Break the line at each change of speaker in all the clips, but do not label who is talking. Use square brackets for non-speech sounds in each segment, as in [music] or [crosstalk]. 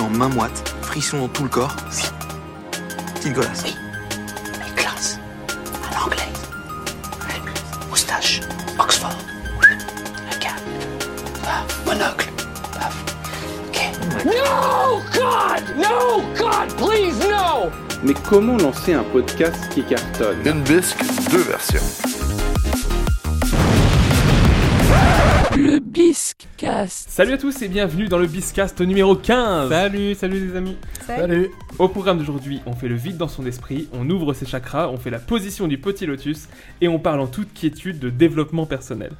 en main moite, frisson dans tout le corps.
Oui.
Petite golasse.
Oui. Mais classe. À l'anglais. Moustache. Oxford. Un gars. Paf. Monocle. Paf. Ok.
No, God! No, God, please, no!
Mais comment lancer un podcast qui cartonne
Limp Bizkit, deux versions.
Le Biscast.
Salut à tous et bienvenue dans le Biscast numéro 15
Salut, salut les amis
Salut.
Au programme d'aujourd'hui, on fait le vide dans son esprit, on ouvre ses chakras, on fait la position du petit lotus et on parle en toute quiétude de développement personnel.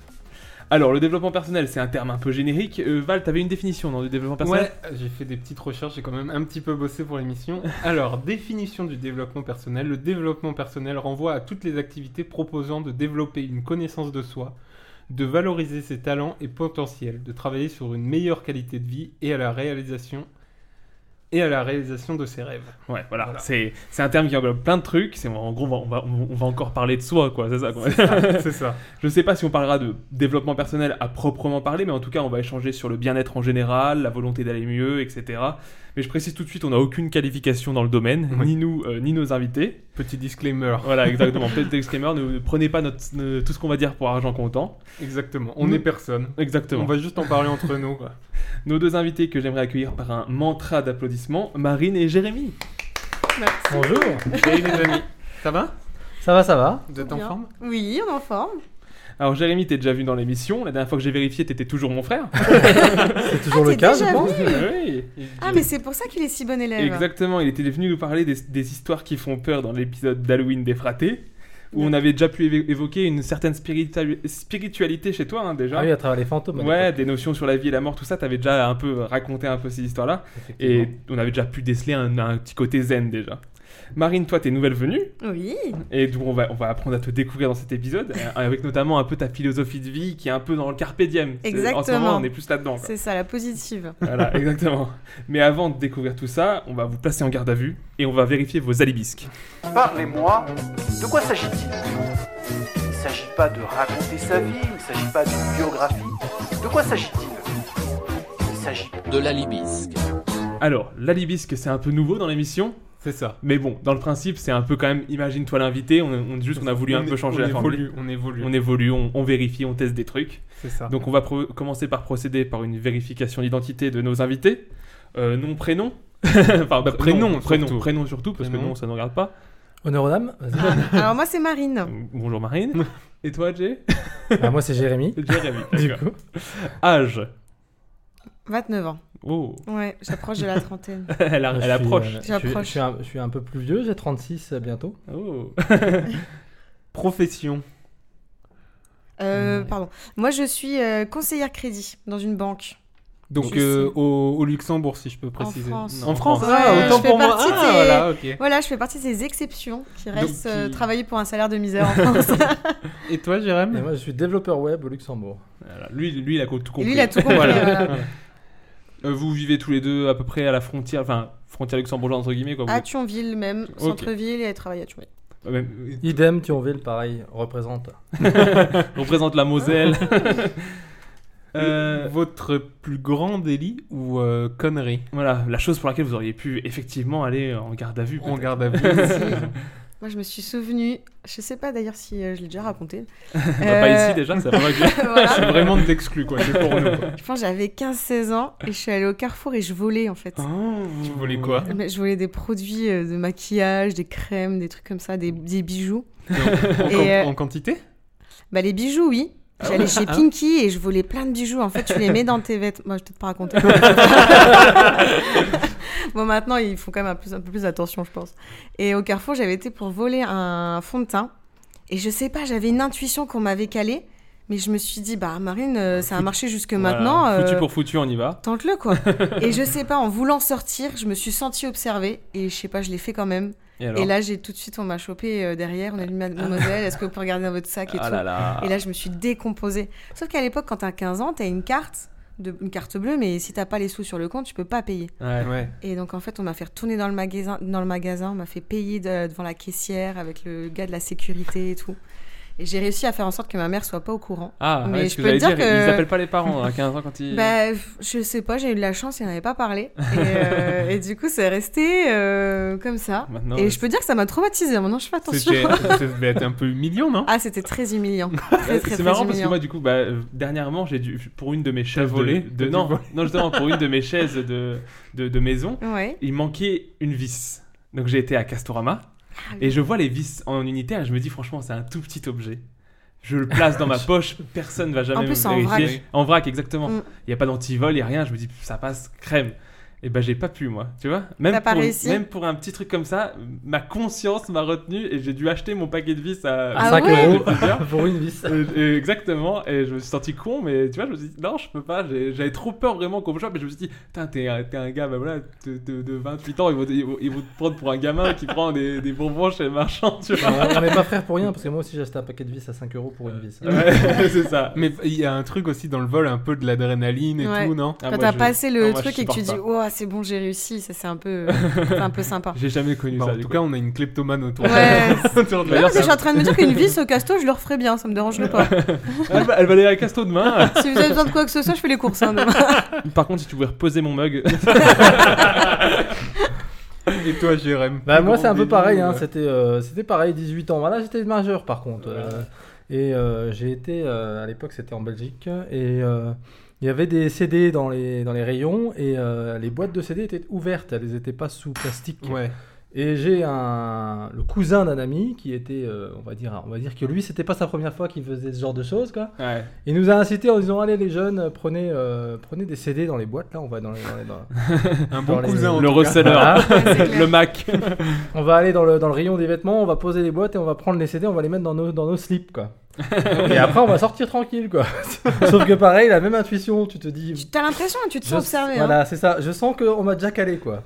Alors, le développement personnel, c'est un terme un peu générique. Euh, Val, t'avais une définition dans le développement personnel
Ouais, j'ai fait des petites recherches, j'ai quand même un petit peu bossé pour [laughs] l'émission. Alors, définition du développement personnel. Le développement personnel renvoie à toutes les activités proposant de développer une connaissance de soi, de valoriser ses talents et potentiels, de travailler sur une meilleure qualité de vie et à la réalisation et à la réalisation de ses [laughs] rêves.
Ouais, voilà.
Voilà.
C'est, c'est un terme qui englobe plein de trucs. C'est, en gros, on va, on, va, on va encore parler de soi, quoi. C'est ça, quoi. [laughs]
C'est ça.
Je sais pas si on parlera de développement personnel à proprement parler, mais en tout cas, on va échanger sur le bien-être en général, la volonté d'aller mieux, etc. Mais je précise tout de suite, on n'a aucune qualification dans le domaine,
Oui.
ni nous, euh, ni nos invités.
Petit disclaimer.
Voilà, exactement. Peut-être disclaimer, ne, ne prenez pas notre, ne- tout ce qu'on va dire pour argent comptant.
Exactement. On
Nous-
est personne.
Exactement.
On va juste en parler entre nous. quoi.
Nos deux invités que j'aimerais accueillir par un mantra d'applaudissements, Marine et Jérémy.
Bonjour.
Salut les amis. Ça va
Ça va, ça va
Vous êtes en
Bien.
forme
Oui, on est en forme.
Alors Jérémy, t'es déjà vu dans l'émission. La dernière fois que j'ai vérifié, t'étais toujours mon frère.
C'est toujours
Ah,
le
t'es
cas,
déjà
je pense.
[laughs] oui.
Ah, mais c'est pour ça qu'il est si bon élève.
Exactement, il était venu nous parler des, des histoires qui font peur dans l'épisode d'Halloween des fratés, où on avait déjà pu évo- évoquer une certaine spiritua- spiritualité chez toi hein, déjà.
Ah oui, à travers les fantômes. à
Ouais,
l'époque,
des notions sur la vie et la mort, tout ça, t'avais déjà un peu raconté un peu ces histoires-là, et
effectivement.
on avait déjà pu déceler un, un petit côté zen déjà. Marine, toi, t'es nouvelle venue,
Oui.
et donc on va, on va apprendre à te découvrir dans cet épisode,
[laughs]
euh, avec notamment un peu ta philosophie de vie qui est un peu dans le carpe diem. C'est- En ce
Exactement.
moment, on est plus là-dedans. quoi.
C'est ça, la positive.
Voilà, exactement. Mais avant de découvrir tout ça, on va vous placer en garde à vue et on va vérifier vos alibisques.
Parlez-moi, de quoi s'agit-il Il ne s'agit pas de raconter sa vie, il ne s'agit pas d'une biographie. De quoi s'agit-il Il s'agit
De la libisque.
Alors, l'alibisque, c'est un peu nouveau dans l'émission,
C'est ça.
mais bon, dans le principe, c'est un peu quand même imagine-toi l'invité, on, on- juste on a voulu un
On
peu
é-
changer
on
la formule.
évolue, On évolue.
On évolue, on, on vérifie, on teste des trucs.
C'est ça.
Donc on va pro- commencer par procéder par une vérification d'identité de nos invités. Euh, nom, prénom. [laughs] enfin,
Bah,
pr-
prénom,
nom, prénom,
surtout.
prénom surtout, parce que
Prénom.
non, ça ne regarde pas.
Honneur aux dames.
[laughs]
vas-y.
Ah, Alors, moi, c'est Marine.
Bonjour Marine. Et toi, Jay
Bah, moi, c'est Jérémy.
Jérémy.
Du
d'accord.
coup,
Âge.
29 ans.
Oh,
Ouais, j'approche de la trentaine.
elle, a-
Moi,
elle
je suis,
approche.
euh, je, suis,
J'approche.
je suis un, je suis un peu plus vieux, j'ai 36 euh, bientôt.
Oh.
Profession.
Euh, pardon. Moi, je suis euh, conseillère crédit dans une banque.
Donc
Je
euh,
sais.
au, au Luxembourg, si je peux préciser.
France.
Non,
En France.
Ah,
Ouais,
autant
je fais
pour moi.
partie
Ah,
des-
voilà, ok.
Voilà, je fais partie des exceptions qui
Donc,
restent euh,
qui-
travailler pour un salaire de misère en France.
Et toi, Jérém
Et moi, je suis développeur web au Luxembourg.
Voilà. Bah, Lui, lui, il a co- tout
Et
compris.
lui, il a tout compris.
Voilà.
voilà.
Euh, vous vivez tous les deux à peu près à la frontière, enfin, frontière luxembourgeoise, entre guillemets, quoi. vous
À
êtes-
Thionville, même.
Ok.
Centre-ville et elle travaille à Thionville.
Euh, même-
Idem, Thionville, pareil, représente.
on présente la
[laughs]
Moselle. [laughs] Euh,
Votre plus grand délit ou euh, connerie
voilà, la chose pour laquelle vous auriez pu effectivement aller en garde à vue.
On
peut-être.
garde à vue. [laughs]
Moi, je me suis souvenue. Je sais pas d'ailleurs si euh, je l'ai déjà raconté.
Bah, Pas
Euh,
ici déjà, ça va pas
[laughs]
mal.
voilà.
C'est vraiment de l'exclu, quoi. C'est pour [laughs] nous. quoi.
Je pense que j'avais 15-16 ans et je suis allée au Carrefour et je volais en
Ah.
fait.
Tu volais quoi
Mais Je volais des produits euh, de maquillage, des crèmes, des trucs comme ça, des, des bijoux.
en,
Et,
quan-
euh,
en quantité
Bah les bijoux, oui. J'allais chez Pinky et je volais plein de bijoux. En fait, tu les mets dans tes vêtements. Moi, je vais peut-être pas raconter. bon, maintenant, ils font quand même un, plus- un peu plus attention, je pense. Et au Carrefour, j'avais été pour voler un fond de teint. Et je sais pas, j'avais une intuition qu'on m'avait calée. Mais je me suis dit, bah Marine, euh, ça a marché jusque
Voilà,
maintenant.
Foutu
euh,
pour foutu, on y va.
Tente-le
[laughs]
quoi. et je sais pas, en voulant sortir, je me suis sentie observée et je sais pas, je l'ai fait quand même.
Et alors
Et là, j'ai tout de suite, on m'a chopé euh, derrière, on a dit mademoiselle, est-ce que vous pouvez regarder dans votre sac et
Ah
tout.
là là.
Et là, je me suis décomposée. Sauf qu'à l'époque, quand t'as 15 ans, t'as une carte, de, une carte bleue, mais si t'as pas les sous sur le compte, tu peux pas payer.
Ouais.
Ouais.
Et donc, en fait, on m'a fait retourner dans le magasin, dans le magasin on m'a fait payer de- devant la caissière avec le gars de la sécurité et tout. Et j'ai réussi à faire en sorte que ma mère soit pas au courant.
Ah,
Mais
ouais,
je
ce que
peux
j'allais
te
dire,
dire que-
ils appellent pas les parents hein, à 15 ans quand ils.
Bah, f- je sais pas, j'ai eu de la chance, il n'en avait pas parlé.
[laughs]
Et, euh, et du coup, c'est resté euh, comme ça.
Maintenant,
et je peux dire que ça m'a traumatisée. hein, Maintenant, je fais attention.
C'était ça devait être un peu humiliant, non
[laughs] Ah, c'était très
[laughs]
humiliant.
Ouais,
Très, très,
Euh, C'est
très
marrant parce que
humiliant.
moi, du coup, bah, euh, dernièrement, j'ai dû pour une de mes chaises
volé
de,
T'as
de-
dû
non,
voler.
non justement pour une de mes chaises de, de, de maison,
Ouais.
il manquait une vis. Donc j'ai été à Castorama
Ah
et je vois les vis en unitaire et je me dis franchement, c'est un tout petit objet. Je le place dans ma poche, personne ne va jamais
En plus,
me
c'est en vrac.
vérifier. En vrac, exactement. Il
Mm.
n'y a pas d'antivol, il n'y a rien. Je me dis, ça passe crème. Et ben, j'ai pas pu, moi. Tu vois même
T'as
pour,
pas réussi
même pour un petit truc comme ça, ma conscience m'a retenu et j'ai dû acheter mon paquet de vis à
Ah
5
ouais
euros [laughs] pour une vis.
Euh, euh, exactement, et je me suis senti con, mais tu vois, je me suis dit, non, je peux pas, j'ai- j'avais trop peur vraiment qu'on me chope, mais je me suis dit, putain, t'es un, t'es un gars bah, voilà, de, de- de 28 ans, ils vont, ils, vont, ils vont te prendre pour un gamin qui prend des, des bonbons chez le marchand, tu vois.
On n'est pas frères pour rien, parce que moi aussi j'ai acheté un paquet de vis à 5 euros pour une vis.
Ouais, [laughs] c'est ça.
Mais il y a un truc aussi dans le vol, un peu de l'adrénaline et
Ouais.
tout, non
Ah,
Quand
moi,
t'as
je-
passé le
non, moi, je
truc et que tu dis,
supporte
oh, c'est bon, j'ai réussi, ça c'est
[laughs]
un peu, c'est un peu sympa.
J'ai jamais connu
Bah,
ça.
En
du
tout
coup.
cas, on a une kleptomane autour
Ouais.
autour de
Non,
la
mais je suis en train de me dire qu'une vis au casto, je le referais bien, ça me dérangerait
[laughs]
pas.
elle, va, elle va aller à Casto demain.
si vous avez besoin de quoi que ce soit, je fais les courses. hein, demain.
[laughs] Par contre, si tu pouvais reposer mon mug,
[laughs] Et toi, Jérém
Bah
plus
moi
grand
c'est un peu
débile,
pareil, hein,
euh,
c'était euh, c'était pareil, 18 ans. Bah, là j'étais majeur par contre. euh, et euh, j'ai été, euh, à l'époque c'était en Belgique, et euh, il y avait des CD dans les, dans les rayons, et euh, les boîtes de CD étaient ouvertes, elles n'étaient pas sous plastique.
Ouais.
Et j'ai un, le cousin d'un ami qui était, euh, on, va dire, on va dire que lui c'était pas sa première fois qu'il faisait ce genre de choses. Quoi.
[laughs] ouais.
Il nous a incité en disant allez les jeunes, prenez, euh, prenez des CD dans les boîtes, là on va dans les... Dans
[laughs]
les- dans-
Un
Dans
bon
les-
cousin. en
le
tout cas.
receleur,
Voilà.
Ouais, [laughs] c'est clair.
le Mac.
On va aller dans le, dans le rayon des vêtements, on va poser les boîtes et on va prendre les CD, on va les mettre dans nos, dans nos slips, quoi. et après, on va sortir tranquille, quoi. Sauf que pareil, la même intuition, tu te dis.
Tu as l'impression, tu te
je-
sens observé. hein.
voilà, c'est ça. Je sens qu'on m'a déjà calé, quoi.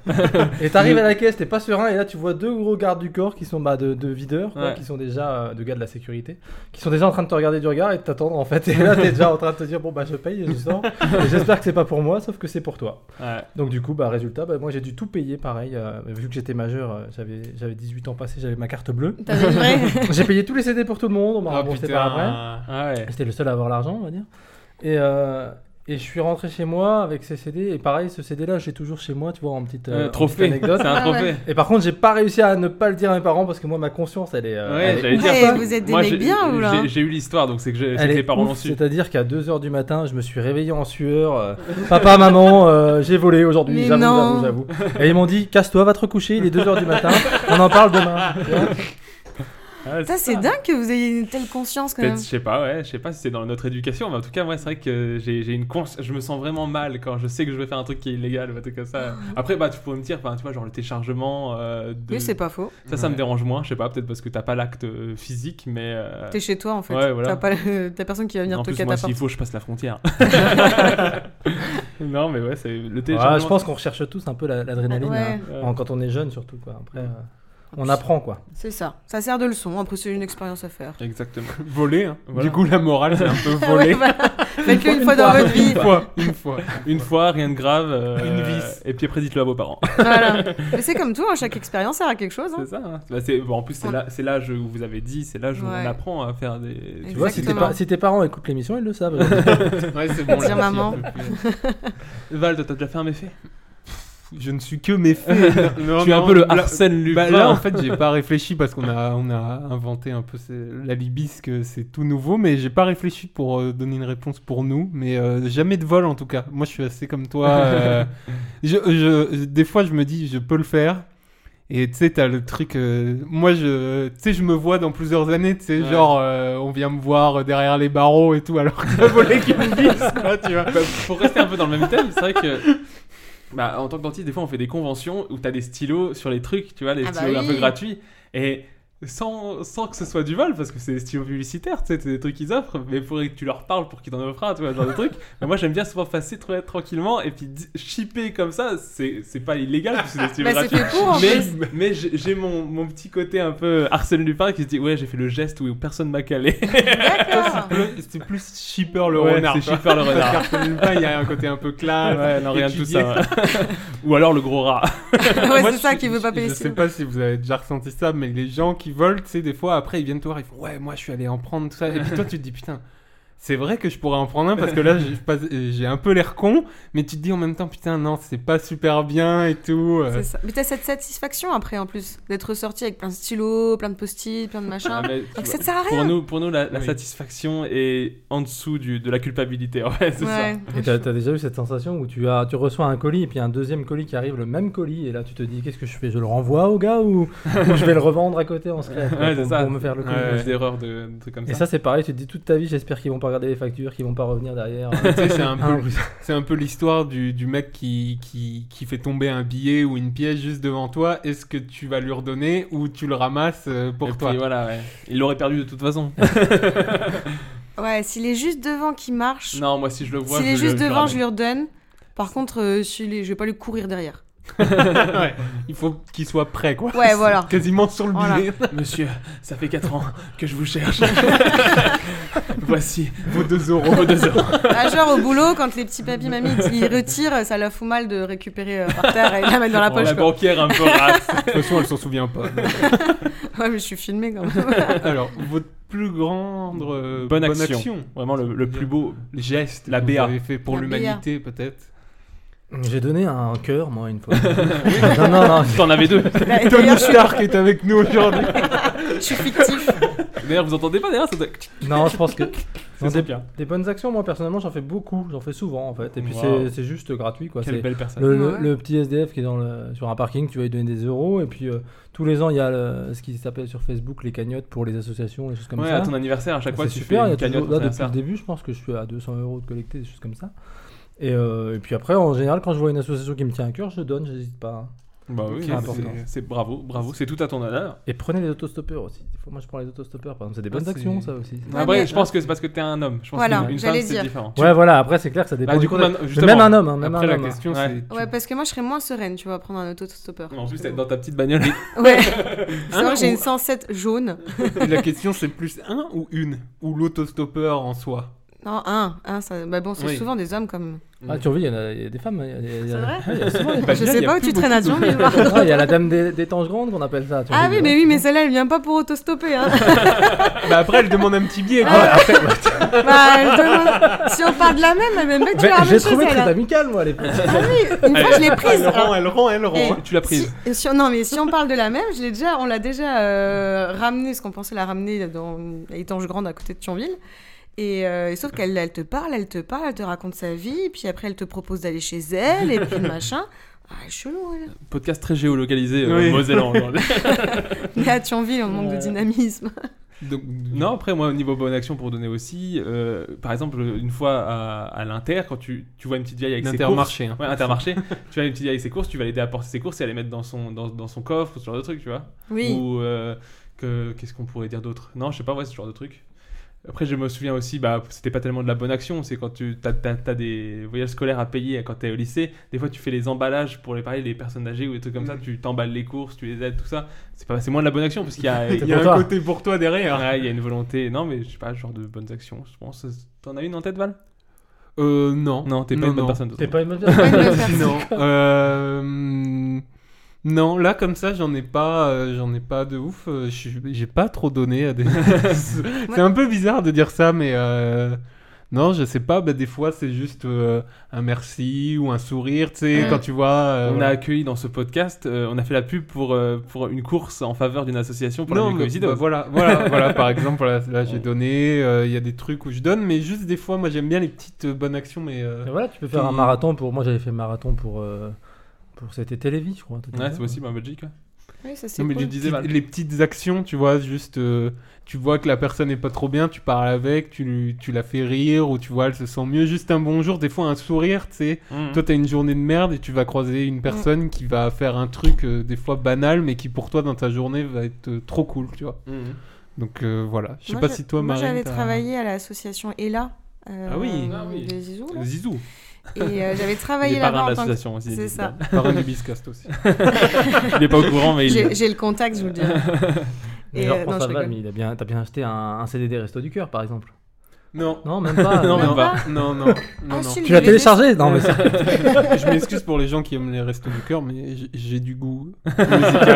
et t'arrives à la caisse, t'es pas serein, et là, tu vois deux gros gardes du corps qui sont bah, de, de videurs, quoi,
Ouais.
qui sont déjà euh, de gars de la sécurité, qui sont déjà en train de te regarder du regard et de t'attendre, en fait. Et là, t'es déjà en train de te dire, bon, bah, je paye, je sors. Et J'espère que c'est pas pour moi, sauf que c'est pour toi.
Ouais.
Donc du coup, bah, résultat, bah, moi j'ai dû tout payer pareil. euh, vu que j'étais majeur, euh, j'avais, j'avais 18 ans passé, j'avais ma
[laughs]
carte bleue.
T'avais une vraie-
j'ai payé tous les CD pour tout le monde, on m'a
Ah
remboursé par après.
putain.
Ah ouais.
J'étais le seul à avoir l'argent, on va dire. Et, euh, et je suis rentré chez moi avec ces CD. Et pareil, ce CD-là, j'ai toujours chez moi, tu vois, en petite, euh,
Euh,
en petite
trophée,
anecdote.
[laughs] c'est un
Ah ouais.
trophée.
Et par contre, j'ai pas réussi à ne pas le dire à mes parents parce que moi, ma conscience, elle est. euh,
Ouais,
elle est
j'allais dire
Ouais,
ça.
vous êtes des
Moi,
mecs
j'ai-
bien, ou là,
j'ai-
hein
J'ai eu l'histoire, donc c'est que, j'ai- c'est
Elle
que
est
les parents
ouf,
l'ont su.
C'est-à-dire qu'à 2h du matin, je me suis réveillé en sueur. euh, [laughs] Papa, maman, euh, j'ai volé aujourd'hui,
Mais
j'avoue,
non.
j'avoue, j'avoue. Et ils m'ont dit, casse-toi, va te recoucher, il est 2h du matin, on en
[laughs]
parle demain.
Ah,
Ça, c'est dingue que vous ayez une telle conscience quand
Peut-être,
même.
je sais pas, ouais, je sais pas si c'est dans notre éducation, mais en tout cas, moi, c'est vrai que j'ai j'ai une consci- je me sens vraiment mal quand je sais que je vais faire un truc qui est illégal ou un truc comme
[laughs]
ça. Après, bah, tu pourrais me dire, enfin, tu vois, genre le téléchargement. euh, de...
Oui, c'est pas faux.
Ça, ça me dérange moins, je sais pas, peut-être parce que t'as pas l'acte euh, physique, mais. euh,
T'es chez toi en fait.
Ouais, voilà.
T'as pas le- t'as personne qui va venir
en
toquer
plus,
à ta
moi,
porte.
s'il faut, je passe la
[laughs]
frontière. [laughs] non, mais ouais, c'est le téléchargement. euh,
Voilà, je pense qu'on recherche tous un peu la- l'adrénaline
Ouais.
hein, en- quand on est jeune, surtout. Quoi. Après, euh, on
plus-
apprend quoi.
C'est ça. Ça sert de leçon. Après, c'est une expérience à faire.
[laughs] Exactement.
Voler, hein.
Voilà.
Du coup, la morale, c'est un peu
[laughs] Ah [laughs] ouais,
voler.
voilà. Faites-le une, fois dans votre vie.
Une fois, une fois.
Une fois, rien de grave. euh,
Une vis.
Et puis après, dites-le à vos parents.
Voilà. Mais c'est comme tout, hein, chaque expérience sert à quelque chose. hein.
C'est ça. hein. Bah, c'est- bon, en plus, c'est
On-
là, c'est l'âge où vous avez dit, c'est l'âge où
Ouais.
on apprend à faire des.
Tu vois, si tes,
Exactement.
par- si tes parents écoutent l'émission, ils le savent.
[laughs]
Ouais, c'est bon.
Dire
là,
maman.
j'y peux plus.
Val, toi, t'as déjà fait un méfait
Je ne suis que mes [laughs] faits.
Je suis un peu le
harcèlement.
Arsène
Bah,
Lupin.
là, en fait, j'ai pas réfléchi parce qu'on a, on a inventé un peu ces- la libisque, c'est tout nouveau, mais j'ai pas réfléchi pour euh, donner une réponse pour nous. Mais euh, jamais de vol en tout cas. Moi, je suis assez comme
[laughs]
toi. euh, je, je- des fois, je me dis, je peux le faire. Et tu sais, t'as le truc. euh, moi, je, tu sais, je me vois dans plusieurs années. Tu sais,
Ouais.
genre, euh, on vient me voir derrière les barreaux et tout, alors que voler qui me
[laughs]
bise, quoi, tu vois.
Bah, pour rester un peu dans le même thème, c'est vrai que. Bah, en tant que dentiste, des fois, on fait des conventions où t'as des stylos sur les trucs, tu vois, les
Ah bah
stylos un peu
oui.
gratuits. Et. Sans, sans que ce soit du vol, parce que c'est des stylos publicitaires, tu sais, c'est des trucs qu'ils offrent, mais pour que tu leur parles pour qu'ils t'en offrent un, tu vois, ce genre de
[laughs]
truc. Mais moi, j'aime bien souvent passer tra- tranquillement et puis di- shipper comme ça, c'est c'est pas illégal, parce que c'est des stylos
Bah, c'est
gratuits.
fait pour en
Mais, [laughs]
plus.
mais j'ai j'ai mon, mon petit côté un peu Arsène Lupin qui se dit Ouais, j'ai fait le geste où personne m'a calé.
D'accord.
C'est plus shipper le
Ouais,
renard.
c'est
quoi.
shipper le renard.
Parce qu'Arsène Lupin, il y a un côté un peu classe.
Ah ouais, [laughs] non, rien de tout
étudié.
ça. ouais. [laughs] Ou alors le gros rat.
Ouais,
Moi,
c'est ça
je-
qui veut pas payer
Je
sinon.
sais pas si vous avez déjà ressenti ça, mais les gens qui qui volent, tu sais, des fois, après, ils viennent te voir, ils font Ouais, moi, je suis allé en prendre, tout ça. Et puis toi, tu te dis Putain, c'est vrai que je pourrais en prendre un parce que là, j'ai pas- j'ai un peu l'air con, mais tu te dis en même temps Putain, non, c'est pas super bien et tout. euh.
C'est ça. Mais t'as cette satisfaction après en plus d'être sorti avec plein de stylos, plein de post-it, plein de
Ah,
machins.
mais tu vois,
Donc ça te sert à rien.
pour nous, pour nous, la, la
Oui.
satisfaction est en dessous du, de la culpabilité. en fait, c'est ça.
Ouais.
Et t'as t'as déjà eu cette sensation où tu, as, tu reçois un colis et puis un deuxième colis qui arrive, le même colis, et là tu te dis qu'est-ce que je fais Je le renvoie au gars ou, ou je vais le revendre à côté en secret quoi,
Ouais, c'est
pour,
ça.
pour me faire le colis
Ouais, ouais. Des erreurs de, de trucs comme
Et
ça.
ça c'est pareil, tu te dis toute ta vie j'espère qu'ils vont pas regarder les factures, qu'ils vont pas revenir derrière.
Tu sais, c'est un
Ah,
peu
oui.
C'est un peu l'histoire du, du mec qui, qui, qui fait tomber un billet ou une pièce juste devant toi. Est-ce que tu vas lui redonner ou tu le ramasses euh, pour
Et
toi
puis, voilà, ouais. Il l'aurait perdu de toute [laughs] façon.
Ouais, s'il est juste devant qui marche,
non, moi, si je le vois.
s'il est
je
juste
le- je le
devant,
ramène.
je lui redonne. Par contre, euh, s'il est- je vais pas lui courir derrière.
Ouais. Il faut qu'il soit prêt, quoi.
Ouais,
C'est
voilà.
[laughs] Quasiment sur le
Voilà. [laughs]
billet.
Monsieur, ça fait 4 ans que je vous [laughs] cherche. Voici
Vaut 2 euros.
vos deux heures.
Ah, genre au boulot, quand les petits papis mamies ils retirent, ça la fout mal de récupérer euh, par terre et de la mettre dans la
Bon,
poche.
la
quoi.
banquière un peu rase.
De toute façon, elle s'en souvient
[laughs]
pas.
Ouais, mais je suis filmée quand
[laughs]
même.
Alors, votre plus grande euh,
Bonne action. Vraiment le, le plus beau.
geste
La
que vous
BA.
avez fait pour
La
l'humanité, peut-être.
[laughs] J'ai donné un cœur moi une fois. [laughs] non, non, non.
[laughs] T'en avais deux.
D'ailleurs, je suis-
Stark est avec nous aujourd'hui.
je suis fictif.
D'ailleurs, vous entendez pas derrière ça doit-
Non, je pense [laughs] que. Non,
C'est
des,
bien.
des bonnes actions, moi personnellement, j'en fais beaucoup, j'en fais souvent en fait. Et puis
Wow.
c'est- c'est juste gratuit quoi.
Quelle
C'est-
belle personne.
Le, le-
Ouais.
le petit SDF qui est dans le- sur un parking, tu vas lui donner des euros. Et puis euh, tous les ans, il y a le- ce qui s'appelle sur Facebook les cagnottes pour les associations, les choses comme
ouais,
ça. Ah,
à ton anniversaire, à chaque fois,
C'est
tu
super, il
fais une
y a toujours-
cagnotte.
là,
pour
depuis
faire
le début, je pense que je suis à 200 euros de collecter, des choses comme ça. Et, euh, et puis après, en général, quand je vois une association qui me tient à cœur, je donne, j'hésite pas. hein.
ça. Bah oui,
C'est
c'est-
important.
c'est bravo, bravo, c'est tout à ton honneur.
Et prenez les autostoppeurs aussi. Des fois, moi, je prends les autostoppeurs, par exemple. C'est des
Ah,
bonnes
c'est-
actions, ça aussi.
Ouais,
Après,
mais-
je
euh,
pense que c'est parce que t'es un homme. Je pense
Voilà,
qu'une femme,
j'allais
c'est
dire.
différent.
Ouais, voilà, après, c'est clair que ça dépend
Bah,
du
du coup,
contexte.
man-
Mais
justement,
Même un homme, hein, même
Après,
un
la
homme.
question,
Ouais.
c'est.
Ouais, parce que moi, je serais moins sereine, tu vois, prendre un auto-stoppeur.
En plus, t'es dans ta petite
[laughs]
bagnole.
Ouais. C'est vrai que j'ai une 107 jaune.
[laughs] La question, c'est plus un ou une Ou l'autostoppeur en soi
Non, un. un ça... bah bon, c'est
Oui.
souvent des hommes comme.
Ah, tu en vis, il y en a il y a des femmes. hein, il y a- il y
C'est
a-
vrai
Ouais, Bah, il y a souvent des femmes.
Je sais pas où tu traînes à
[laughs]
Dion, mais.
Ah, Il y a la dame des, des tanges grandes qu'on appelle ça. tu
Ah
vois.
oui, mais oui, mais celle-là, elle vient pas pour autostopper.
[laughs]
Hein.
Bah après, elle demande un petit billet.
Ah.
quoi.
bah, elle demande- Si on parle de la même, elle même pas que tu
Ben,
la
J'ai
même chose.
trouvé
elle,
très
hein.
amical, moi, les
[laughs] Ah oui, une fois, je l'ai prise.
Elle rend, elle rend, elle
Eh,
rend.
Tu l'as prise.
Si- si on- non, mais si on parle de la même, je l'ai déjà, on l'a déjà euh, ramenée, ce qu'on pensait la ramener dans à Étange Grande à côté de Thionville. Et, euh, et sauf qu'elle elle te parle, elle te parle, elle te raconte sa vie, et puis après elle te propose d'aller chez elle, et puis machin.
[laughs]
Ah, elle est chelou, elle.
Podcast très géolocalisé, euh,
Oui.
Mosellan, aujourd'hui.
Mais à Thionville, on manque de dynamisme.
Donc,
[laughs] Non, après, moi, au niveau bonne action pour donner aussi, euh, par exemple, une fois à, à l'Inter, quand tu, tu vois une petite vieille avec ses courses.
L'intermarché. hein.
Ouais, Intermarché. [laughs] tu vois une petite vieille avec ses courses, tu vas l'aider à porter ses courses et à les mettre dans son, dans, dans son coffre, ce genre de truc, tu vois.
[laughs]
Oui.
Ou euh, que- qu'est-ce qu'on pourrait dire d'autre Non, je sais pas, ouais, ce genre de truc. Après, je me souviens aussi, bah, c'était pas tellement de la bonne action, c'est quand tu as, des voyages scolaires à payer quand t'es au lycée. Des fois, tu fais les emballages pour les pareil, les personnes âgées ou des trucs comme
Mm.
ça. Tu t'emballes les courses, tu les aides, tout ça. C'est pas, c'est moins de la bonne action parce qu'il y
[laughs]
a, il y
Il y
a hein.
a
pour
un
toi.
côté pour toi derrière.
Ouais, il y a une volonté. Non, mais je sais pas, genre de bonnes actions, je pense. T'en as une en tête, Val
Euh, non.
Non, t'es pas une bonne personne. de toute
T'es
façon.
pas une bonne
Pas
personne.
une bonne personne.
Non. Euh, non, là comme ça, j'en ai pas, euh, j'en ai pas de ouf. Euh, je suis- J'ai pas trop donné à des.
[laughs]
c'est un peu bizarre de dire ça, mais. euh, Non, je sais pas, bah, des fois c'est juste euh, un merci ou un sourire, tu sais,
Ouais.
quand tu vois. euh,
On a
voilà.
accueilli dans ce podcast, euh, on a fait la pub pour, euh, pour une course en faveur d'une association pour la
non, mais, bah,
mucoviscidose.
voilà, voilà, [laughs] voilà, par exemple, voilà, là j'ai
On-
donné, euh, il y a des trucs où je donne, mais juste des fois, moi j'aime bien les petites euh, bonnes actions, mais. euh,
Mais voilà, tu peux faire
Puis-
un marathon pour. Moi, j'avais fait le marathon pour. euh, Pour c'était Télévis, je crois. un truc comme
Ouais,
ça.
c'est possible en Belgique. ouais.
Oui, ça c'est
Non, mais
cool.
je disais,
Petite-
les petites actions, tu vois, juste, euh, tu vois que la personne n'est pas trop bien, tu parles avec, tu, lui- tu la fais rire, ou tu vois, elle se sent mieux, juste un bonjour, des fois un sourire, tu sais.
Mm.
Toi, t'as une journée de merde et tu vas croiser une personne qui va faire un truc, euh, des fois banal, mais qui pour toi, dans ta journée, va être euh, trop cool, tu vois.
Mhm.
Donc euh, voilà, je sais
Moi,
pas si toi,
Moi,
Marine.
j'avais
t'as-
travaillé à l'association Ella. euh,
Ah oui.
euh,
Ah oui.
de Zizou, là.
Zizou.
Et euh, j'avais
Il
travaillé
est parrain
là-bas
de
en tant que.
l'association aussi.
C'est ça.
évidemment.
Parrain du Biscast
[laughs]
aussi.
Il est pas au courant, mais il
J'ai j'ai le contact, je vous le dis.
[laughs] Mais
Et,
alors,
euh,
prends
non,
ça,
je
Val,
rigole.
mais il a bien, t'as bien acheté un, un CDD Resto du Cœur, par exemple.
Non.
Non,
[laughs]
même pas.
Non,
Même
non,
pas
non, non, non, non.
Insulte,
Tu l'as
je
téléchargé Non, mais c'est-
Je m'excuse pour les gens qui aiment les restos du cœur, mais j'ai- j'ai du goût.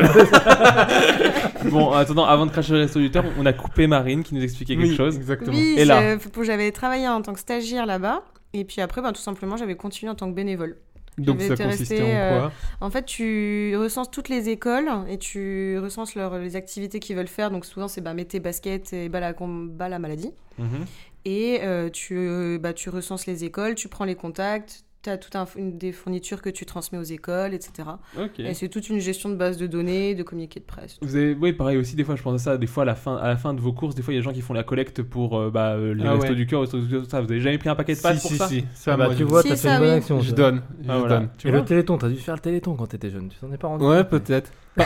[laughs]
Bon, en attendant, avant de cracher le resto du cœur, on a coupé Marine qui nous expliquait quelque
Oui,
chose.
Exactement.
Oui,
Et là
j'ai- faut- j'avais travaillé en tant que stagiaire là-bas. Et puis après, ben, tout simplement, j'avais continué en tant que bénévole.
Donc
J'avais
ça
été
consistait
restée,
en quoi
En fait, tu recenses toutes les écoles et tu recenses leur- les activités qu'ils veulent faire. Donc souvent, c'est bah, mettez basket et bas la, combat la maladie.
Mmh.
Mhm.
Et euh, tu, euh, bah, tu recenses les écoles, tu prends les contacts, tu as toute des fournitures que tu transmets aux écoles, etc.
Ok.
Et c'est toute une gestion de base de données, de communiqués
[laughs]
de presse.
Vous avez, oui, pareil aussi, des fois, je pense à ça, des fois, à la fin, à la fin de vos courses, des fois, il y a des gens qui font la collecte pour euh, bah, euh, les
Ah
restos
ouais.
du cœur, restos du cœur, tout ça. Vous avez jamais pris un paquet de pâtes
si,
pour
si,
ça
si, ça,
Ah bah,
moi,
tu
je-
vois,
Si,
t'as
ça,
fait une bonne
oui.
action.
je
ça.
donne. je
Ah, voilà.
donne. Tu
Et
vois
le téléthon, t'as dû faire le téléthon quand t'étais jeune, tu t'en es pas rendu
Ouais,
compte, mais-
peut-être.
Ouais.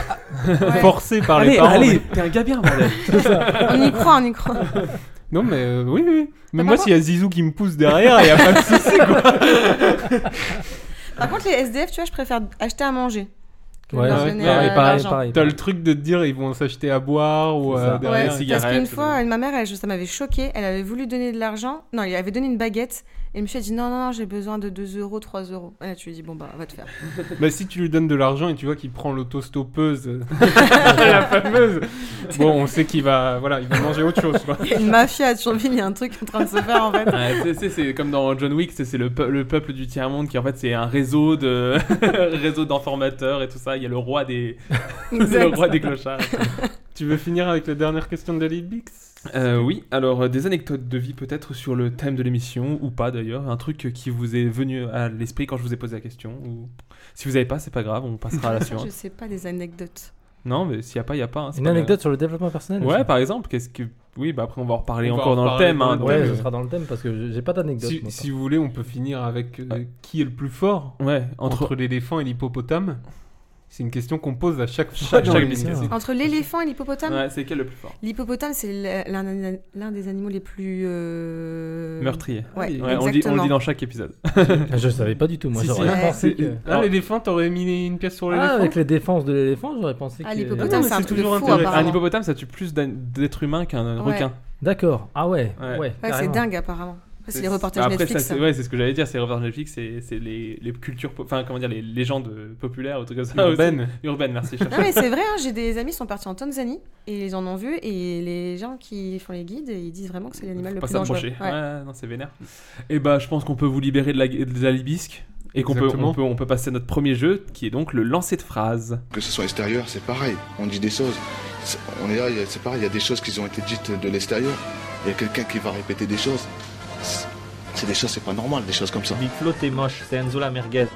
Forcé par les
Allez,
parents.
allez,
mais-
t'es un gars bien, bordel.
on y croit, on y croit.
Non, mais euh, oui, oui, oui. Mais
Bah,
moi,
par
s'il y a Zizou qui me pousse derrière,
[laughs]
il y a pas de souci, quoi.
Par contre, les SDF, tu vois, je préfère acheter à manger. que
Ouais,
leur
ouais,
donner,
ouais,
euh,
pareil, pareil,
l'argent.
pareil.
T'as le truc de te dire, ils vont s'acheter à boire ou
C'est
euh,
ça.
derrière
Ouais,
les
parce
cigarettes.
qu'une fois, elle- ma mère, elle- ça m'avait choqué. Elle avait voulu donner de l'argent. Non, elle avait donné une baguette. Et le monsieur a dit non, non, non, j'ai besoin de 2 euros, 3 euros. Et là, tu lui dis bon, bah, va
[laughs]
te faire.
Bah, si tu lui donnes de l'argent et tu vois qu'il prend l'autostoppeuse,
[laughs]
la fameuse, bon, on sait qu'il va, voilà, il va manger autre chose, quoi.
Il y a Une mafia à Thionville, il y a un truc en train de se faire
[laughs]
en fait.
Ouais, tu sais, c'est comme dans John Wick, c'est c'est le, peu- le peuple du tiers-monde qui, en fait, c'est un réseau de [laughs] réseau d'informateurs et tout ça. Il y a le roi des, [laughs] le
Exact.
roi des clochards.
Tu veux finir avec la dernière question de Daily Bix
Euh, oui, alors euh, des anecdotes de vie peut-être sur le thème de l'émission ou pas d'ailleurs, un truc qui vous est venu à l'esprit quand je vous ai posé la question ou si vous avez pas, c'est pas grave, on passera à [laughs] la
Je
suivante.
sais pas des anecdotes.
Non, mais s'il y a pas, il y a pas. hein, c'est
Une
pas grave.
anecdote sur le développement personnel
Ouais,
aussi.
par exemple, qu'est-ce que oui, bah après on va en reparler
On va
encore
en
dans le
reparler
thème.
dans
hein,
le
donc,
Ouais,
euh,
ce sera dans le thème parce que je- j'ai pas d'anecdote.
si,
moi,
si vous voulez, on peut finir avec euh,
Ouais.
qui est le plus fort
ouais,
entre,
entre
l'éléphant et l'hippopotame C'est une question qu'on pose à chaque fois.
chaque,
dans
chaque
l'émission.
biscuit.
Entre l'éléphant et l'hippopotame,
Ouais, c'est quel le plus fort
l'hippopotame, c'est l'un- l'un l'un des animaux les plus. euh,
Meurtrier.
Ouais,
Ouais, on, dit, on le dit
exactement.
dans chaque épisode.
pas. Ah, Je savais pas du tout, moi
Si,
j'aurais
si,
pensé
c'est-
que.
Ah, l'éléphant, t'aurais mis une pièce sur
Ah,
l'éléphant
avec les défenses de l'éléphant, j'aurais pensé
Ah,
que.
l'hippopotame,
mais
c'est un
c'est
truc de
toujours
fou
intéressant.
Un
apparemment.
hippopotame, ça tue plus d'an- d'êtres humains qu'un euh,
Ouais.
requin.
D'accord. Ah ouais.
Ouais.
Ouais.
Ouais, c'est
carrément.
dingue apparemment. C'est les reportages
Bah, après,
Netflix. hein.
ça, c'est,
ça.
ouais, c'est ce que j'allais dire, c'est les reportages Netflix, c'est, c'est les, les cultures, po- enfin comment dire, les légendes euh, populaires ou trucs comme ça.
Urbaine.
aussi. Urbaine, merci. je cherchais.
Non mais c'est vrai, hein, j'ai des amis qui sont partis en Tanzanie et ils en ont vu et les gens qui font les guides ils disent vraiment que c'est [laughs] l'animal
Faut
le
pas
plus dangereux.
s'approcher. Ouais.
Ouais.
non, c'est vénère. Et bah, je pense qu'on peut vous libérer de la, de la libisque et qu'on peut
Exactement.
on, peut, on peut passer à notre premier jeu, qui est donc le lancer de phrase.
Que ce soit extérieur, c'est pareil. On dit des choses. C'est- On est là, il y a- c'est pareil. Il y a des choses qui ont été dites de l'extérieur. Il y a quelqu'un qui va répéter des choses. C'est- C'est des choses, c'est pas normal, des choses comme ça.
Biflo, t'es moche, c'est Enzo la merguez.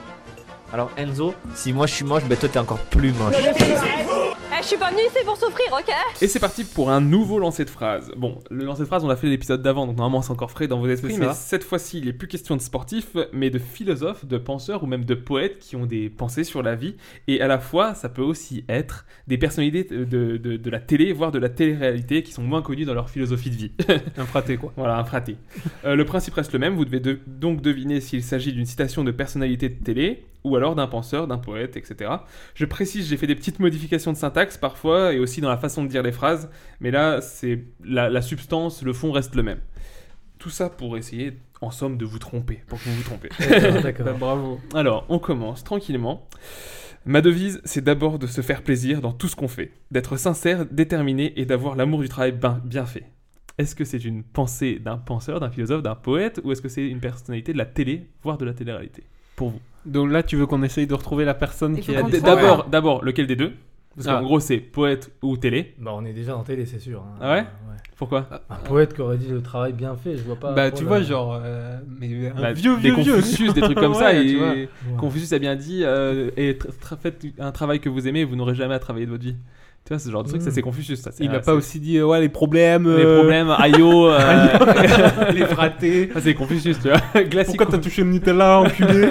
Alors Enzo, si moi je suis moche, ben toi t'es encore plus moche.
Eh, je suis pas venue ici pour souffrir, ok
Et c'est parti pour un nouveau lancer de phrase. Bon, le lancer de phrase, on l'a fait l'épisode d'avant, donc normalement c'est encore frais dans vos esprits,
C'est ça.
mais cette fois-ci, il est plus question de sportifs, mais de philosophes, de penseurs ou même de poètes qui ont des pensées sur la vie. Et à la fois, ça peut aussi être des personnalités de, de- de- de la télé, voire de la télé-réalité, qui sont moins connues dans leur philosophie de vie.
Un fraté, quoi.
[laughs] Voilà, un fraté. Euh, le principe reste le même, vous devez de- donc deviner s'il s'agit d'une citation de personnalité de télé ou alors d'un penseur, d'un poète, etc. Je précise, j'ai fait des petites modifications de syntaxe parfois et aussi dans la façon de dire les phrases, mais là, c'est la, la substance, le fond reste le même. Tout ça pour essayer, en somme, de vous tromper, pour que vous vous trompez.
D'accord, D'accord.
bravo.
Alors, on commence tranquillement. Ma devise, c'est d'abord de se faire plaisir dans tout ce qu'on fait, d'être sincère, déterminé et d'avoir l'amour du travail ben- bien fait. Est-ce que c'est une pensée d'un penseur, d'un philosophe, d'un poète, ou est-ce que c'est une personnalité de la télé, voire de la télé-réalité Pour vous.
Donc là, tu veux qu'on essaye de retrouver la personne
Il
qui
faut
a
qu'on
dit-
trouve.
D'abord, d'abord, lequel des deux Parce qu'en
Ah.
gros, c'est poète ou télé.
Bah, on est déjà en télé, c'est sûr. hein.
Ah ouais Pourquoi
Ah,
Un poète qui aurait dit le travail bien fait, je vois pas.
Bah,
trop
tu
la-
vois, genre. euh, mais un
Bah,
vieux,
Des
vieux, vieux.
Confucius,
[laughs]
des trucs comme ça.
Ouais, tu vois.
et Confucius a bien dit euh, et tra- tra- faites un travail que vous aimez, vous n'aurez jamais à travailler de votre vie. Tu vois, ce genre de truc, ça
Mm.
c'est Confucius. Ça, c'est-
Il a
euh,
pas
c'est-
aussi dit, euh, ouais, les problèmes.
les
euh, [laughs]
problèmes, Ayo,
les fratés.
ça c'est Confucius, tu vois. Classique.
[laughs] Pourquoi t'as touché le Nutella, enculé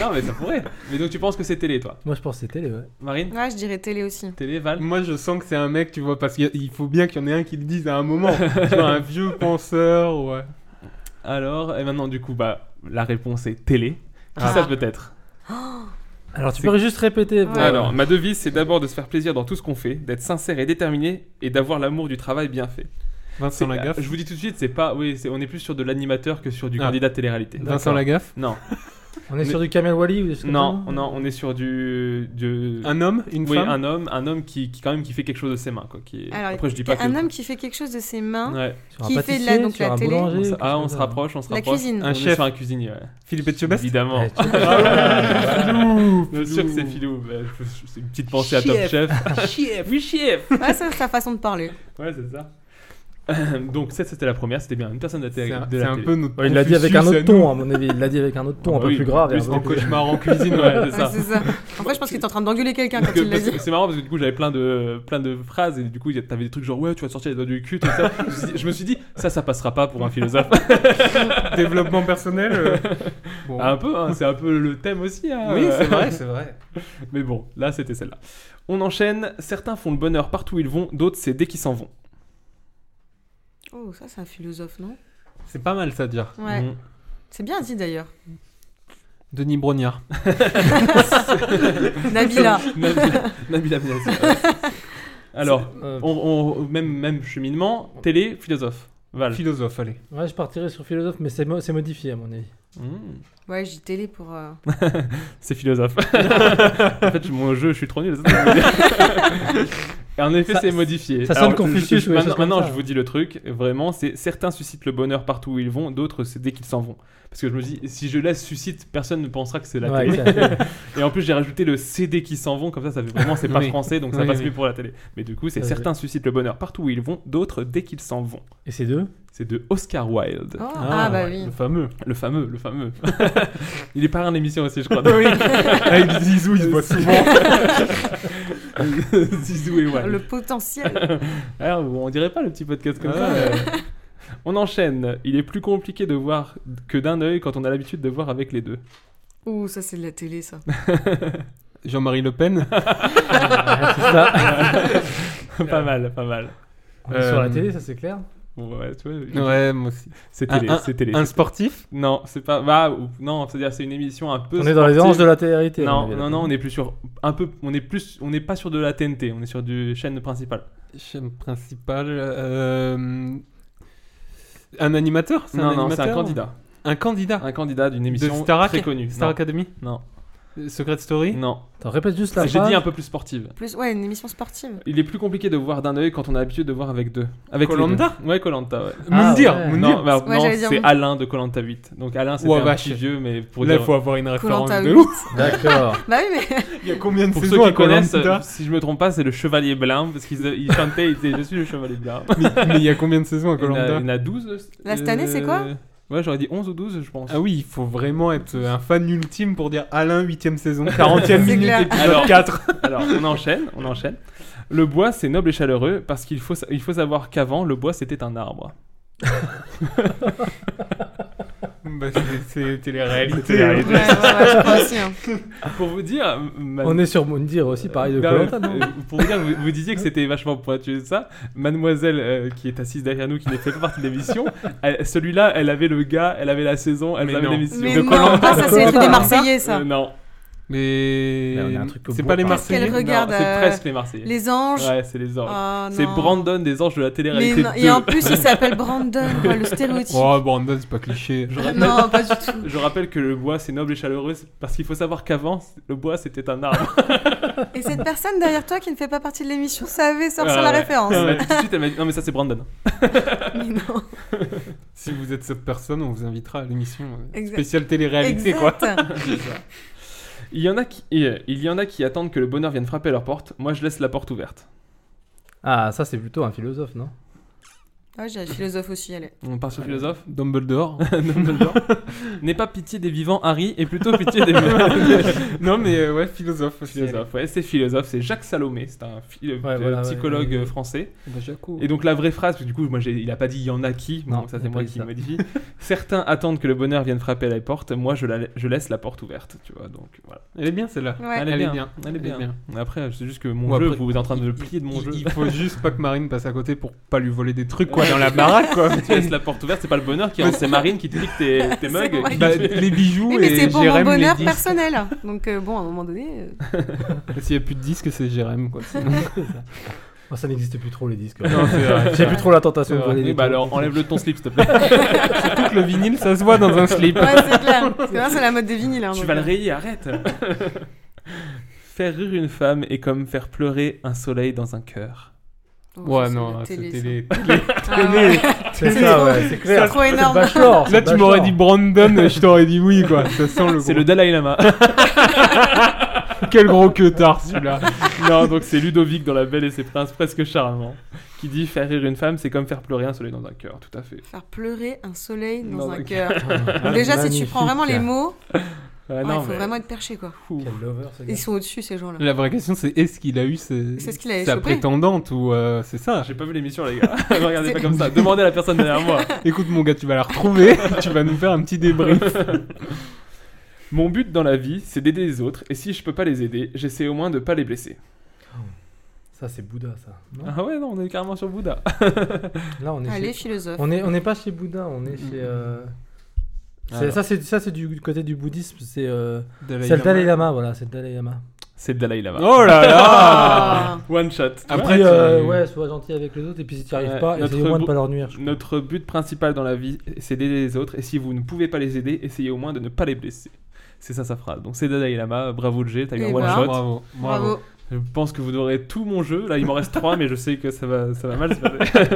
non, mais ça pourrait. Mais donc tu penses que c'est télé, toi
Moi, je pense que c'est télé, ouais.
Marine
Ouais, je dirais télé aussi.
Télé, Val
Moi, je sens que c'est un mec, tu vois, parce qu'il faut bien qu'il y en ait un qui le dise à un moment. [laughs] tu vois, hein. un vieux penseur, ouais.
Alors, et maintenant, du coup, bah, la réponse est télé. Qui
Ah.
ça peut être
Alors, tu peux juste répéter. pour-
Ouais.
Alors, ma devise, c'est d'abord de se faire plaisir dans tout ce qu'on fait, d'être sincère et déterminé, et d'avoir l'amour du travail bien fait.
Vincent
C'est- euh,
Lagaffe.
Je vous dis tout de suite, c'est pas. Oui, c'est- on est plus sur de l'animateur que sur du
Ah.
candidat de télé-réalité.
Vincent Lagaffe
[laughs] Non.
On est sur du Kamel Wally ou des choses comme
Non,
ça
non, on est sur du, du-
Un homme, une
oui,
femme
un homme, un homme qui, qui quand même qui fait quelque chose de ses mains quoi. Qui... est-
Alors,
Après je dis pas que.
un homme hein qui fait quelque chose de ses mains,
Ouais.
qui fait de la, donc la télé.
On s- ah, on se rapproche, on se
La
rapproche.
cuisine.
On
Un
est
chef.
sur un cuisinier. ouais.
Philippe Etchebest
Évidemment. [laughs]
Eh, tu- Ah ouais. Filou,
Bien sûr que
Filou.
c'est Filou. bah, je- je- C'est une petite pensée à Top
Chef.
Chef.
[laughs] Chief.
Oui, chef.
Ouais, c'est sa façon de parler.
Ouais, c'est ça. Donc ça, c'était la première, c'était bien une personne de la télé.
C'est un-
de
c'est
la
un
télé.
peu notre
Ouais, il l'a dit avec un autre ton, hein. à mon avis. Il l'a dit avec un autre ton,
Ah
un
bah
peu
oui,
plus grave.
plus
hein,
et un
en
peu plus-
cauchemar en cuisine, ouais, c'est
[laughs] Ouais,
ça.
c'est ça. En fait, je pense qu'il est en train d'engueuler quelqu'un quand
Parce que-
il l'a
parce [laughs]
dit.
que C'est marrant parce que du coup j'avais plein de, plein de phrases et du coup y a- t'avais des trucs genre ouais tu vas te sortir les doigts du cul tout ça. je, me suis dit- je me suis dit ça ça passera pas pour un philosophe.
[laughs] Développement personnel. euh, bon.
Ah, un peu, hein, c'est un peu le thème aussi. hein.
Oui, c'est vrai, c'est vrai.
[laughs] Mais bon, là c'était celle-là. On enchaîne, certains font le bonheur partout où ils vont, d'autres c'est dès qu'ils s'en vont.
Oh, ça, c'est un philosophe, non
C'est pas mal ça à dire. Mm.
Ouais.
Mhm.
C'est bien dit d'ailleurs. [laughs]
Denis
[laughs]
Brognard.
Nabila.
Nabila, Nabila
[laughs]
Benassi, ouais. Alors,
Euh,
on, on- même, même cheminement, télé, philosophe. Val.
Philosophe, allez.
Ouais, je partirais sur philosophe, mais c'est mo- c'est modifié, à mon avis.
Mhm.
Ouais, j'ai télé pour. euh,
c'est philosophe. en fait, mon jeu, je suis trop nul. c'est ça que je veux dire. Et en effet,
Ça-
c'est modifié.
ça sonne
Alors, je-
Confucius
je-
ou des
Maintenant,
choses comme
maintenant,
ça.
je vous dis le truc. Vraiment, c'est certains suscitent le bonheur partout où ils vont, d'autres c'est dès qu'ils s'en vont. Parce que je me dis, si je laisse suscite, personne ne pensera que c'est la
Ouais,
télé.
c'est la télé.
Et en plus, j'ai rajouté le CD qui s'en vont, comme ça, ça fait vraiment, c'est pas
Oui.
français, donc ça
Oui,
passe
oui.
mieux pour la télé. Mais du coup, c'est
Ça, je-
certains suscitent le bonheur partout où ils vont, d'autres dès qu'ils s'en vont.
Et ces deux
C'est de Oscar Wilde.
Oh, ah, bah oui.
Le fameux.
Le fameux, le fameux. [laughs] il est parrain d'émission aussi, [laughs] je crois.
[laughs]
Oui. Avec Zizou, Ah, il se voit
souvent. Zizou et Wilde.
Le potentiel.
Alors, Ah, on dirait pas le petit podcast comme
Ouais.
ça.
[laughs]
mais- On enchaîne. Il est plus compliqué de voir que d'un œil quand on a l'habitude de voir avec
[laughs]
les deux.
Ouh, ça, c'est de la télé, ça.
Jean-Marie Le Pen.
Ah,
pas mal, pas mal.
On est Sur la
Euh,
télé, ça c'est clair.
bah, Ouais, tu vois,
Ouais, moi aussi.
c'est
Un-
télé,
un-
c'est télé.
Un
c'est-
sportif
Non, c'est pas. Bah, ou- non, c'est-à-dire c'est une émission un peu.
On est dans les
sportive.
anges de la télé-réalité. à mon
Non,
avis, là.
non, non, on est plus sur un peu. On est plus. On n'est pas sur de la TNT. On est sur du chaîne principale.
Chaîne principale. euh, Un animateur C'est
Non,
un
non, c'est un
animateur
candidat.
Un candidat
Un candidat d'une
De
émission
Star,
très connue.
Star Academy
Non,
Euh, Secret Story
non.
Attends, répète juste la
J'ai
phrase.
dit un peu plus sportive.
Plus, ouais, une émission sportive.
Il est plus compliqué de voir d'un œil quand on a l'habitude de voir avec deux. Avec les
Koh-Lanta
deux. Ouais, Colanta,
[laughs]
ouais.
Ah,
Moundir
ouais.
Moundir
Non, bah,
Ouais,
non,
j'allais dire
c'est
mon-
Alain de Colanta 8. Donc Alain, c'était
Ouah,
un
vache.
petit vieux, mais pour
Là, il
dire-
faut avoir une référence
Colanta
de
8.
ouf.
D'accord.
Bah
Il y a combien de
Pour
saisons
ceux
à
qui connaissent,
Koh-Lanta
euh, si je me trompe pas, c'est le Chevalier Blanc, parce qu'ils ils chantaient, ils disaient Je suis le Chevalier Blanc.
[laughs] Mais mais il y a combien de saisons à
euh, Il y en a-
Colanta
il y en a 12.
Là, cette année, c'est quoi
euh, Ouais, j'aurais dit 11 ou 12, je pense.
Ah oui, il faut vraiment être euh, un fan ultime pour dire Alain, 8ème
[laughs]
saison, 40ème minute,
clair.
épisode
Alors-
4.
Alors, on enchaîne, on enchaîne. Le bois, c'est noble et chaleureux, parce qu'il faut, sa- il faut savoir qu'avant, le bois, c'était un arbre.
Bah, c'est- c'est télé-réalité.
oui. Ouais, ouais, ouais, je crois
[laughs]
aussi. hein.
Pour vous dire, ma-
On est sur Moundir aussi, pareil de
Non,
Koh-Lanta, non
euh, Pour vous dire, vous, vous disiez que c'était vachement pointu ça. Mademoiselle euh, qui est assise derrière nous, qui ne fait pas partie de l'émission, elle- celui-là, elle avait le gars, elle avait la saison, elle
Mais
avait
non.
l'émission.
Mais
de
non,
Koh-Lanta.
ah, ça, c'est les trucs des Marseillais, ça.
Euh, non,
Mais.
Mais on a un truc au
C'est
bois,
pas les
Ah,
par
Marseillais.
Qu'elle regarde,
Non, c'est
euh,
presque les Marseillais.
Les anges.
Ouais, c'est les anges.
Ah,
c'est
non.
Brandon des anges de la
Mais
télé-réalité.
non, et en
2.
plus, il s'appelle Brandon, quoi, le stéréotype.
Oh, Brandon, c'est pas cliché.
Je rappelle-
non, pas du tout.
Je rappelle que le bois c'est noble et chaleureux parce qu'il faut savoir qu'avant le bois c'était un arbre.
Et cette personne derrière toi qui ne fait pas partie de l'émission savait sortir
Ah Ouais,
la
ouais.
référence.
Elle m'a dit tout de suite, elle m'a dit, non mais ça c'est Brandon.
Mais non,
Si vous êtes cette personne, on vous invitera à l'émission euh,
Exact.
spéciale télé-réalité, quoi.
exact.
Il y en a qui, euh, il y en a qui attendent que le bonheur vienne frapper à leur porte. Moi je laisse la porte ouverte.
Ah, ça c'est plutôt un philosophe, non
Ah, j'ai la philosophe aussi, elle est.
On part sur [laughs] philosophe.
Dumbledore.
[laughs] Dumbledore. N'aie pas pitié des vivants, Harry, et plutôt pitié [laughs] des morts.
[laughs] non, mais euh, ouais, philosophe aussi.
philosophe, ouais, c'est philosophe, c'est Jacques Salomé, c'est un phi- euh,
voilà,
psychologue
ouais.
euh, français.
Bah, Jaco.
Et donc la vraie phrase, parce que du coup, moi, j'ai- il a pas dit il y en a qui,
Non,
bon, ça
il
c'est
a
moi
pas dit
qui
ça.
modifie. [laughs] Certains attendent que le bonheur vienne frapper à la porte, moi je, la- je laisse la porte ouverte, tu vois. Donc voilà.
Elle est bien celle-là.
Ouais.
Elle, est bien.
elle est bien. Après, c'est juste que mon
Bon,
jeu,
après,
vous êtes en train de le
il-
plier de mon
il,
jeu.
Il faut juste pas que Marine passe à côté pour pas lui voler des trucs quoi dans la baraque
[laughs]
quoi.
tu laisses la porte ouverte, c'est pas le bonheur qui rentre, c'est Marine qui te pique tes, tes mugs.
vrai.
qui-
Bah, les bijoux
Oui,
et
mais c'est pour mon
Jérém, les
bonheur
disques.
personnel.
[laughs]
Donc, euh, bon, à un moment donné. euh,
[laughs] S'il y a plus de disques, c'est Jérém quoi. sinon.
Moi, Oh, ça n'existe plus trop les disques.
Non, c'est vrai, c'est
[laughs] J'ai
vrai.
plus trop la tentation
C'est
de voler.
vrai.
des
Eh
Oui, bah
trucs.
alors enlève-le de ton slip,
[laughs]
s'il te plaît. Surtout que le vinyle, ça se voit dans un slip.
Ouais, c'est clair. Parce que là, c'est la mode des vinyles. hein,
Tu
donc,
vas le
euh.
rayer, arrête. [laughs] faire rire une femme est comme faire pleurer un soleil dans un cœur.
Ouais, ça, c'est non, la c'est télé, télé- ça. télé-
Ah,
télé-
ouais.
C'est télé- ça, ouais, c'est clair. C'est trop énorme. C'est Bachelor, c'est
Là, tu m'aurais
Bachelor.
dit Brandon, je t'aurais dit oui, quoi. Ça sent le
C'est
le Dalai Lama. [laughs] Quel gros queutard, celui-là. non, donc c'est Ludovic dans La Belle et ses Princes, presque charmant, qui dit faire rire une femme, c'est comme faire pleurer un soleil dans un cœur. Tout à fait.
Faire pleurer un soleil dans
Dans
un
un [laughs]
cœur.
cœur.
Donc Déjà, si tu
Magnifique.
prends vraiment les mots,
Ouais,
ouais,
Ah non,
il faut
mais-
vraiment être perché, quoi.
Quel lover, ce gars.
Ils sont au-dessus, ces gens-là.
La vraie question, c'est est-ce qu'il a eu ses-
C'est ce qu'il avait
sa
chopé.
prétendante ou euh, c'est ça
Ah, J'ai pas vu l'émission, les
[laughs]
gars. Ne Regardez pas comme ça. Demandez à la personne derrière moi.
Écoute, mon gars, tu vas la retrouver. [laughs] tu vas nous faire un petit débrief.
Mon but dans la vie, c'est d'aider les autres, et si je peux pas les aider, j'essaie au moins de pas les blesser.
Ça, c'est Bouddha, ça. Non
Ah ouais, non, on est carrément sur Bouddha.
Là, on est
Allez,
chez-
philosophe.
On n'est on est pas chez Bouddha, on est chez. euh, c'est-
Alors.
Ça, c'est ça, c'est du côté du bouddhisme. C'est euh,
Dalai
c'est le Dalai
Lama.
Lama, voilà, c'est le Dalai Lama.
C'est le Dalai Lama.
Oh là
Ah.
là
One shot.
Après,
tu-
euh, ouais, sois gentil avec les autres, et puis si tu n'y arrives
Ouais,
pas, essaye au moins de
bu-
pas leur nuire. je-
Notre but principal dans la vie, c'est d'aider les autres, et si vous ne pouvez pas les aider, essayez au moins de ne pas les blesser. C'est ça sa phrase. Donc c'est Dalai Lama, bravo le G, t'as eu un
Et
one
voilà.
shot.
Bravo, bravo. Bravo.
Je pense que vous aurez tout mon jeu. Là, il m'en reste trois, mais je sais que ça va, ça va mal se
[laughs]
passer.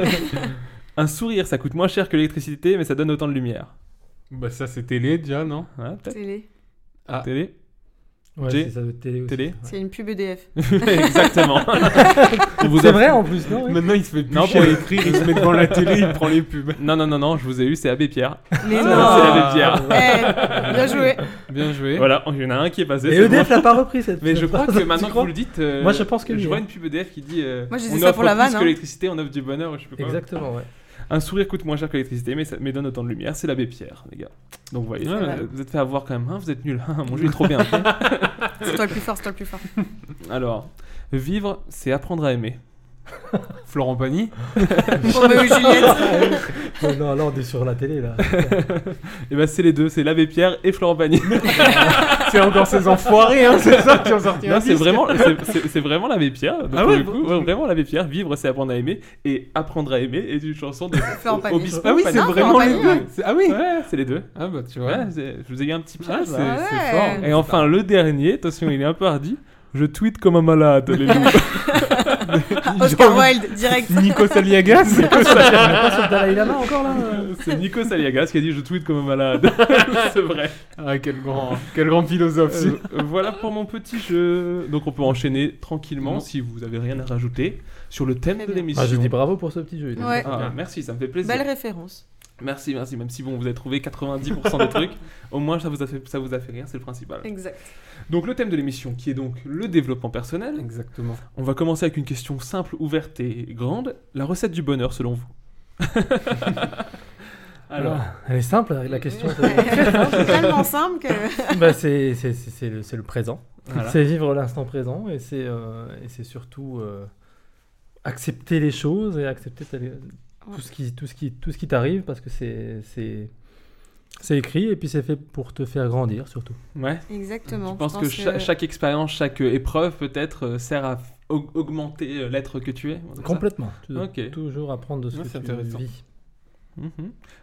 un sourire, ça coûte moins cher que l'électricité, mais ça donne autant de lumière.
Bah, ça, c'est télé déjà, non
Ouais, peut-être.
Télé.
Ah.
Télé
Ouais,
Jay
c'est ça doit être télé aussi. [laughs]
C'est une pub E EDF.
Exactement. On vous
C'est
a-
vrai, en plus, non, oui Maintenant, il se fait plus chier à écrire, il se met devant la télé, il prend les
pubs. [laughs] Non, non, non, non, je vous ai eu, c'est Abbé Pierre.
Mais
Ah,
non.
C'est Abbé Pierre.
Eh, bien joué.
Bien joué.
Voilà, il y en a un qui est passé. [laughs]
Et
c'est
EDF
moi.
l'a pas repris, cette-
Mais je
cette
crois
phrase,
que
[laughs] tu
maintenant que
crois
vous le dites. euh,
Moi, je pense que oui,
Je vois
hein.
une pub EDF qui dit. euh,
Moi, je disais
on
ça
offre
pour la
plus
vanne,
que
hein.
l'électricité, on offre du bonheur, ou je sais pas quoi.
Exactement, ouais.
Un sourire coûte moins cher que l'électricité, mais, ça- mais donne autant de lumière. C'est l'abbé Pierre, les gars. Donc vous voyez,
C'est
euh,
vrai.
vous êtes fait avoir quand même. hein, vous êtes nuls. hein, Mon jeu est trop bien.
C'est toi le plus fort, c'est toi le plus fort.
Alors, vivre, c'est apprendre à aimer.
Florent Pagny
Ouais, Oh, non, là, on est sur la télé, là.
Et bah c'est les deux, c'est l'abbé Pierre et Florent Pagny.
[laughs] C'est encore ces enfoirés, hein, c'est ça qui ont sorti
Non,
un
c'est
disque.
vraiment, c'est- c'est- c'est vraiment l'abbé Pierre. donc,
Ah
pour
ouais,
le coup, ouais, vraiment l'abbé Pierre. Vivre, c'est apprendre à aimer et apprendre à aimer est une
[laughs]
chanson de
Florent
au-
Pagny.
Obispo
Ah oui, c'est
Oh,
Pagny.
vraiment Ah, les Florent deux.
hein.
Pagny, ouais. Ah oui.
Ouais, c'est les deux.
Ah bah tu vois.
Ouais, c'est- je vous ai eu un petit piège.
Ah, c'est-
là.
c'est Ouais. fort.
Et enfin le dernier, attention, il est un peu hardi. Je tweete comme un malade. Les loups.
Ah, Oscar Wilde, direct.
Nico
[laughs]
Saliagas.
Nico
On est
Saliagas.
pas sur le Dalai Lama encore, là
[laughs] C'est Nico Saliagas qui a dit je tweete comme un
[laughs]
malade. c'est vrai.
Ah, quel grand, quel grand philosophe. si.
Euh, voilà pour mon petit jeu. Donc on peut enchaîner tranquillement si vous avez rien à rajouter sur le thème de l'émission.
Ah, je dis bravo pour ce petit jeu. il est
Ouais. Bah,
bien.
Ah, merci, ça me fait plaisir.
Belle référence.
Merci, merci. Même si bon, vous avez trouvé 90% des trucs, au moins ça vous a fait, ça vous a fait rire, c'est le principal.
Exact.
Donc le thème de l'émission, qui est donc le développement personnel.
Exactement.
On va commencer avec une question simple, ouverte et grande. La recette du bonheur, selon
[laughs]
vous [laughs] Alors,
Ah, elle est simple, la question.
C'est [laughs] tellement simple que-
Bah, c'est c'est- c'est- c'est le, c'est le présent.
Voilà.
C'est vivre l'instant présent et c'est euh, et c'est surtout euh, accepter les choses et accepter telle- tout ce qui tout ce qui tout ce qui t'arrive parce que c'est c'est c'est écrit et puis c'est fait pour te faire grandir surtout.
ouais.
Exactement.
Je pense
Je
que,
pense
cha-
que-
Chaque, expérience, chaque euh, épreuve peut-être euh, sert à f- aug- augmenter euh, l'être que tu es. on dit ça
Complètement. Tu dois
Ok.
toujours apprendre de ce
Ah,
que
c'est
tu
intéressant.
vis.
Mhm.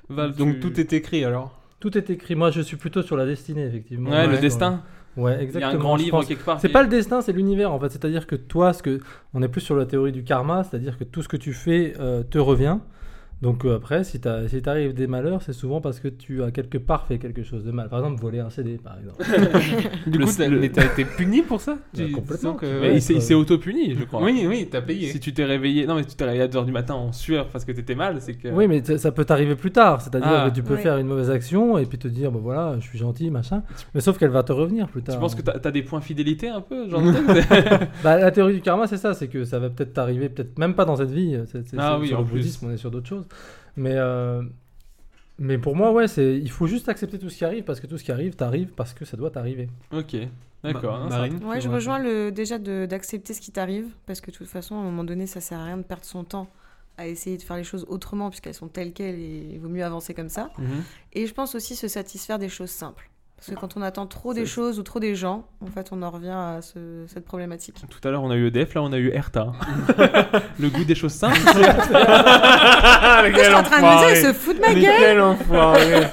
Val,
Donc
tu-
tout est écrit alors.
Tout est écrit. Moi, je suis plutôt sur la destinée, effectivement.
Ouais, le
sur-
destin. Il
Ouais,
y a un
exactement.
grand
je
livre
pense.
quelque part
C'est
qui-
pas le destin, c'est l'univers, en fait. C'est-à-dire que toi, ce que... on est plus sur la théorie du karma, c'est-à-dire que tout ce que tu fais euh, te revient. Donc euh, après, si t'as- si t'arrives des malheurs, c'est souvent parce que tu as quelque part fait quelque chose de mal. Par exemple, voler un CD, par exemple.
Du
Le-
coup, t'as-
le-
mais t'as été puni pour ça
Bah, complètement.
sens que-
Mais il s'est-
euh,
il s'est auto-puni, je crois.
Oui, oui, t'as payé.
Si tu t'es réveillé, non mais tu t'es réveillé à 2h du matin en sueur parce que t'étais mal, c'est que.
Oui, mais ça- ça peut t'arriver plus tard. C'est-à-dire
Ah.
que tu peux
Ouais.
faire une mauvaise action et puis te dire, bon voilà, je suis gentil, machin. Mais sauf qu'elle va te revenir plus tard.
Tu penses que t'as t'as des points fidélité un peu,
[laughs]
genre de truc
Bah, la théorie du karma, c'est ça, c'est que ça va peut-être t'arriver, peut-être même pas dans cette vie. c'est- c'est-
Ah
c'est-
oui,
sur
en
le
plus.
bouddhisme, on est sur d'autres choses. Mais, euh, mais pour moi, ouais, c'est, il faut juste accepter tout ce qui arrive parce que tout ce qui arrive t'arrive parce que ça doit t'arriver.
[laughs] Ok, d'accord.
Ma-
hein, ça-
Marine
Ouais, je rejoins le déjà de- d'accepter ce qui t'arrive parce que de toute façon, à un moment donné, ça sert à rien de perdre son temps à essayer de faire les choses autrement puisqu'elles sont telles quelles et il vaut mieux avancer comme ça.
Mhm.
Et je pense aussi se satisfaire des choses simples Parce que quand on attend trop des choses ou trop des gens, en fait, on en revient à ce- cette problématique.
Tout à l'heure, on a eu EDF, là, on a eu
[laughs]
Erta. le goût des choses simples.
Qu'est-ce que je suis en train de me dire, il se fout de ma
Mais
gueule
quel
[laughs]
enfoiré.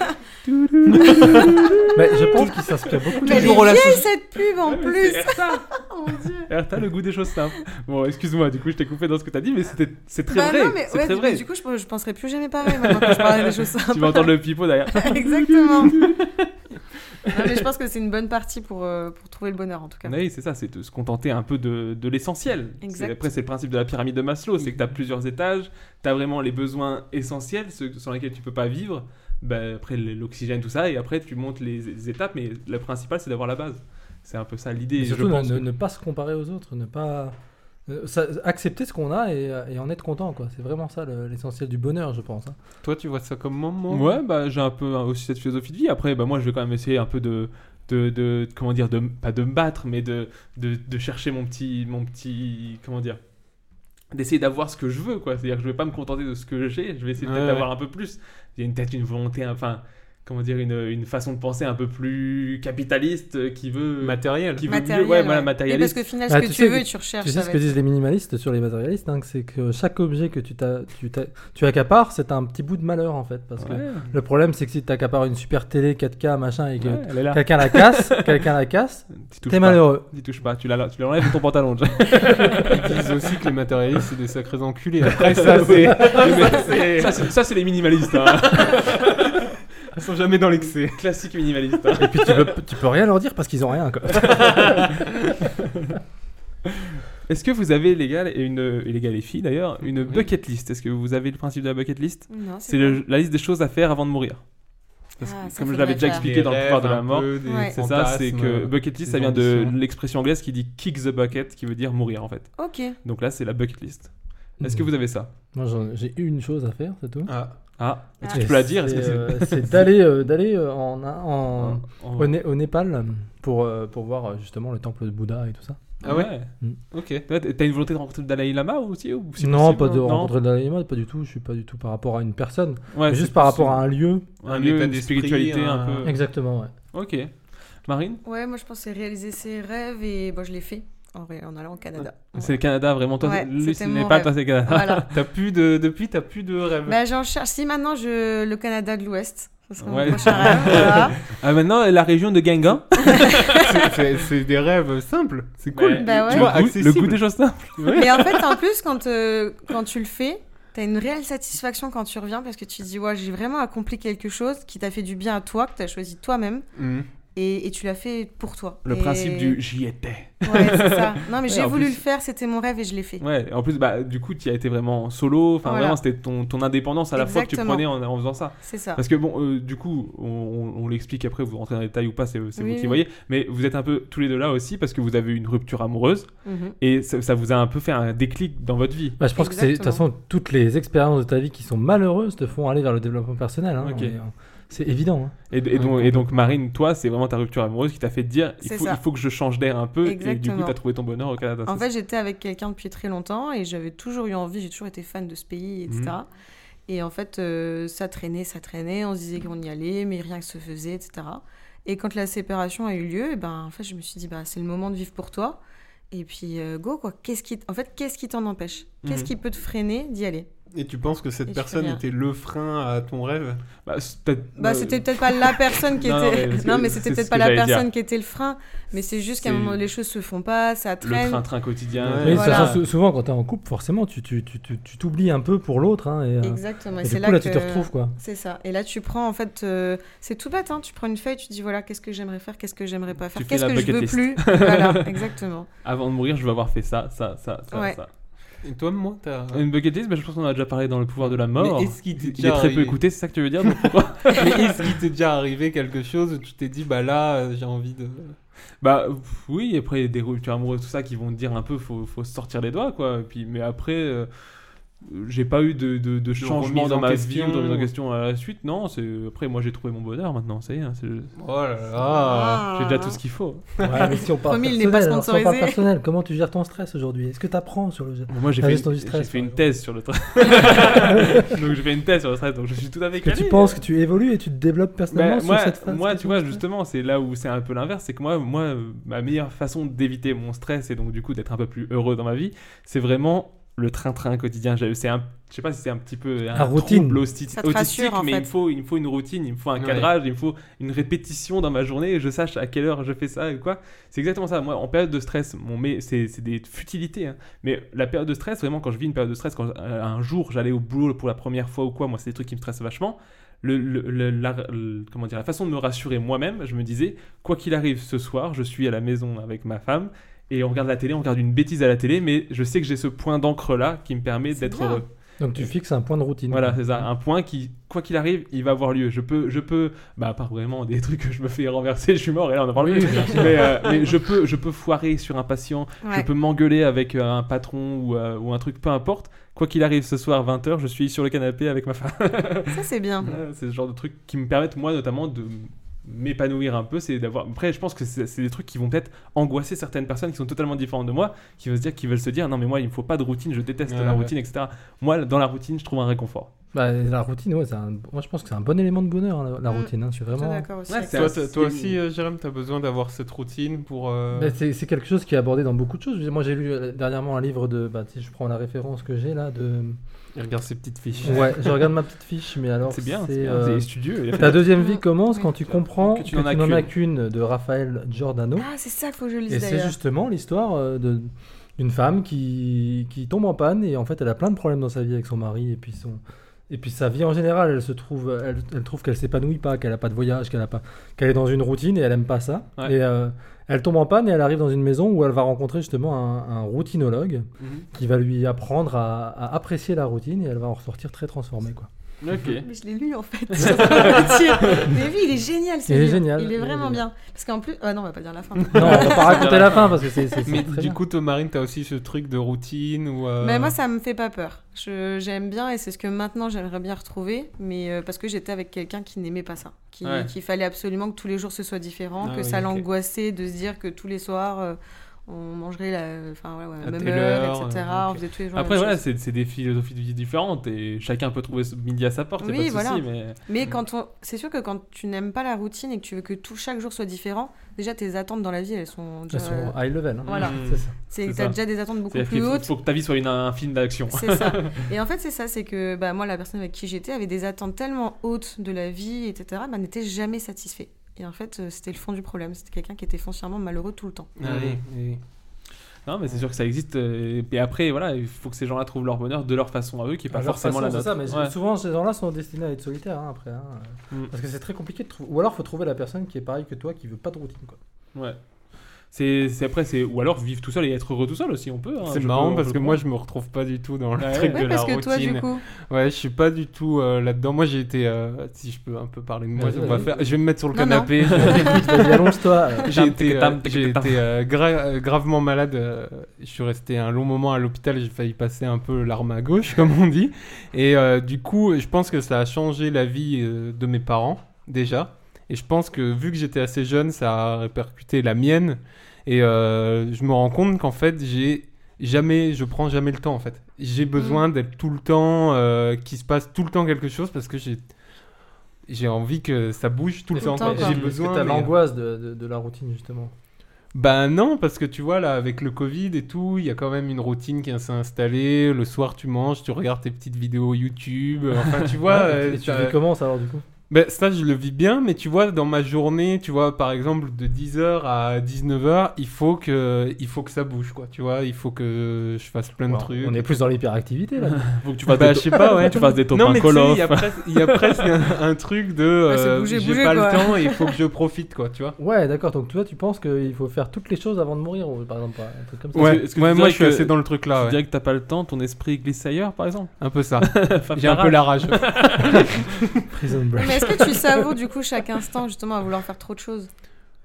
Mais je pense qu'il s'inspire beaucoup
[laughs]
Mais elle
toujours
est
la
vieille
sauce-
cette pub en plus [laughs] Oh Mon Dieu.
Erta, le goût des choses simples. Bon, excuse-moi, du coup, je t'ai coupé dans ce que t'as dit, mais c'était, c'est très
Bah
vrai.
non, mais
c'est
ouais,
très
du,
vrai.
du coup, je, je penserai plus jamais pareil maintenant quand je parlerai des choses simples.
Tu vas entendre le pipeau derrière.
[laughs] Exactement. Non, mais je pense que c'est une bonne partie pour, euh, pour trouver le bonheur en tout cas.
Oui, c'est ça, c'est de se contenter un peu de, de l'essentiel.
Exact.
C'est- Après, c'est le principe de la pyramide de Maslow, c'est que tu as plusieurs étages, tu as vraiment les besoins essentiels, ceux sans lesquels tu peux pas vivre, bah, après l- l'oxygène, tout ça, et après tu montes les, les étapes, mais le principal, c'est d'avoir la base. C'est un peu ça l'idée.
Et
je
surtout, ne,
pense.
ne- ne pas se comparer aux autres, ne pas euh, ça- accepter ce qu'on a et, euh, et en être content. quoi. C'est vraiment ça le- l'essentiel du bonheur, je pense. hein.
Toi, tu vois ça comme moment
Ouais, bah, j'ai un peu hein, aussi cette philosophie de vie. Après, bah, moi, je vais quand même essayer un peu de. De, de- comment dire de pas de me battre mais de, de, de chercher mon petit mon petit comment dire d'essayer d'avoir ce que je veux quoi c'est à dire que je vais pas me contenter de ce que j'ai je vais essayer peut-être
Ouais,
d'avoir
ouais.
un peu plus il y a une tête une volonté enfin comment dire une, une façon de penser un peu plus capitaliste euh, qui veut
matériel
qui veut
Matériel,
mieux, ouais, voilà
ouais.
matérialiste
Et parce qu'au final, ce
Bah,
que tu,
sais
veux, tu recherches.
Tu sais
ça
ce
va
que
être-
disent les minimalistes sur les matérialistes, hein, que c'est que chaque objet que tu, t'as- tu, t'as- tu accapares, c'est un petit bout de malheur en fait. Parce que
Ouais.
le problème, c'est que si tu accapares une super télé 4K machin et que
Ouais, elle est là.
quelqu'un la casse, [laughs] quelqu'un la casse,
T'y touches
t'es
pas.
malheureux.
T'y touches pas, tu l'as- tu l'enlèves de ton pantalon. déjà.
Ils disent aussi que les matérialistes, c'est des sacrés
[laughs]
enculés. Après, ça, c'est.
Ça, c'est- ça, c'est- ça, c'est les minimalistes. hein.
[laughs] Ils sont jamais dans l'excès.
Classique minimaliste. hein.
Et puis tu peux, tu peux rien leur dire parce qu'ils
[laughs]
ont rien. Quoi.
Est-ce que vous avez, les gars, et, une, et les gars, les filles d'ailleurs, une bucket list Est-ce que vous avez le principe de la bucket list
Non, c'est
C'est le- la liste des choses à faire avant de mourir. Parce
Ah,
que,
ça
comme je
faudrait
l'avais déjà
faire.
expliqué
Des
dans le pouvoir de
rêves
la
un
mort,
peu, des
Ouais.
c'est ça, c'est que
fantasmes, euh,
bucket
des
list, ça vient de
ambitions.
l'expression anglaise qui dit kick the bucket, qui veut dire mourir en fait.
Ok.
Donc là, c'est la bucket list. Est-ce que
Mhm.
vous avez ça
Moi, j'en- j'ai une chose à faire, c'est tout.
Ah.
Ah, est-ce que
Et
tu peux la dire Est-ce
c'est,
que c'est-
euh, C'est d'aller euh, d'aller euh, en, en,
En- en-
au, Né- au Népal pour, euh, pour voir euh, justement le temple de Bouddha et tout ça.
Ah ouais,
Mm.
Ok.
Toi, T'as une volonté de rencontrer le Dalai Lama aussi ou si
non,
possible,
pas de
non
rencontrer le Dalai Lama, pas du tout. Je suis pas du tout par rapport à une personne,
Ouais,
mais
c'est
juste par
plus
rapport à un lieu.
un
Un
lieu,
état
une
d'esprit,
spiritualité un
un-
peu.
Exactement, ouais.
Ok. Marine
Ouais, moi je pense que c'est réaliser ses rêves et bon, je l'ai fait en, ré- en allant
[laughs]
au Canada.
C'est le Canada, vraiment. Toi,
Ouais,
lui, ce
c'était
n'est
mon
pas
rêve.
toi, c'est le Canada.
Voilà.
T'as plus de. Depuis, t'as plus de rêve.
Bah, j'en cherche. Si maintenant je le Canada de l'Ouest, ce serait
[laughs] Ouais.
mon prochain rêve. voilà.
[laughs] Ah, maintenant, la région de Guingamp.
C'est- c'est- c'est des rêves simples. C'est cool.
Bah
Tu
ouais.
vois,
le, goût, le goût
accessible.
des choses simples.
Et en fait, en plus, quand, euh, quand tu le fais, t'as une réelle satisfaction quand tu reviens parce que tu te dis, ouais, j'ai vraiment accompli quelque chose qui t'a fait du bien à toi, que t'as choisi toi-même
Mm.
et, et tu l'as fait pour toi.
Le
Et-
principe du j'y étais.
Ouais, c'est ça. Non,
Ouais,
mais j'ai
en
voulu
plus-
le faire, c'était mon rêve et je l'ai fait.
Ouais, en plus, bah, du coup, tu as été vraiment solo. Enfin,
Voilà.
vraiment, c'était ton, ton indépendance à la fois que tu
Exactement. Ah.
prenais en, en faisant ça.
C'est ça.
Parce que, bon, euh, du coup, on, on- on l'explique après, vous rentrez dans les détails ou pas, c'est c'est
Oui,
vous qui
oui.
voyez. Mais vous êtes un peu tous les deux là aussi parce que vous avez eu une rupture amoureuse
Mhm.
et ça, ça vous a un peu fait un déclic dans votre vie.
Bah, je pense que c'est de toute
Exactement.
façon toutes les expériences de ta vie qui sont malheureuses te font aller vers le développement personnel. hein.
Ok.
On est- on- C'est évident. hein.
Et, et donc, et donc, Marine, toi, c'est vraiment ta rupture amoureuse qui t'a fait dire il
C'est
faut,
ça.
il faut que je change d'air un peu. Et du coup,
Exactement.
t'as trouvé ton bonheur au Canada.
En
c'est
fait, j'étais avec quelqu'un depuis très longtemps et j'avais toujours eu envie, j'ai toujours été fan de ce pays, etc.
Mhm.
Et en fait, euh, ça traînait, ça traînait, on se disait qu'on y allait, mais rien que se faisait, etc. Et quand la séparation a eu lieu, et ben, en fait, je me suis dit, bah, c'est le moment de vivre pour toi. Et puis, euh, go, quoi. Qu'est-ce qui, t- en fait, qu'est-ce qui t'en empêche Qu'est-ce
Mhm.
qui peut te freiner d'y aller
Et tu penses que
Et
cette
tu
personne
fais rien.
était le frein à ton rêve
Bah, c'est peut-être-
Bah,
euh,
c'était peut-être pas la personne
[laughs]
qui
Non, non, mais
était.
parce que
Non, mais c'était
c'est ce
peut-être
que
pas la
j'allais dire.
personne qui était le frein. Mais c'est juste qu'à un
C'est-
moment, les choses se font pas, ça
le
traîne.
train-train quotidien.
Ouais.
Mais de toute
Voilà.
façon, sou- souvent, quand t'es en couple, forcément, tu tu- tu- tu- tu t'oublies un peu pour l'autre. hein, et, euh,
Exactement.
et
Et,
du
c'est
coup,
là,
là,
que...
tu te retrouves quoi.
C'est ça. Et là, tu prends, en fait, euh, c'est tout bête, hein. Tu prends une feuille, tu dis, voilà, qu'est-ce que j'aimerais faire, qu'est-ce que j'aimerais pas
Tu
faire,
fais
qu'est-ce
la
que je
bucket
veux
list.
plus.
[laughs]
voilà, exactement.
Avant de mourir, je veux avoir fait ça, ça, ça, ça.
Ouais.
ça.
Et toi, moi, t'as.
Une bucket list, bah, je pense qu'on en a déjà parlé dans le pouvoir de la mort.
Mais est-ce qu'il t'est
Il
déjà
est très peu
arrivé
écouté, c'est ça que tu veux dire donc pourquoi
Mais [laughs] est-ce qu'il t'est déjà arrivé quelque chose où tu t'es dit, bah là, euh, j'ai envie de.
Bah pff, oui, après il y a des ruptures amoureuses, tout ça, qui vont te dire un peu, faut, faut se sortir les doigts, quoi. Et puis, mais après, euh, j'ai pas eu de, de- de changement
remise
dans
en
ma vie
question.
ou de remise en question à la suite. Non, c'est après moi j'ai trouvé mon bonheur maintenant, ça y est. hein, c'est-
Oh là là.
Ah.
Ah, J'ai déjà tout ce qu'il faut.
[laughs] Ouais, mais si on parle
Promis, il n'est
personnel,
pas
alors, si on parle
sponsorisé.
personnel, comment tu gères ton stress aujourd'hui Est-ce que tu apprends sur le
Moi j'ai
la
fait,
gestion
une,
du stress
j'ai fait
par
une thèse sur le stress. donc j'ai fait une thèse sur le stress, [laughs] donc je suis tout à fait
exemple Est-ce que
calé.
tu penses que tu évolues et tu te développes personnellement
Bah,
sur
moi,
cette phase
moi, tu vois, justement, c'est là où c'est un peu l'inverse. C'est que moi, moi, euh, ma meilleure façon d'éviter mon stress et donc du coup d'être un peu plus heureux dans ma vie, c'est vraiment le train-train quotidien. J'ai- C'est un, je sais pas si c'est un petit peu un
La routine.
trouble austi-
Ça te
autistique,
rassure, en
mais
fait.
il me faut, il me faut une routine, il me faut un
Ouais.
cadrage, il me faut une répétition dans ma journée. Et je sache à quelle heure je fais ça et quoi. C'est exactement ça. Moi, en période de stress, mon mais c'est c'est des futilités. hein. Mais la période de stress, vraiment, quand je vis une période de stress, quand euh, un jour j'allais au boulot pour la première fois ou quoi, moi, c'est des trucs qui me stressent vachement. Le, le- le- la, le- comment dire, la façon de me rassurer moi-même, je me disais, quoi qu'il arrive ce soir, je suis à la maison avec ma femme et on regarde la télé, on regarde une bêtise à la télé, mais je sais que j'ai ce point d'encre-là qui me permet d'être
bien.
heureux.
Donc tu fixes un point de routine.
Voilà, c'est ça. Un point qui, quoi qu'il arrive, il va avoir lieu. Je peux, je peux, bah, pas vraiment des [laughs] trucs que je me fais renverser, je suis mort et là on en parle
Oui,
plus.
bien sûr.
Mais, euh, mais je peux, je peux foirer sur un patient,
Ouais.
je peux m'engueuler avec euh, un patron ou, euh, ou un truc, peu importe. Quoi qu'il arrive, ce soir 20h, je suis sur le canapé avec ma femme.
Ça, c'est bien.
Ouais, Ah, c'est ce genre de trucs qui me permettent, moi, notamment, de m'épanouir un peu. C'est d'avoir. Après, je pense que c'est c'est des trucs qui vont peut-être angoisser certaines personnes qui sont totalement différentes de moi, qui veulent se dire, qui veulent se dire, non mais moi, il me faut pas de routine, je déteste
Ouais,
la
ouais.
routine, etc. Moi, dans la routine, je trouve un réconfort.
Bah, la routine, ouais, c'est un- moi je pense que c'est un bon élément de bonheur, la, la
Mm.
routine. hein. Je suis
Je suis
vraiment.
d'accord aussi.
Ouais,
avec
c'est
ça.
Toi,
un-
t'as- toi aussi, euh, Jérôme, t'as besoin d'avoir cette routine pour. euh,
Bah,
Mais C'est c'est quelque chose qui est abordé dans beaucoup de choses. Je veux dire, Moi j'ai lu euh, dernièrement un livre de. Bah, si je prends la référence que j'ai là, de.
Il regarde ses petites fiches.
Ouais, je regarde ma petite fiche, mais alors.
C'est bien, c'est
c'est,
bien. C'est
euh,
studieux. il a fait-
Ta deuxième vie commence quand tu comprends
Que
que
tu
tu
n'en as
n'en as qu'une de Raphaël Giordano.
Ah, c'est ça qu'il faut que je
Et
lise
c'est
d'ailleurs.
justement l'histoire euh, de- d'une femme qui, qui tombe en panne et en fait elle a plein de problèmes dans sa vie avec son mari et puis son et puis sa vie en général elle se trouve elle, elle trouve qu'elle s'épanouit pas qu'elle a pas de voyage qu'elle a pas qu'elle est dans une routine et elle aime pas ça
Ouais.
et euh, elle tombe en panne et elle arrive dans une maison où elle va rencontrer justement un, un routinologue
Mhm.
qui va lui apprendre à, à apprécier la routine et elle va en ressortir très transformée
[laughs]
quoi.
[laughs] Ok.
Mais je l'ai lu en
[laughs]
fait. [laughs] Je sais pas mentir. Mais oui, il est génial. ce
Il est
livre.
génial.
Il
Il
est
est
vraiment
génial.
bien. Parce qu'en plus, ah non, on va pas dire la fin.
Non, on va pas raconter la fin parce que c'est c'est- c'est
Mais
très
du
bien.
coup, toi, Marine, t'as aussi ce truc de routine ou. euh,
Mais moi, ça me fait pas peur. Je- J'aime bien et c'est ce que maintenant j'aimerais bien retrouver, mais euh, parce que j'étais avec quelqu'un qui n'aimait pas ça, qui-
Ouais.
qu'il fallait absolument que tous les jours ce soit différent,
Ah
que
oui,
ça
ok.
l'angoissait de se dire que tous les soirs euh, on mangerait la, enfin voilà, ouais,
À
la même
telle
heure,
heure,
etc.
euh,
On
ok.
faisait tous les jours. la
Après,
même
voilà,
chose.
c'est c'est des philosophies de vie différentes et chacun peut trouver ce- midi à sa porte, y a
Oui,
pas de
voilà.
souci, mais.
Mais quand on, c'est sûr que quand tu n'aimes pas la routine et que tu veux que tout chaque jour soit différent, déjà tes attentes dans la vie elles sont, déjà,
Elles sont high level. hein.
Mhm.
Voilà.
C'est ça.
c'est,
c'est
t'as
ça.
déjà des attentes beaucoup
C'est-à-dire qu'il
plus
faut,
hautes.
faut que ta vie soit une- un film d'action.
C'est
[laughs]
ça. Et en fait, c'est ça, c'est que bah, moi, la personne avec qui j'étais avait des attentes tellement hautes de la vie, etc., bah, n'était jamais satisfait. Et en fait, euh, c'était le fond du problème. C'était quelqu'un qui était foncièrement malheureux tout le temps.
Ah oui, oui.
Non, mais c'est sûr que ça existe. euh, Et après, voilà, il faut que ces gens-là trouvent leur bonheur de leur façon à eux, qui n'est pas
À leur
forcément
façon,
la
c'est ça,
nôtre.
mais
Ouais.
souvent ces gens-là sont destinés à être solitaires hein, après. hein.
Mm.
Parce que c'est très compliqué de trouver. Ou alors faut trouver la personne qui est pareille que toi, qui veut pas de routine.
[laughs]
Quoi.
Ouais. C'est c'est- après, c'est. Ou alors vivre tout seul et être heureux tout seul aussi, on peut. hein,
C'est
je
marrant
peux- on
parce
peut
que
le
moi, je me retrouve pas du tout dans le
Ouais.
truc
Oui,
de la
parce que
routine.
toi, du coup.
Ouais, je suis pas du tout euh, là-dedans. Moi, j'ai été. euh, si je peux un peu parler de moi,
Vas-y,
on va
vas-y.
faire. Je vais me mettre sur le
Non, non.
[laughs]
canapé.
Vas-y, allonge-toi. euh.
J'ai été, euh,
Tam, tam,
j'ai
tam.
été, euh, gra- euh, gravement malade. euh, je suis resté un long moment à l'hôpital. J'ai failli passer un peu l'arme à gauche, comme on dit. Et euh, du coup, je pense que ça a changé la vie euh, de mes parents, déjà. Et je pense que vu que j'étais assez jeune, ça a répercuté la mienne. Et euh, je me rends compte qu'en fait, j'ai jamais, je prends jamais le temps, en fait. J'ai
Mm.
besoin d'être tout le temps, euh, qu'il se passe tout le temps quelque chose parce que j'ai. J'ai envie que ça bouge tout le
Tout le
temps.
temps,
quoi.
quoi.
J'ai
Est-ce que
besoin.
T'as
mais- euh,
l'angoisse de, de- de la routine justement.
bah non, parce que tu vois, là, avec le Covid et tout, il y a quand même une routine qui s'est installée. Le soir, tu manges, tu regardes tes petites vidéos YouTube. Enfin, tu vois.
Ouais,
euh,
et tu
t'as-
vis comment ça alors du coup
ben, ça, je le vis bien, mais tu vois, dans ma journée, tu vois, par exemple, de 10h à 19h, il faut que, il faut que ça bouge, quoi. Tu vois, il faut que je fasse plein de
Bon,
trucs.
On est plus dans
[laughs]
l'hyperactivité là.
prendre. Faut que tu fasses
Bah,
des
je
to-
sais pas, ouais.
tu fasses des
Non,
top
mais
un
[laughs] tu
call
sais, il
off.
y a presque, il y a presque un, un truc de. euh,
bouger,
j'ai
bouger,
pas
quoi.
le temps et il faut que je profite, quoi, tu vois.
Ouais, d'accord. Donc toi, tu penses qu'il faut faire toutes les choses avant de mourir, ou, par exemple, un truc comme ça.
Est-ce
Ouais,
que- est-ce que
ouais,
tu
moi,
dirais
je suis
que-
assez dans le truc là,
Tu
ouais.
dirais que t'as pas le temps, ton esprit glisse ailleurs, par exemple.
Un peu ça. [laughs]
Femme
J'ai un
ta
peu
rage.
la rage.
Prison break.
Mais est-ce que tu savoures du coup chaque instant justement à vouloir faire trop de choses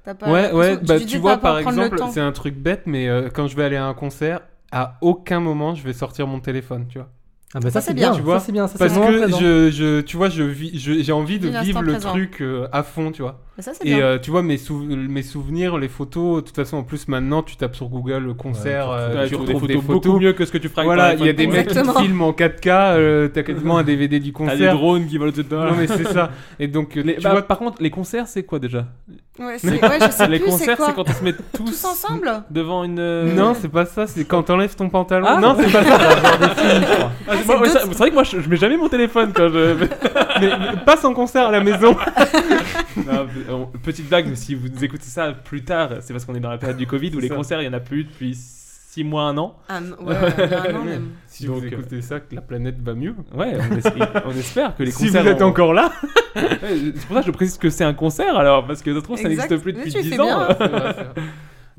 T'as pas
Ouais,
l'impression-
ouais, bah,
dis
tu
pas
vois,
pour
par
prendre le
exemple,
temps.
c'est un truc bête, mais euh, quand je vais aller à un concert, à aucun moment je vais sortir mon téléphone, tu vois.
Ah bah
Ça,
ça, c'est
c'est
bien,
bien.
tu vois
ça, c'est bien, ça,
parce
c'est vraiment
que
présent.
je, je- tu vois je vis- je- j'ai envie de
Vis l'instant
vivre le
présent.
truc euh, à fond tu vois
Mais ça, c'est
et
bien.
euh, tu vois mes sou- mes souvenirs les photos de toute façon en plus maintenant tu tapes sur Google le concert
Ouais, tu
euh, tu
retrouves- ouais,
retrouves
des
des
photos
photos
beaucoup mieux que ce que tu feras avec
voilà
ton
il y a des
iPhone.
mecs qui
Exactement.
filment en 4K euh, t'as quasiment un DVD du concert
[laughs] T'as des drones qui volent dedans.
non mais c'est ça et donc euh,
Les-
tu
bah,
vois
par contre, les concerts, c'est quoi déjà
Ouais, c'est- ouais, je sais
Les
plus, c'est
concerts,
quoi
c'est quand ils se mettent tous,
Tous ensemble
devant une. euh,
non c'est pas ça c'est quand t'enlèves ton pantalon
Ah,
non c'est pas [laughs] ça
Ah, c'est moi- ouais, ça- c'est vrai que moi, je, je mets jamais mon téléphone quand je.
mais, mais passe en concert à la maison.
Non, on- petite blague, si vous écoutez ça plus tard, c'est parce qu'on est dans la période du Covid où les
ça.
concerts, il n'y en a plus depuis 6 mois, 1 an. euh,
Ah, m- ouais, il y a un an même.
Si vous écoutez ça, que la planète va mieux.
Ouais, on, es-
[laughs]
on espère que les
Si
concerts.
vous êtes
ont-
encore [laughs] là.
Ouais, c'est pour ça que je précise que c'est un concert alors, parce que ça se trouve, ça
Exact.
n'existe plus
Mais
depuis
tu
10
fais bien.
ans.
C'est vrai, c'est vrai.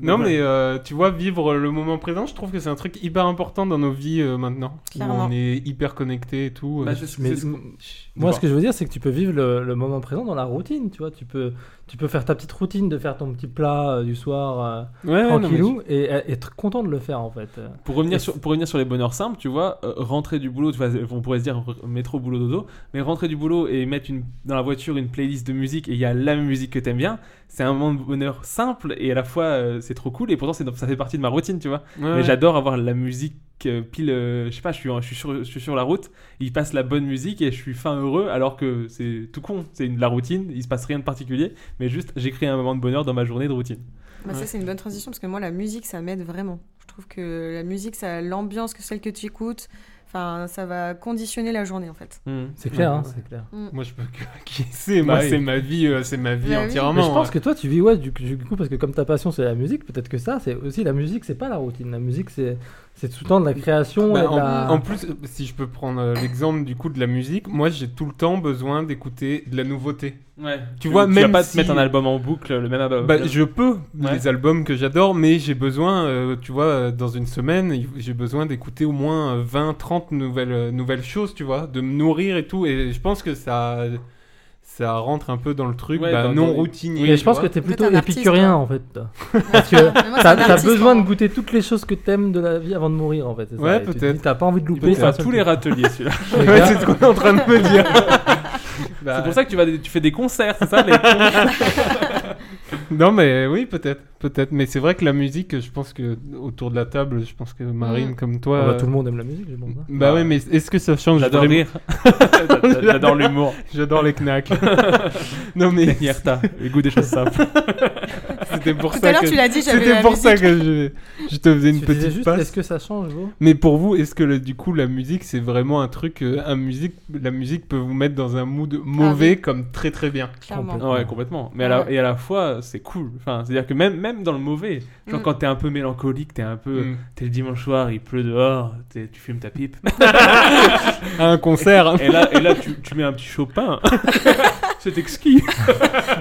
Non,
Donc,
mais euh, tu vois, vivre le moment présent, je trouve que c'est un truc hyper important dans nos vies euh, maintenant. Où
Clairement.
on est hyper connectés et tout.
Bah,
euh.
c'est- c'est-
Mais
c'est-
m-
Chut,
moi,
dis
ce que je veux dire, c'est que tu peux vivre le, le moment présent dans la routine, tu vois. Tu peux, tu peux faire ta petite routine de faire ton petit plat euh, du soir
[laughs]
euh,
Ouais, ouais, non, mais
tranquillou et euh, être content de le faire en fait. euh.
Pour revenir,
Et
sur, pour revenir sur les bonheurs simples, tu vois, euh, rentrer du boulot, tu vois, on pourrait se dire r- métro, boulot, dodo, mais rentrer du boulot et mettre une, dans la voiture une playlist de musique et il y a la musique que t'aimes bien, c'est un moment de bonheur simple et à la fois euh, c'est trop cool et pourtant c'est dans- ça fait partie de ma routine, tu vois.
Ouais,
mais
ouais.
j'adore avoir la musique euh, pile, euh, je sais pas, je suis, en- je, suis sur, je suis sur la route, il passe la bonne musique et je suis fin heureux alors que c'est tout con, c'est une- la routine, il se passe rien de particulier, mais juste j'ai créé un moment de bonheur dans ma journée de routine.
Bah, Ça, c'est une bonne transition parce que moi, la musique, ça m'aide vraiment. Je trouve que la musique, ça l'ambiance que celle que tu écoutes, enfin, ça va conditionner la journée
[laughs]
en fait.
Hmm.
C'est clair, hein, c'est clair.
Mm.
Moi, je peux que [laughs] kisser. Moi,
Bah oui.
c'est ma vie, euh, c'est ma vie
Bah oui.
entièrement. hein.
Mais je pense
ouais.
que toi, tu vis ouais du, du coup parce que comme ta passion c'est la musique, peut-être que ça, c'est aussi la musique, c'est pas la routine. La musique, c'est c'est tout le temps de la création. et
Bah,
de
en,
la-
en plus, euh, si je peux prendre euh, l'exemple du coup de la musique, moi j'ai tout le temps besoin d'écouter de la nouveauté.
Ouais.
Tu vois,
vas
même
pas te
si-
mettre un album en boucle, le même album.
Bah, je peux
Euh, Ouais.
les albums que j'adore, mais j'ai besoin, euh, tu vois, euh, dans une semaine, il- j'ai besoin d'écouter au moins euh, 20, 30 nouvelles, euh, nouvelles choses, tu vois, de me nourrir et tout. Et je pense que ça, ça rentre un peu dans le truc
Ouais,
bah,
dans- dans
non
les-
routinier.
mais je
tu
pense que
vois.
t'es
Toi,
plutôt
t'es un artiste,
épicurien
toi.
en fait. toi. Parce que
Mais [laughs] moi, c'est
t'as
un
t'as
artiste, hein.
besoin de
moi.
goûter toutes les choses que t'aimes de la vie avant de mourir en fait. c'est ça.
Ouais,
Et tu te
peut-être.
dis, T'as pas envie de
Il peut
louper. ça,
faire
ça,
tous
tu-
les râteliers celui-là.
les
[laughs] Ouais, [laughs]
gars.
c'est ce qu'on est en train de me
[laughs]
dire. Bah,
C'est pour ça que tu, vas, tu fais des concerts, c'est ça les concerts
Non, mais oui, peut-être. Peut-être. Mais c'est vrai que la musique, je pense que autour de la table, je pense que Marine,
Mm.
comme
Ah
toi.
bah,
euh,
tout le monde aime la musique, je pense. hein.
Bah ouais, mais est-ce que ça change
[laughs]
[laughs]
J'adore
vraiment-
rire. [laughs] J'adore l'humour.
[laughs] J'adore les
[laughs]
knacks. non mais
Nierta, le goût des
[laughs]
choses simples.
c'était pour
Tout
ça
à l'heure,
que
tu l'as dit, j'avais
c'était
la
pour ça
musique.
que je, je te faisais une
Tu disais
petite
juste,
passe.
Est-ce que ça change, gros
Mais pour vous, est-ce que le- du coup la musique c'est vraiment un truc euh, un musique la musique peut vous mettre dans un mood
Ah
mauvais comme très très bien.
Clairement.
Ouais, complètement. Mais à la-
Ouais.
et à la fois, c'est cool. Enfin, c'est-à-dire que même, même dans le mauvais, genre
Mm.
quand t'es un peu mélancolique, t'es un
Euh,
peu.
Mm.
T'es le dimanche soir, il pleut dehors, t'es- tu fumes ta pipe.
À un
[laughs]
concert.
Et là, et là tu, tu mets un petit [laughs] Chopin. c'est exquis.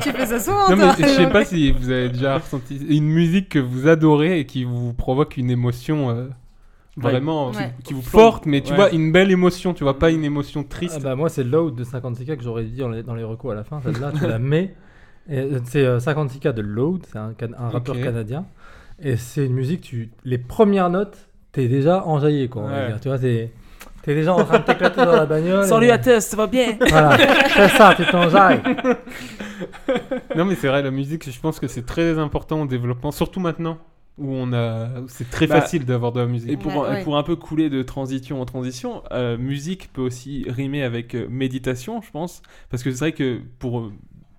tu fais ça souvent,
non mais
toi.
je sais pas si vous avez déjà ressenti une musique que vous adorez et qui vous provoque une émotion euh, vraiment
Ouais.
qui, qui vous
plombe.
forte mais tu
Ouais.
vois une belle émotion, tu vois pas une émotion triste.
Ah bah moi c'est Load de 56K que j'aurais dit dans les, dans les recos à la fin, celle-là tu la mets. Et, euh, C'est euh, 56K de Load, c'est un, can- un rappeur
Ok.
canadien. Et c'est une musique, tu les premières notes, t'es déjà enjaillé quoi. on va
Ouais.
dire. Tu vois, t'es t'es déjà en train de t'éclater dans la bagnole. et-
tous, ça va bien
Voilà, c'est ça, tu t'enjailles.
Non mais c'est vrai, la musique, je pense que c'est très important au développement, surtout maintenant où on a, où c'est très
Bah,
facile d'avoir de la musique.
Et pour,
Ouais, ouais.
pour un peu couler de transition en transition, euh, musique peut aussi rimer avec euh, méditation, je pense. Parce que c'est vrai que pour euh,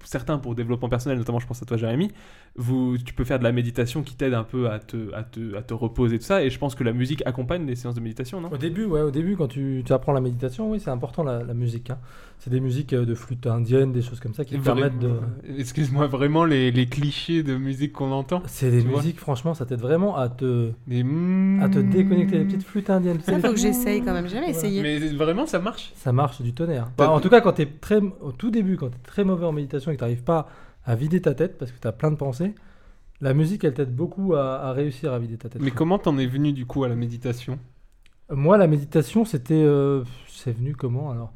certains, pour développement personnel, notamment je pense à toi Jérémy, vous, tu peux faire de la méditation qui t'aide un peu à te, à, te, à te reposer, tout ça. Et je pense que la musique accompagne les séances de méditation, non
Au début, ouais, au début, quand tu, tu apprends la méditation, oui, c'est important la, la musique. hein. C'est des musiques euh, de flûte indienne, des choses comme ça qui te
Vraiment- euh,
permettent de.
Excuse-moi, vraiment les, les clichés de musique qu'on entend.
C'est des
Tu vois.
musiques, franchement, ça t'aide vraiment à te,
Des mm,
à te déconnecter des petites flûtes indiennes. tu sais,
Ça,
les
faut que j'essaye quand même. J'ai jamais essayé. [laughs]
Mais vraiment, ça marche.
Ça marche du tonnerre.
T'as-
Bah, en tout cas, quand t'es très, au tout début, quand t'es très mauvais en méditation et que t'arrives pas à vider ta tête parce que t'as plein de pensées, la musique, elle t'aide beaucoup à, à réussir à vider ta tête.
Mais comment t'en es venu du coup à la méditation
Moi, la méditation, c'était, euh, c'est venu comment alors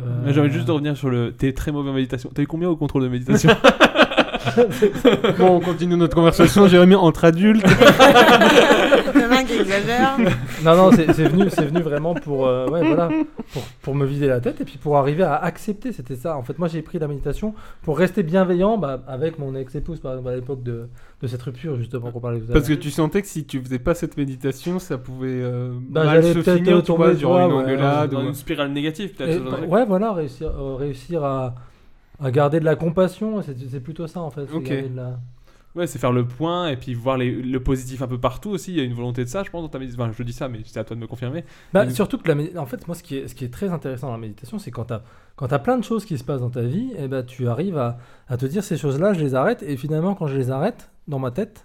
Euh,
J'ai envie juste de revenir sur le. T'es très mauvais en méditation. T'as eu combien au contrôle de méditation
[laughs] bon, on continue notre conversation, Jérémy, entre adultes.
[laughs]
Le
[laughs]
mec exagère.
Non, non, c'est c'est venu, c'est venu vraiment pour, euh, ouais, voilà, pour, pour me vider la tête et puis pour arriver à accepter. C'était ça. En fait, moi, j'ai pris la méditation pour rester bienveillant bah, avec mon ex-épouse, par exemple, à l'époque de, de cette rupture, justement, qu'on parlait tout à
Parce que
l'heure.
tu sentais que si tu faisais pas cette méditation, ça pouvait euh,
Bah,
mal
j'allais
se
peut-être,
finir,
euh,
tu vois,
tomber,
durant une
ouais, ouais,
engueulade.
Dans
ou-
une spirale négative,
Et, bah,
peut-être. dans un-
ouais, voilà, réussir, euh, réussir à, à garder de la compassion, c'est c'est plutôt ça, en fait. c'est
Ok.
garder de la-
Ouais, c'est faire le point et puis voir les- le positif un peu partout aussi. Il y a une volonté de ça, je pense, dans ta méditation. Enfin, je dis ça, mais c'est à toi de me confirmer.
Bah,
Une-
Surtout que la médi- en fait, moi, ce qui est, ce qui est très intéressant dans la méditation, c'est quand tu as, plein de choses qui se passent dans ta vie, et ben tu arrives à, à te dire ces choses-là, je les arrête, et finalement, quand je les arrête, dans ma tête,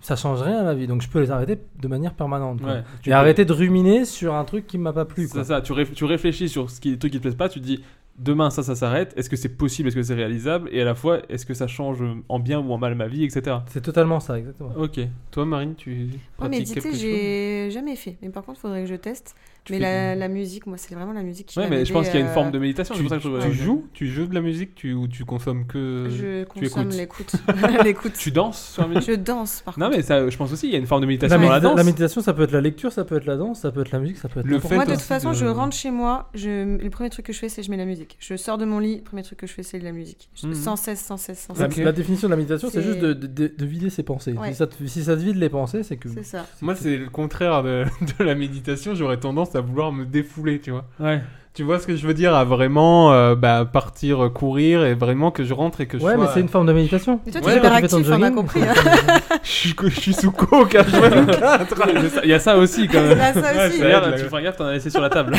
ça change rien à ma vie. Donc, je peux les arrêter de manière permanente. quoi.
Ouais, tu
et
peux-
arrêter de ruminer sur un truc qui m'a pas plu.
C'est
quoi.
ça, tu, réf- tu réfléchis sur ce qui, les trucs qui te plaisent pas, tu te dis demain ça, ça s'arrête, est-ce que c'est possible, est-ce que c'est réalisable, et à la fois est-ce que ça change euh, en bien ou en mal ma vie, etc.
C'est totalement ça, exactement.
Ok.
Toi, Marine, tu
Moi,
pratiques quelque
méditer,
chose
j'ai jamais fait. Mais par contre, faudrait que je teste. mais la, la musique, moi, c'est vraiment la musique qui
Ouais,
va
mais je
m'aider,
pense qu'il y a une
euh,
forme de méditation, c'est
Tu,
pour ça que je
tu joues, tu joues de la musique, tu ou tu consommes que euh,
Je
tu
consomme
écoutes.
l'écoute. [laughs] L'écoute.
Tu danses sur la musique
Je danse, par
Non, mais ça, je pense aussi, il y a une forme de
La,
méditation dans la
médita-
danse.
la méditation, ça peut être la lecture, ça peut être la danse, ça peut être la musique, ça peut être
Le
n'importe
fait
Moi, de
quoi.
toute façon, je rentre chez moi. Je... Le premier truc que je fais, c'est je mets la musique. Je sors de mon lit. Le premier truc que je fais, c'est de la musique. Je-
Mhm.
Sans cesse, sans cesse, sans
La,
cesse.
la définition de la méditation, c'est
C'est-
juste de, de- de- de vider ses pensées.
Ouais.
Si, ça te, si ça te vide les pensées, c'est que.
C'est ça.
Moi, c'est le contraire de, [laughs] de la méditation. J'aurais tendance à vouloir me défouler, tu vois.
Ouais.
Tu vois ce que je veux dire À vraiment euh, bah, partir euh, courir et vraiment que je rentre et que je
Ouais,
sois-
mais c'est une forme de méditation.
Mais toi, t'es
Ouais, quand tu
hyperactif,
fais ton
on a
jogging, [laughs]
compris.
[laughs]
hein.
je, suis, je suis sous coke hein, à
[laughs]
24
Il y a ça aussi quand même.
[laughs] Il y a ça
Ouais,
aussi.
ça a l'air,
Ouais,
tu fais gaffe, t'en as laissé sur la table.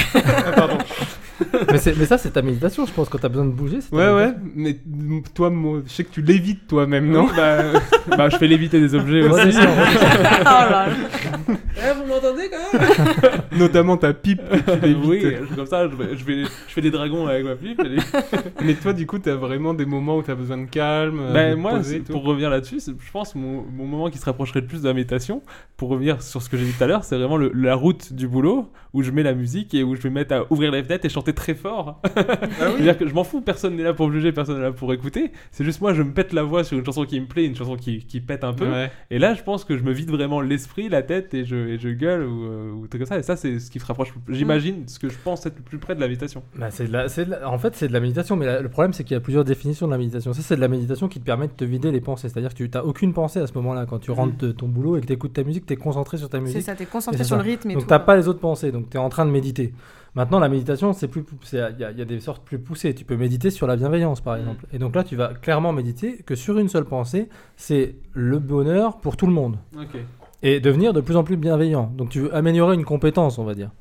mais, c'est- mais ça, c'est ta méditation, je pense. Quand t'as besoin de bouger, c'est ta
Ouais, ouais,
méditation.
mais toi, Mo, je sais que tu lévites toi-même, non
bah, [laughs] bah, je fais léviter des objets
Ouais,
aussi.
c'est ça.
Oh là là.
vous m'entendez quand même
[laughs] Notamment ta pipe que
[laughs]
tu lévites.
oui, je fais comme ça, je, vais- je vais- je fais des dragons avec ma pipe. et-
Mais toi, du coup, t'as vraiment des moments où t'as besoin de calme. euh,
Ben,
de
moi,
poser
c'est-
et tout.
pour revenir là-dessus, c'est- je pense mon, mon moment qui se rapprocherait le plus de la méditation, pour revenir sur ce que j'ai dit tout à l'heure, c'est vraiment le- la route du boulot où je mets la musique et où je vais mettre à ouvrir les fenêtres et chanter très fort. [laughs] C'est-à-dire que je m'en fous, personne n'est là pour me juger, personne n'est là pour écouter. C'est juste moi, je me pète la voix sur une chanson qui me plaît, une chanson qui, qui pète un peu.
Ouais.
Et là, je pense que je me vide vraiment l'esprit, la tête et je, et je gueule ou, euh, ou truc comme ça. Et ça, c'est ce qui se rapproche, j'imagine, ce que je pense être le plus près de la méditation.
Bah, c'est de la- c'est de la- en fait, c'est de la méditation, mais la- le problème, c'est qu'il y a plusieurs définitions de la méditation. Ça, c'est de la méditation qui te permet de te vider les pensées. C'est-à-dire que tu n'as aucune pensée à ce moment-là. Quand tu rentres de ton boulot et que tu écoutes ta musique, tu es concentré sur ta musique.
Mm. ça, t'es concentré
Et c'est
sur
ça.
le rythme et
Donc,
tout,
t'as
quoi.
pas les autres pensées, donc tu es en train de méditer. Maintenant, la méditation, c'est plus, c'est- il y, a- il y a des sortes plus poussées. Tu peux méditer sur la bienveillance,
Mm.
par exemple. Et donc là, tu vas clairement méditer que sur une seule pensée, c'est le bonheur pour tout le monde
Ok.
et devenir de plus en plus bienveillant. Donc tu veux améliorer une compétence, on va dire.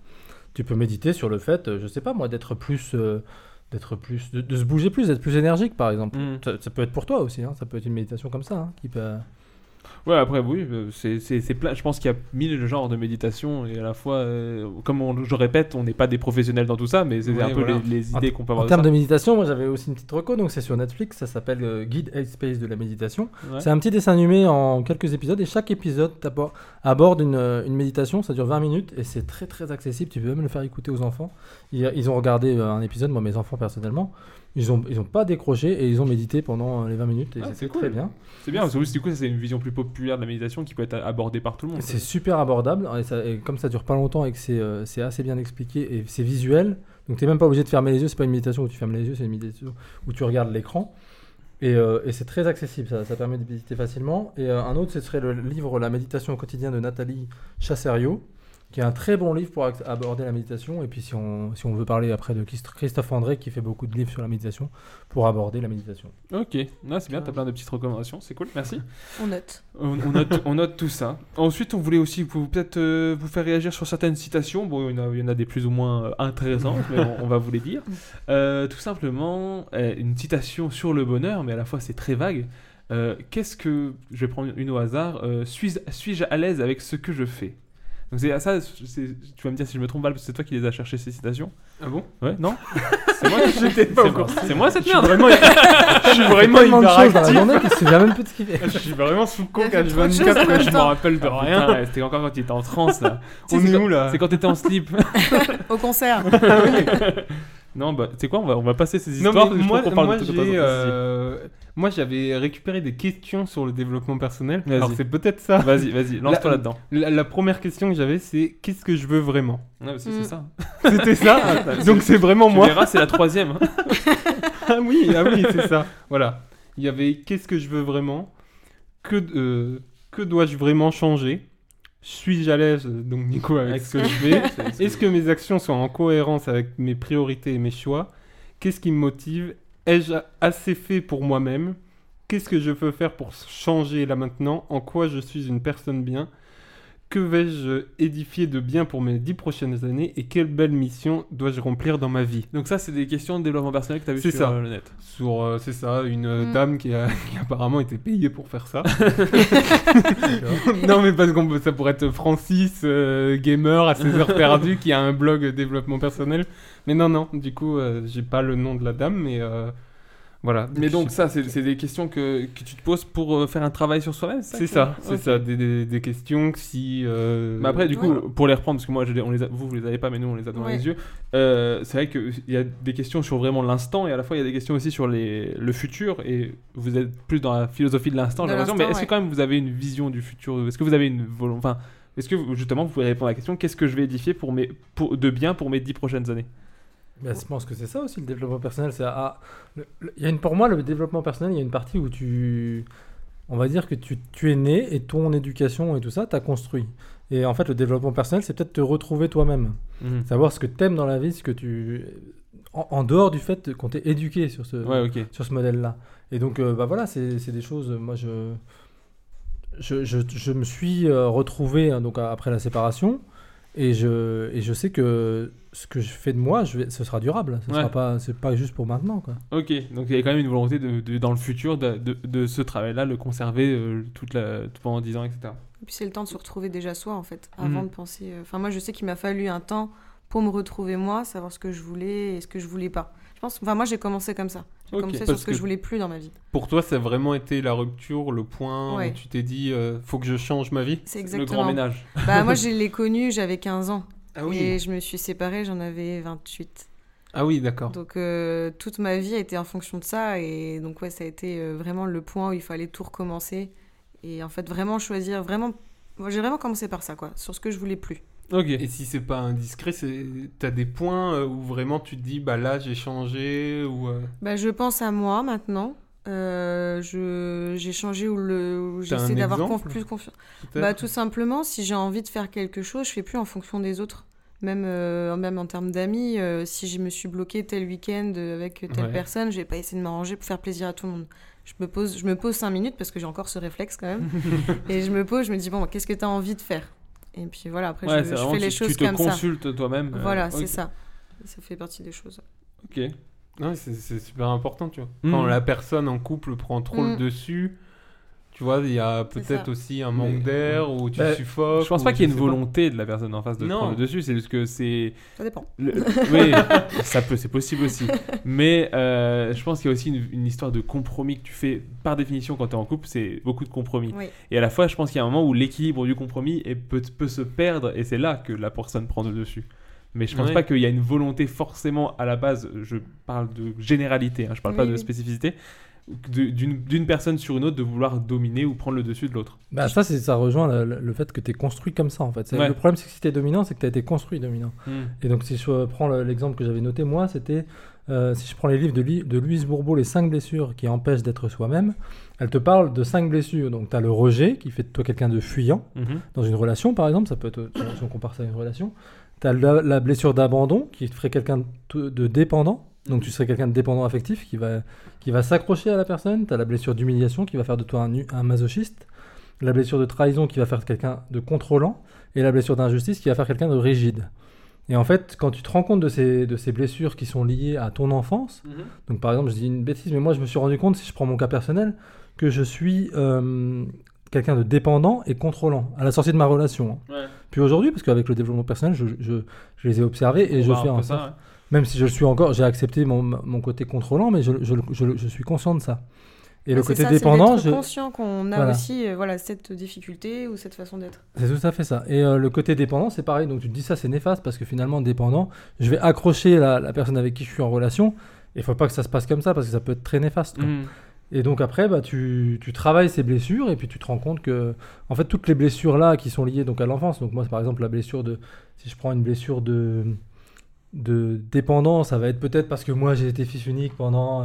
Tu peux méditer sur le fait, euh, je sais pas moi, d'être plus, euh, d'être plus, de, de se bouger plus, d'être plus énergique, par exemple. Ça, ça peut être pour toi aussi, hein, ça peut être une méditation comme ça, hein, qui peut.
Ouais, après, oui, euh, c'est- c'est c'est plein. Je pense qu'il y a mille genres de méditation et à la fois, euh, comme on- je répète, on n'est pas des professionnels dans tout ça, mais c'est
Ouais,
un peu
voilà.
les, les
En-
idées qu'on peut
En
avoir.
termes
de
de
ça.
méditation, moi j'avais aussi une petite reco, donc c'est sur Netflix, ça s'appelle euh, Guide Headspace de la méditation.
Ouais.
C'est un petit dessin animé en quelques épisodes et chaque épisode t'appo- aborde une, euh, une méditation, ça dure 20 minutes et c'est très très accessible, tu peux même le faire écouter aux enfants. Ils, ils ont regardé euh, un épisode, moi mes enfants personnellement, ils ont, ils ont pas décroché et ils ont médité pendant euh, les 20 minutes et
Ah,
c'est très bien.
C'est bien, parce que du coup, c'est une vision plus populaire de la méditation qui peut être abordée par tout le monde.
C'est super abordable hein, et, ça- et comme ça dure pas longtemps et que c'est euh, c'est assez bien expliqué et c'est visuel, donc t'es même pas obligé de fermer les yeux. C'est pas une méditation où tu fermes les yeux, c'est une méditation où tu regardes l'écran. Et, euh, et c'est très accessible, ça, ça permet de méditer facilement. Et euh, un autre, ce serait le livre La méditation au quotidien de Nathalie Chasserio, qui est un très bon livre pour ac- aborder la méditation. Et puis si on, si on veut parler après de Christ- Christophe André, qui fait beaucoup de livres sur la méditation, pour aborder la méditation.
Ok, non, c'est bien, t'as plein de petites recommandations, c'est cool, merci.
On note.
On, on note, on note tout ça. Ensuite, on voulait aussi vous- peut-être euh, vous faire réagir sur certaines citations. Bon, il y en a, il y en a des plus ou moins euh, intéressantes, mais on, on va vous
[laughs]
les dire. Euh, tout simplement, euh, une citation sur le bonheur, mais à la fois c'est très vague. Euh, Qu'est-ce que. Je vais prendre une au hasard. Euh, Suis- Suis-je à l'aise avec ce que je fais Donc, c'est ça, c'est- tu vas me dire si je me trompe, Val, parce que c'est toi qui les as cherchées, ces citations.
Ah
[laughs]
bon
Ouais,
[laughs]
non C'est moi qui
J'étais pas au
c'est
courant.
moi- C'est moi cette
Je suis
merde
vraiment- je suis vraiment
Tellement de choses dans la
hyperactif.
journée qu'il se souvient même plus de ce qu'il fait.
Je suis vraiment sous
Il
coke
y a
à
fait trop de choses en
24
même
je me
temps.
rappelle
[laughs]
de
Ah,
rien.
putain, ouais, C'était encore quand tu étais
[laughs]
en transe là.
On
Tu sais,
est
c'est
où,
quand-
là
[laughs]
C'est quand t'étais en slip.
Au concert.
[laughs] Non, bah, tu sais quoi, on va, on va passer ces
Non,
histoires.
mais
je
moi,
trouve qu'on parle
moi,
de trucs
j'ai,
intéressants.
euh, moi, j'avais récupéré des questions sur le développement personnel.
Vas-y.
Alors, c'est peut-être ça.
Vas-y, [laughs] vas-y, lance-toi
La-
là-dedans.
La, la première question que j'avais, c'est qu'est-ce que je veux vraiment
Ouais, bah, c'est- c'est Mm. ça.
C'était ça. Donc, c'est vraiment
Ah, bah, Tu
moi.
verras, c'est la troisième. hein.
ah oui, ah oui, c'est ça. Voilà. Il y avait qu'est-ce que je veux vraiment Que, euh, que dois-je vraiment changer Suis-je à l'aise, donc Nico, avec ce que je
[laughs]
fais Est-ce que mes actions sont en cohérence avec mes priorités et mes choix Qu'est-ce qui me motive Ai-je assez fait pour moi-même Qu'est-ce que je peux faire pour changer là maintenant En quoi je suis une personne bien Que vais-je édifier de bien pour mes dix prochaines années Et quelle belle mission dois-je remplir dans ma vie
Donc, ça, c'est des questions de développement personnel que tu as vu
c'est
sur
ça.
euh, le net.
Sur, euh, c'est ça, une
Mm.
euh, dame qui, a, [laughs] qui apparemment était payée pour faire
[laughs]
ça. [laughs] non, mais parce qu'on peut, ça pourrait être Francis, euh, gamer à ses heures perdues, qui a un blog développement personnel. Mais non, non, du coup, euh, j'ai pas le nom de la dame, mais euh, voilà.
Mais donc, ça, c'est c'est des questions que, que tu te poses pour euh, faire un travail sur soi-même, c'est ça
C'est ça, c'est
que- Ok.
ça, des, des- des questions que si. euh,
Mais après, du coup,
voilà.
pour les reprendre, parce que moi, je les- on les a- vous, vous les avez pas, mais nous, on les a devant
Ouais.
les yeux. euh, c'est vrai qu'il y a des questions sur vraiment l'instant et à la fois, il y a des questions aussi sur les, le futur. Et vous êtes plus dans la philosophie de l'instant,
De
j'ai l'impression. Mais
l'instant,
est-ce
ouais.
que quand même vous avez une vision du futur Est-ce que vous avez une volonté Enfin, est-ce que vous- justement, vous pouvez répondre à la question qu'est-ce que je vais édifier pour mes, pour, de bien pour mes dix prochaines années
Bah, je pense que c'est ça aussi le développement personnel. C'est ah, le- le- il y a une, pour moi, le développement personnel, il y a une partie où tu. On va dire que tu, tu es né et ton éducation et tout ça, t'as construit. Et en fait, le développement personnel, c'est peut-être te retrouver toi-même.
Mhm.
Savoir ce que t'aimes dans la vie, ce que tu. En, en dehors du fait qu'on t'est éduqué sur ce,
Ouais, ok.
sur ce modèle-là. Et donc, euh, bah voilà, c'est c'est des choses. euh, Moi, je. Je, je- je me suis euh, retrouvé hein, donc, a- après la séparation et je, et je sais que ce que je fais de moi, je vais, ce sera durable. Ce
Ouais.
sera pas, c'est pas juste pour maintenant. Quoi.
Ok, donc il y a quand même une volonté de, de- dans le futur de, de- de ce travail-là, le conserver euh, toute la, pendant 10 ans, etc.
Et puis c'est le temps de se retrouver déjà soi, en fait, avant
Mhm.
de penser. euh, Enfin, moi, je sais qu'il m'a fallu un temps pour me retrouver moi, savoir ce que je voulais et ce que je voulais pas. Je pense. Enfin, moi, j'ai commencé comme ça. J'ai
Ok.
commencé sur
Parce
ce que,
que-
je voulais plus dans ma vie.
Pour toi, ça a vraiment été la rupture, le point
Ouais.
où tu t'es dit, euh, faut que je change ma vie
C'est exactement.
Le grand ménage.
Bah,
[laughs]
moi, je l'ai connu, j'avais 15 ans.
Ah oui.
Et je me suis séparée, j'en avais 28.
Ah oui, d'accord.
Donc, euh, toute ma vie a été en fonction de ça. Et donc, ouais, ça a été euh, vraiment le point où il fallait tout recommencer. Et en fait, vraiment choisir, vraiment. moi, J'ai vraiment commencé par ça, quoi, sur ce que je voulais plus.
Et si c'est pas indiscret, c'est- t'as des points euh, où vraiment tu te dis, bah là j'ai changé ou. euh,
Bah, je pense à moi maintenant. Euh, je- j'ai changé ou le où
T'as
j'essaie
un
d'avoir
exemple,
conf- plus confiance.
peut-être
Bah tout simplement, si j'ai envie de faire quelque chose, je fais plus en fonction des autres. Même euh, même en termes d'amis, euh, si je me suis bloqué tel week-end euh, avec telle
Ouais.
personne, je vais pas essayer de m'arranger pour faire plaisir à tout le monde. Je me pose, je me pose cinq minutes parce que j'ai encore ce réflexe
[laughs]
quand même. et je me pose, je me dis bon, qu'est-ce que tu as envie de faire Et puis voilà, après
Ouais,
je,
c'est
je
vraiment,
fais les
tu- tu
choses
te
comme ça.
consultes toi-même, euh,
Voilà,
ok.
c'est ça. Ça fait partie des choses.
Ok.
Ouais, c'est- c'est super important, tu vois.
Mm.
Quand la personne en couple prend trop
Mm.
le dessus, tu vois, il y a
C'est
peut-être
ça.
aussi un manque d'air ou tu
Bah,
suffoques.
Je pense pas
ou
qu'il y ait
je
une
sais pas.
volonté de la personne en face de
Non.
prendre le dessus, c'est juste que c'est.
Ça dépend.
[laughs]
Le- Oui, ça peut, c'est possible aussi. Mais euh, je pense qu'il y a aussi une, une histoire de compromis que tu fais par définition quand tu es en couple, c'est beaucoup de compromis.
Oui.
Et à la fois, je pense qu'il y a un moment où l'équilibre du compromis est- peut, peut se perdre et c'est là que la personne prend le dessus. Mais je pense
Ouais.
pas qu'il y a une volonté forcément à la base, je parle de généralité, hein, je parle pas
Oui,
de
oui.
spécificité, de- d'une d'une personne sur une autre de vouloir dominer ou prendre le dessus de l'autre.
Bah, ça, c'est- ça rejoint le, le- le fait que tu es construit comme ça, en fait. C'est-
Ouais.
Le problème, c'est que si tu es dominant, c'est que tu as été construit dominant.
Mm.
Et donc, si je euh, prends le- l'exemple que j'avais noté, moi, c'était euh, si je prends les livres de, Li- de Louise Bourbeau, Les 5 blessures qui empêchent d'être soi-même, elle te parle de 5 blessures. Donc, tu as le rejet qui fait de toi quelqu'un de fuyant.
Mhm.
Dans une relation, par exemple, ça peut être, si on compare ça à une relation, tu as la, la blessure d'abandon qui te ferait quelqu'un de, de dépendant. Donc, tu serais quelqu'un de dépendant affectif qui va, qui va s'accrocher à la personne. Tu as la blessure d'humiliation qui va faire de toi un, hu- un masochiste la blessure de trahison qui va faire quelqu'un de contrôlant, et la blessure d'injustice qui va faire quelqu'un de rigide. Et en fait, quand tu te rends compte de ces, de ces blessures qui sont liées à ton enfance,
Mhm.
donc par exemple, je dis une bêtise, mais moi je me suis rendu compte, si je prends mon cas personnel, que je suis euh, quelqu'un de dépendant et contrôlant à la sortie de ma relation. hein.
Ouais.
Puis aujourd'hui, parce qu'avec le développement personnel, je, je- je les ai observés et
bah, On
je
voit un
fais
peu
en
ça,
sorte-
ouais.
Même si je le suis encore, j'ai accepté mon, mon côté contrôlant, mais je, je- je- je suis conscient de ça. Et le
c'est
côté
ça, c'est
dépendant,
d'être
je-
conscient qu'on a
Voilà.
aussi euh, voilà, cette difficulté ou cette façon d'être.
C'est tout à fait ça. Et euh, le côté dépendant, c'est pareil. Donc tu te dis ça, c'est néfaste parce que finalement, dépendant, je vais accrocher la, la personne avec qui je suis en relation. Et faut pas que ça se passe comme ça parce que ça peut être très néfaste. quoi.
Mm.
Et donc après, bah, tu, tu travailles ces blessures et puis tu te rends compte que, en fait, toutes les blessures là qui sont liées donc à l'enfance. Donc moi, par exemple, la blessure de, si je prends une blessure de de dépendance, ça va être peut-être parce que moi j'ai été fils unique pendant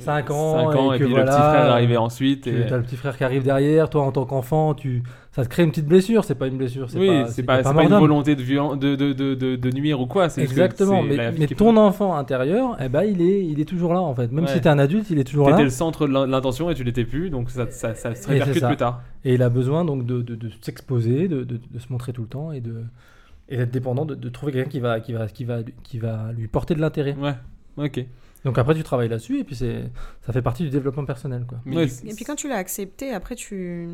5 ans,
Cinq ans, et
que
puis le petit
voilà,
frère est arrivé ensuite,
que
et-
t'as le petit frère qui arrive derrière, toi en tant qu'enfant, tu ça te crée une petite blessure, c'est pas une blessure, c'est
Oui,
pas,
c'est pas, c'est pas
mort
une
d'homme.
volonté de, violen- de, de, de, de- de nuire ou quoi. c'est juste que
Exactement,
c'est
mais,
la vie
mais
qui est-
ton enfant intérieur, eh ben, il, est, il est toujours là en fait. Même
Ouais.
si t'es un adulte, il est toujours là.
T'étais le centre de l'in- l'intention et tu l'étais plus, donc ça, ça, ça se
Et c'est
répercute
ça.
plus tard.
Et il a besoin donc de, de- de s'exposer, de, de- de se montrer tout le temps et de et d'être dépendant, de, de trouver quelqu'un qui va, qui, va, qui, va, qui va lui porter de l'intérêt.
Ouais, ok.
Donc après, tu travailles là-dessus et puis c'est, ça fait partie du développement personnel. Quoi.
Et puis quand tu l'as accepté, après tu.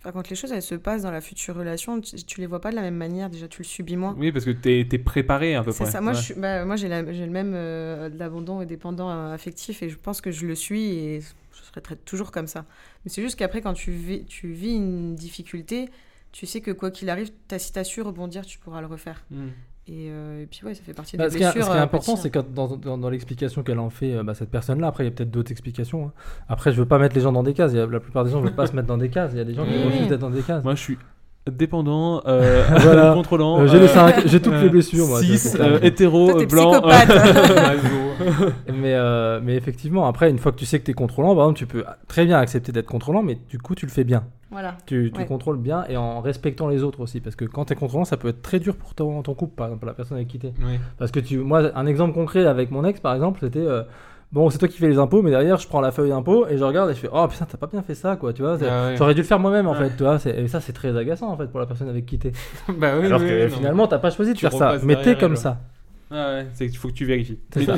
Enfin, quand les choses elles se passent dans la future relation, tu, tu les vois pas de la même manière. Déjà, tu le subis moins.
Oui, parce que t'es t'es préparé à peu
C'est
près.
ça. Moi,
Ouais.
je suis- bah, moi, j'ai la- j'ai le même euh, de l'abandon et dépendant euh, affectif, et je pense que je le suis et je serai très- toujours comme ça. Mais c'est juste qu'après, quand tu vis, tu vis une difficulté, tu sais que quoi qu'il arrive, t'as- si t'as su rebondir, tu pourras le refaire.
Mm.
Et, euh, et puis ouais, ça fait partie
Bah,
des
ce, qui est,
blessures.
ce qui est
euh,
important,
petit,
c'est que dans, dans- dans l'explication qu'elle en fait, euh, bah, cette personne-là, après, il y a peut-être d'autres explications. hein. Après, je veux pas mettre les gens dans des cases. Il y a- la plupart des gens ne veulent pas se mettre dans des cases. Il y a des gens qui
Oui.
refusent d'être dans des cases.
Moi, je suis dépendant, euh,
[laughs]
[laughs]
Voilà.
contrôlant.
Euh, j'ai les
euh,
cinq, j'ai toutes
euh,
les blessures, moi,
six,
de toute
euh,
façon.
hétéro, euh, blanc.
hein. mais, euh, mais effectivement, après, une fois que tu sais que tu es contrôlant, par exemple, tu peux très bien accepter d'être contrôlant, mais du coup, tu le fais bien.
[laughs] Voilà.
Tu, tu
Ouais.
contrôles bien et en respectant les autres aussi. Parce que quand tu es contrôlant, ça peut être très dur pour ton, ton couple, par exemple, la personne avec qui t'es.
Oui.
Parce que tu, moi, un exemple concret avec mon ex, par exemple, c'était. euh, Bon, c'est toi qui fais les impôts, mais derrière, je prends la feuille d'impôts et je regarde et je fais Oh putain, t'as pas bien fait ça, quoi, tu vois. c'est-
Ah ouais.
J'aurais dû le faire moi-même, en fait, tu vois. c'est- Et ça, c'est très agaçant, en fait, pour la personne avec qui t'es.
[laughs] Bah oui,
Alors
oui,
que
oui, non.
finalement, t'as pas choisi de
Tu
faire ça,
repasses
mais t'es
derrière,
comme
elle,
ça.
Ah [laughs] ouais, c'est qu'il faut que tu vérifies.
C'est ça.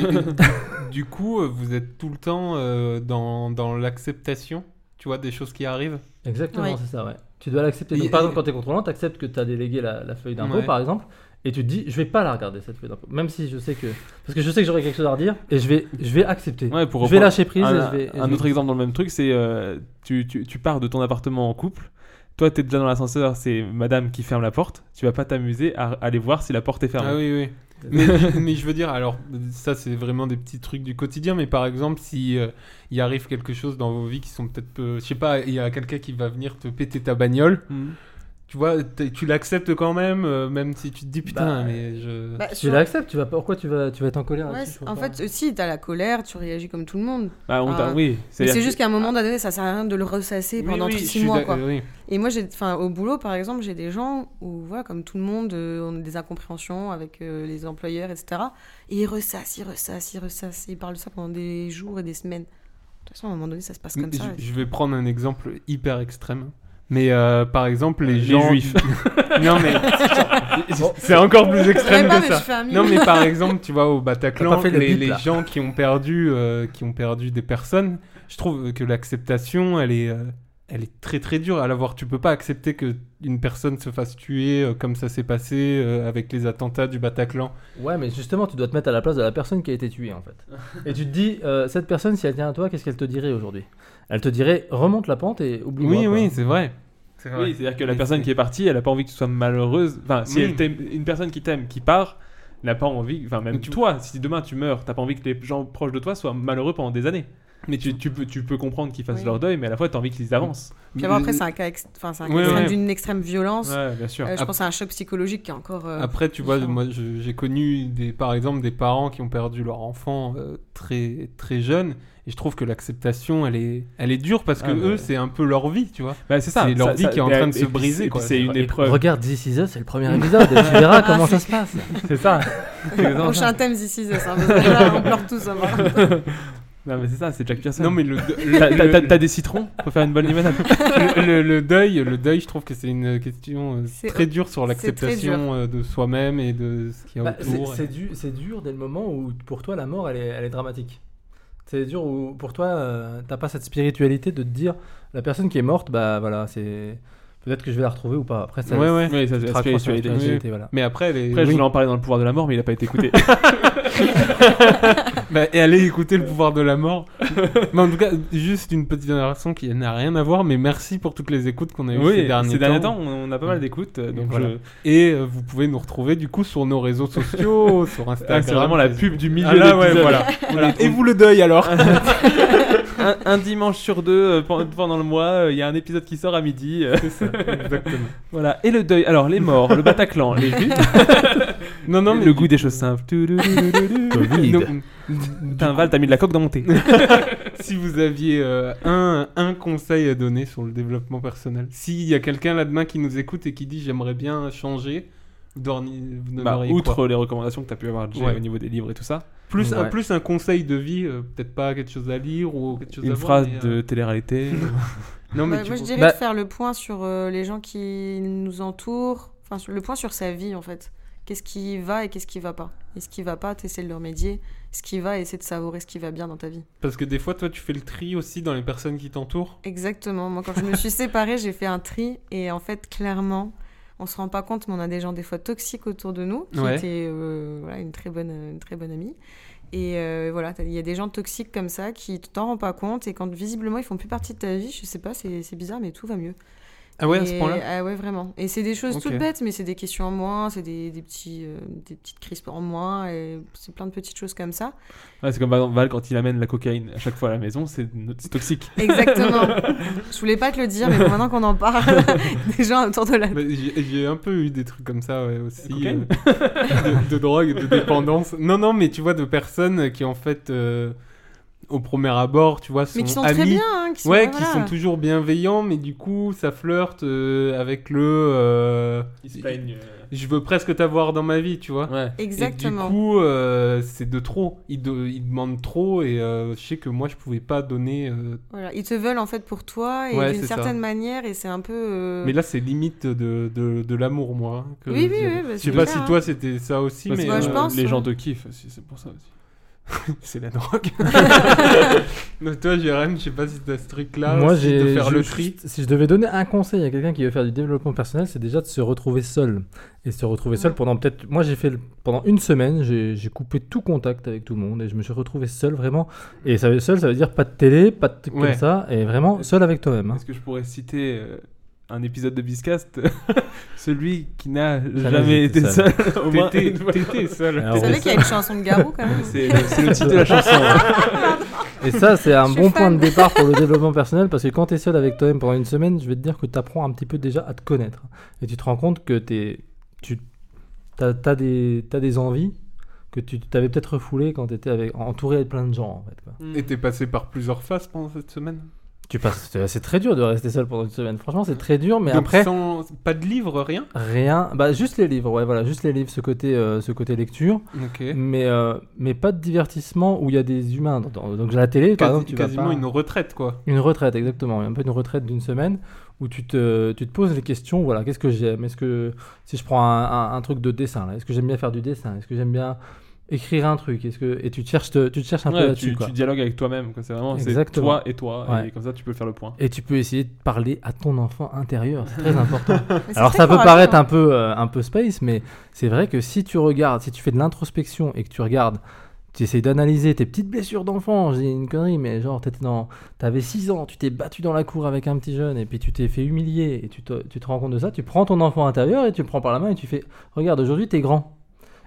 du coup, euh, vous êtes tout le temps euh, dans, dans l'acceptation, tu vois, des choses qui arrivent.
Exactement,
Oui.
c'est ça, ouais. Tu dois l'accepter. Donc,
Et-
par exemple, quand tu es contrôlant, tu acceptes que tu as délégué la, la feuille d'impôt,
Ouais.
par exemple, et tu te dis, je vais pas la regarder cette feuille d'impôt, même si je sais que. Parce que je sais que j'aurai quelque chose à redire, et je vais, je vais accepter.
Ouais, pour
je vais
reprendre
lâcher prise.
Un,
et je vais, et
un
je vais-
autre exemple dans le même truc, c'est euh, tu, tu- tu pars de ton appartement en couple. Toi, t'es déjà dans l'ascenseur, c'est madame qui ferme la porte. Tu vas pas t'amuser à aller voir si la porte est fermée.
Ah oui, oui.
[laughs]
mais, mais je veux dire, alors, ça, c'est vraiment des petits trucs du quotidien, mais par exemple, si euh, il arrive quelque chose dans vos vies qui sont peut-être peu. Je sais pas, il y a quelqu'un qui va venir te péter ta bagnole.
Hmm.
Tu vois, t'es- tu l'acceptes quand même, euh, même si tu te dis putain,
Bah,
mais je.
Bah,
tu l'acceptes, tu vas, pourquoi tu vas, tu vas être en colère
Ouais,
là-dessus, je
c'est-
vois
en
pas.
fait, euh, si, t'as la colère, tu réagis comme tout le monde.
Bah, on t'a- oui,
Ah. mais
c'est-à-dire
c'est
que- ah.
juste qu'à un moment donné, ça sert à rien de le ressasser
Oui,
pendant
oui, je
6
suis
mois.
d'ac-
Quoi.
euh, oui.
Et moi, j'ai, enfin, au boulot, par exemple, j'ai des gens où, voilà, comme tout le monde, euh, on a des incompréhensions avec euh, les employeurs, etc. Et ils ressassent, ils ressassent, ils ressassent. Ils parlent de ça pendant des jours et des semaines. De toute façon, à un moment donné, ça se passe comme
Je,
ça.
je vais prendre un exemple hyper extrême. Mais euh, par exemple, les,
Les
gens.
juifs.
[laughs] non, mais.
Bon.
C'est encore plus extrême
Ouais, pas,
que
mais
ça.
je fais un mime.
non, mais par exemple, tu vois, au
T'as
Bataclan,
pas fait le
les,
bip,
les
là.
gens qui ont, perdu, euh, qui ont perdu des personnes, je trouve que l'acceptation, elle est. euh, elle est très très dure à l'avoir. Tu peux pas accepter que une personne se fasse tuer euh, comme ça s'est passé euh, avec les attentats du Bataclan.
Ouais, mais justement, tu dois te mettre à la place de la personne qui a été tuée, en fait. Et tu te dis, euh, cette personne, si elle tient à toi, qu'est-ce qu'elle te dirait aujourd'hui Elle te dirait, remonte la pente et oublie
Oui, oui, c'est vrai.
Oui, c'est-à-dire que la personne qui est partie, elle a pas envie que tu sois malheureuse. Enfin, si
Mm.
elle t'aime- une personne qui t'aime, qui part, n'a pas envie. Enfin, même toi, si demain tu meurs, t'as pas envie que les gens proches de toi soient malheureux pendant des années. Mais tu, tu peux, tu peux comprendre qu'ils fassent
Oui.
leur deuil, mais à la fois t'as envie qu'ils avancent.
Puis avant, après, c'est un cas, ex- enfin, c'est un cas
Ouais,
extrême
ouais.
d'une extrême violence.
Ouais, bien sûr. Ah,
Euh, je
Ap-
pense à un choc psychologique qui est encore. euh,
Après, tu vois, moi, je- j'ai connu des, par exemple des parents qui ont perdu leur enfant euh, très très jeune, et je trouve que l'acceptation, elle est, elle est dure parce que
Ah,
eux,
ouais.
c'est un peu leur vie, tu vois.
Bah, c'est ça,
C'est leur
ça-
vie
ça-
qui est en
mais-
train de
et
se
puis
briser.
c'est-
quoi.
c'est une
Et
épreuve.
Regarde This Is Us, c'est le premier épisode, et tu verras
[laughs]
comment ça se passe.
C'est ça. C'est exactement
Prochain
ça.
thème, This Is Us, hein, parce
[laughs]
que là, on pleure tous, hein, par contre.
Non, mais c'est ça, c'est Jack Pearson.
Non, mais le- le-
T'as- t'as-
le-
t'as- T'as des citrons pour faire une bonne limonade.
[laughs] le, le- le deuil, le deuil, je trouve que c'est une question euh,
C'est-
très dure sur
c'est très dur.
l'acceptation euh, de soi-même et de ce qu'il y a
Bah, c'est-
autour.
c'est du- c'est dur dès le moment où pour toi la mort elle est, elle est dramatique. C'est dur où pour toi euh, t'as pas cette spiritualité de te dire la personne qui est morte bah voilà c'est peut-être que je vais la retrouver ou pas. Après ça,
Ouais, ouais.
tu
Oui, ça,
te
c'est la
raccroches à la
spiritualité.
spiritualité,
Oui.
voilà.
Mais après, les-
Après, je
oui.
[laughs] voulais en parler dans le pouvoir de la mort, mais il a pas été écouté.
Bah, et allez écouter le pouvoir de la
[laughs]
mort. mais en tout cas, juste une petite information qui n'a rien à voir, mais merci pour toutes les écoutes qu'on a eues
Oui,
ces derniers
ces derniers
temps.
temps, on- on a pas mal d'écoutes, euh, donc je-
Et euh, vous pouvez nous retrouver du coup sur nos réseaux sociaux, sur Instagram.
Ah, c'est vraiment la pub du milieu
Ah là, ouais,
d'épisode. [laughs]
voilà.
Voilà.
Et vous le deuil alors
un, un dimanche sur deux euh, pen- pendant le mois, euh, il y a un épisode qui sort à midi. C'est ça,
exactement.
[laughs] voilà. Et le deuil. Alors les morts, le Bataclan, les [laughs] Juifs.
non non.
le goût des choses simples.
Covid.
Non. Putain, Val, t'as mis de la coque dans mon thé.
[laughs] si vous aviez euh, un, un conseil à donner sur le développement personnel, s'il y a quelqu'un là-demain qui nous écoute et qui dit j'aimerais bien changer, vous dormi- vous
Bah,
donneriez
outre
quoi
les recommandations que t'as pu avoir Jay,
Ouais.
au niveau des livres et tout ça.
plus, un,
Ouais.
plus un conseil de vie, euh, peut-être pas quelque chose à lire ou quelque chose à
Une
voir,
phrase
mais, euh,
de télé-réalité. [laughs]
non mais
Bah,
tu
moi, je
vois.
dirais
Bah-
de faire le point sur euh, les gens qui nous entourent, enfin sur- le point sur sa vie en fait. Qu'est-ce qui va et qu'est-ce qui va pas Et ce qui va pas, t'essaies de le remédier. Ce qui va, essaie de savourer ce qui va bien dans ta vie.
parce que des fois toi tu fais le tri aussi dans les personnes qui t'entourent.
Exactement. Moi, quand je me suis séparée, j'ai fait un tri et en fait, clairement, on se rend pas compte, mais on a des gens des fois toxiques autour de nous qui
Ouais.
étaient euh, voilà, une très bonne, une très bonne amie. Et euh, voilà, t'as- il y a des gens toxiques comme ça qui tu t'en rends pas compte et quand visiblement ils font plus partie de ta vie, je sais pas, c'est c'est bizarre, mais tout va mieux.
Ah ouais, à ce
Et-
point-là
Ah ouais, vraiment. Et c'est des choses
Ok.
toutes bêtes, mais c'est des questions en moins, c'est des, des, petits, euh, des petites crispes en moins, et c'est plein de petites choses comme ça.
Ouais, c'est comme par exemple, Val quand il amène la cocaïne à chaque fois à la maison, c'est c'est toxique.
[laughs]
Exactement. je voulais pas te le dire, mais bon, maintenant qu'on en parle, [laughs] des gens autour de la [laughs]
Bah, j'ai j'ai un peu eu des trucs comme ça ouais, aussi.
cocaïne
euh, de, de drogue, de dépendance. Non, non, mais tu vois, de personnes qui en fait. euh, au premier abord, tu vois, sont
Mais qui sont très
amis.
bien, hein, qui sont-
ouais,
voilà.
qui sont toujours bienveillants, mais du coup, ça flirte euh, avec le. euh, Je veux presque t'avoir dans ma vie, tu vois.
Exactement.
Et du coup, euh, c'est de trop. Ils, de- ils demandent trop, et euh, je sais que moi, je pouvais pas donner. euh,
Voilà, ils te veulent en fait pour toi et
Ouais,
d'une
c'est ça.
certaine manière et c'est un peu. euh,
Mais là, c'est limite de, de, de l'amour, moi. hein, que je
Oui, oui,
dirais.
oui, bah,
Je
c'est
sais pas
clair,
si
hein.
toi, c'était ça aussi,
Parce
mais.
que, Moi, je euh, pense, les ouais. gens te
kiffent, c'est pour ça
[laughs]
aussi. c'est la drogue. mais toi, Jérém, je sais pas si t'as ce truc-là.
Moi,
aussi, De
j'ai.
faire
je-
le
je-
tri.
Si je devais donner un conseil à quelqu'un qui veut faire du développement personnel, c'est déjà de se retrouver seul. Et se retrouver seul pendant peut-être. Moi, j'ai fait le- pendant une semaine, j'ai j'ai coupé tout contact avec tout le monde et je me suis retrouvé seul vraiment. Et ça veut seul, ça veut dire pas de télé, pas de trucs
Ouais.
comme ça, et vraiment seul avec toi-même. hein.
Est-ce que je pourrais citer euh, un épisode de Biscast Celui qui n'a
Jamais
jamais,
été
été
seul.
seul. [laughs] au moins
T'étais-
une fois.
t'étais seul.
Vous savez
T'étais
qu'il y a une
seul.
chanson de Garou,
[laughs]
quand même
C'est le, c'est le titre de la chanson.
Et ça, c'est un bon point de départ pour le développement personnel parce que quand tu es seul avec toi-même pendant une semaine, je vais te dire que tu apprends un petit peu déjà à te connaître. Et tu te rends compte que t'es- tu as, des, t'as des envies que tu t'avais peut-être refoulées quand tu étais avec, entouré de plein de gens. En fait, quoi.
Hmm.
Et t'es passé par plusieurs phases pendant cette semaine.
Tu passes, c'est- c'est très dur de rester seul pendant une semaine. Franchement, c'est très dur, mais
Donc,
après.
sans- Pas de livre, rien.
Rien, bah juste les livres, ouais, voilà, juste les livres, ce côté, euh, ce côté lecture,
Ok.
mais euh, mais pas de divertissement où il y a des humains. dedans. Donc la télé, par
Quasi-
exemple, tu vas
quasiment
pas-
une retraite, quoi.
Une retraite, exactement. Un peu une retraite d'une semaine où tu te, tu te poses les questions. Voilà, qu'est-ce que j'aime Est-ce que si je prends un, un- un truc de dessin, là, est-ce que j'aime bien faire du dessin Est-ce que j'aime bien écrire un truc Est-ce que et tu te cherches, te- tu te cherches un peu
Ouais,
là-dessus.
tu,
quoi.
tu dialogues avec toi-même. quoi. C'est vraiment c'est
Exactement.
toi et toi.
Ouais.
Et comme ça, tu peux faire le point.
Et tu peux essayer de parler à ton enfant intérieur, c'est très
[laughs]
important.
c'est
Alors
très
ça peut
courageux,
paraître
hein.
un peu, euh, un peu space, mais c'est vrai que si tu regardes, si tu fais de l'introspection et que tu regardes, tu essayes d'analyser tes petites blessures d'enfant, j'ai une connerie, mais genre t'étais dans, t'avais 6 ans, tu t'es battu dans la cour avec un petit jeune et puis tu t'es fait humilier et tu te, tu te rends compte de ça, tu prends ton enfant intérieur et tu le prends par la main et tu fais, regarde aujourd'hui t'es grand.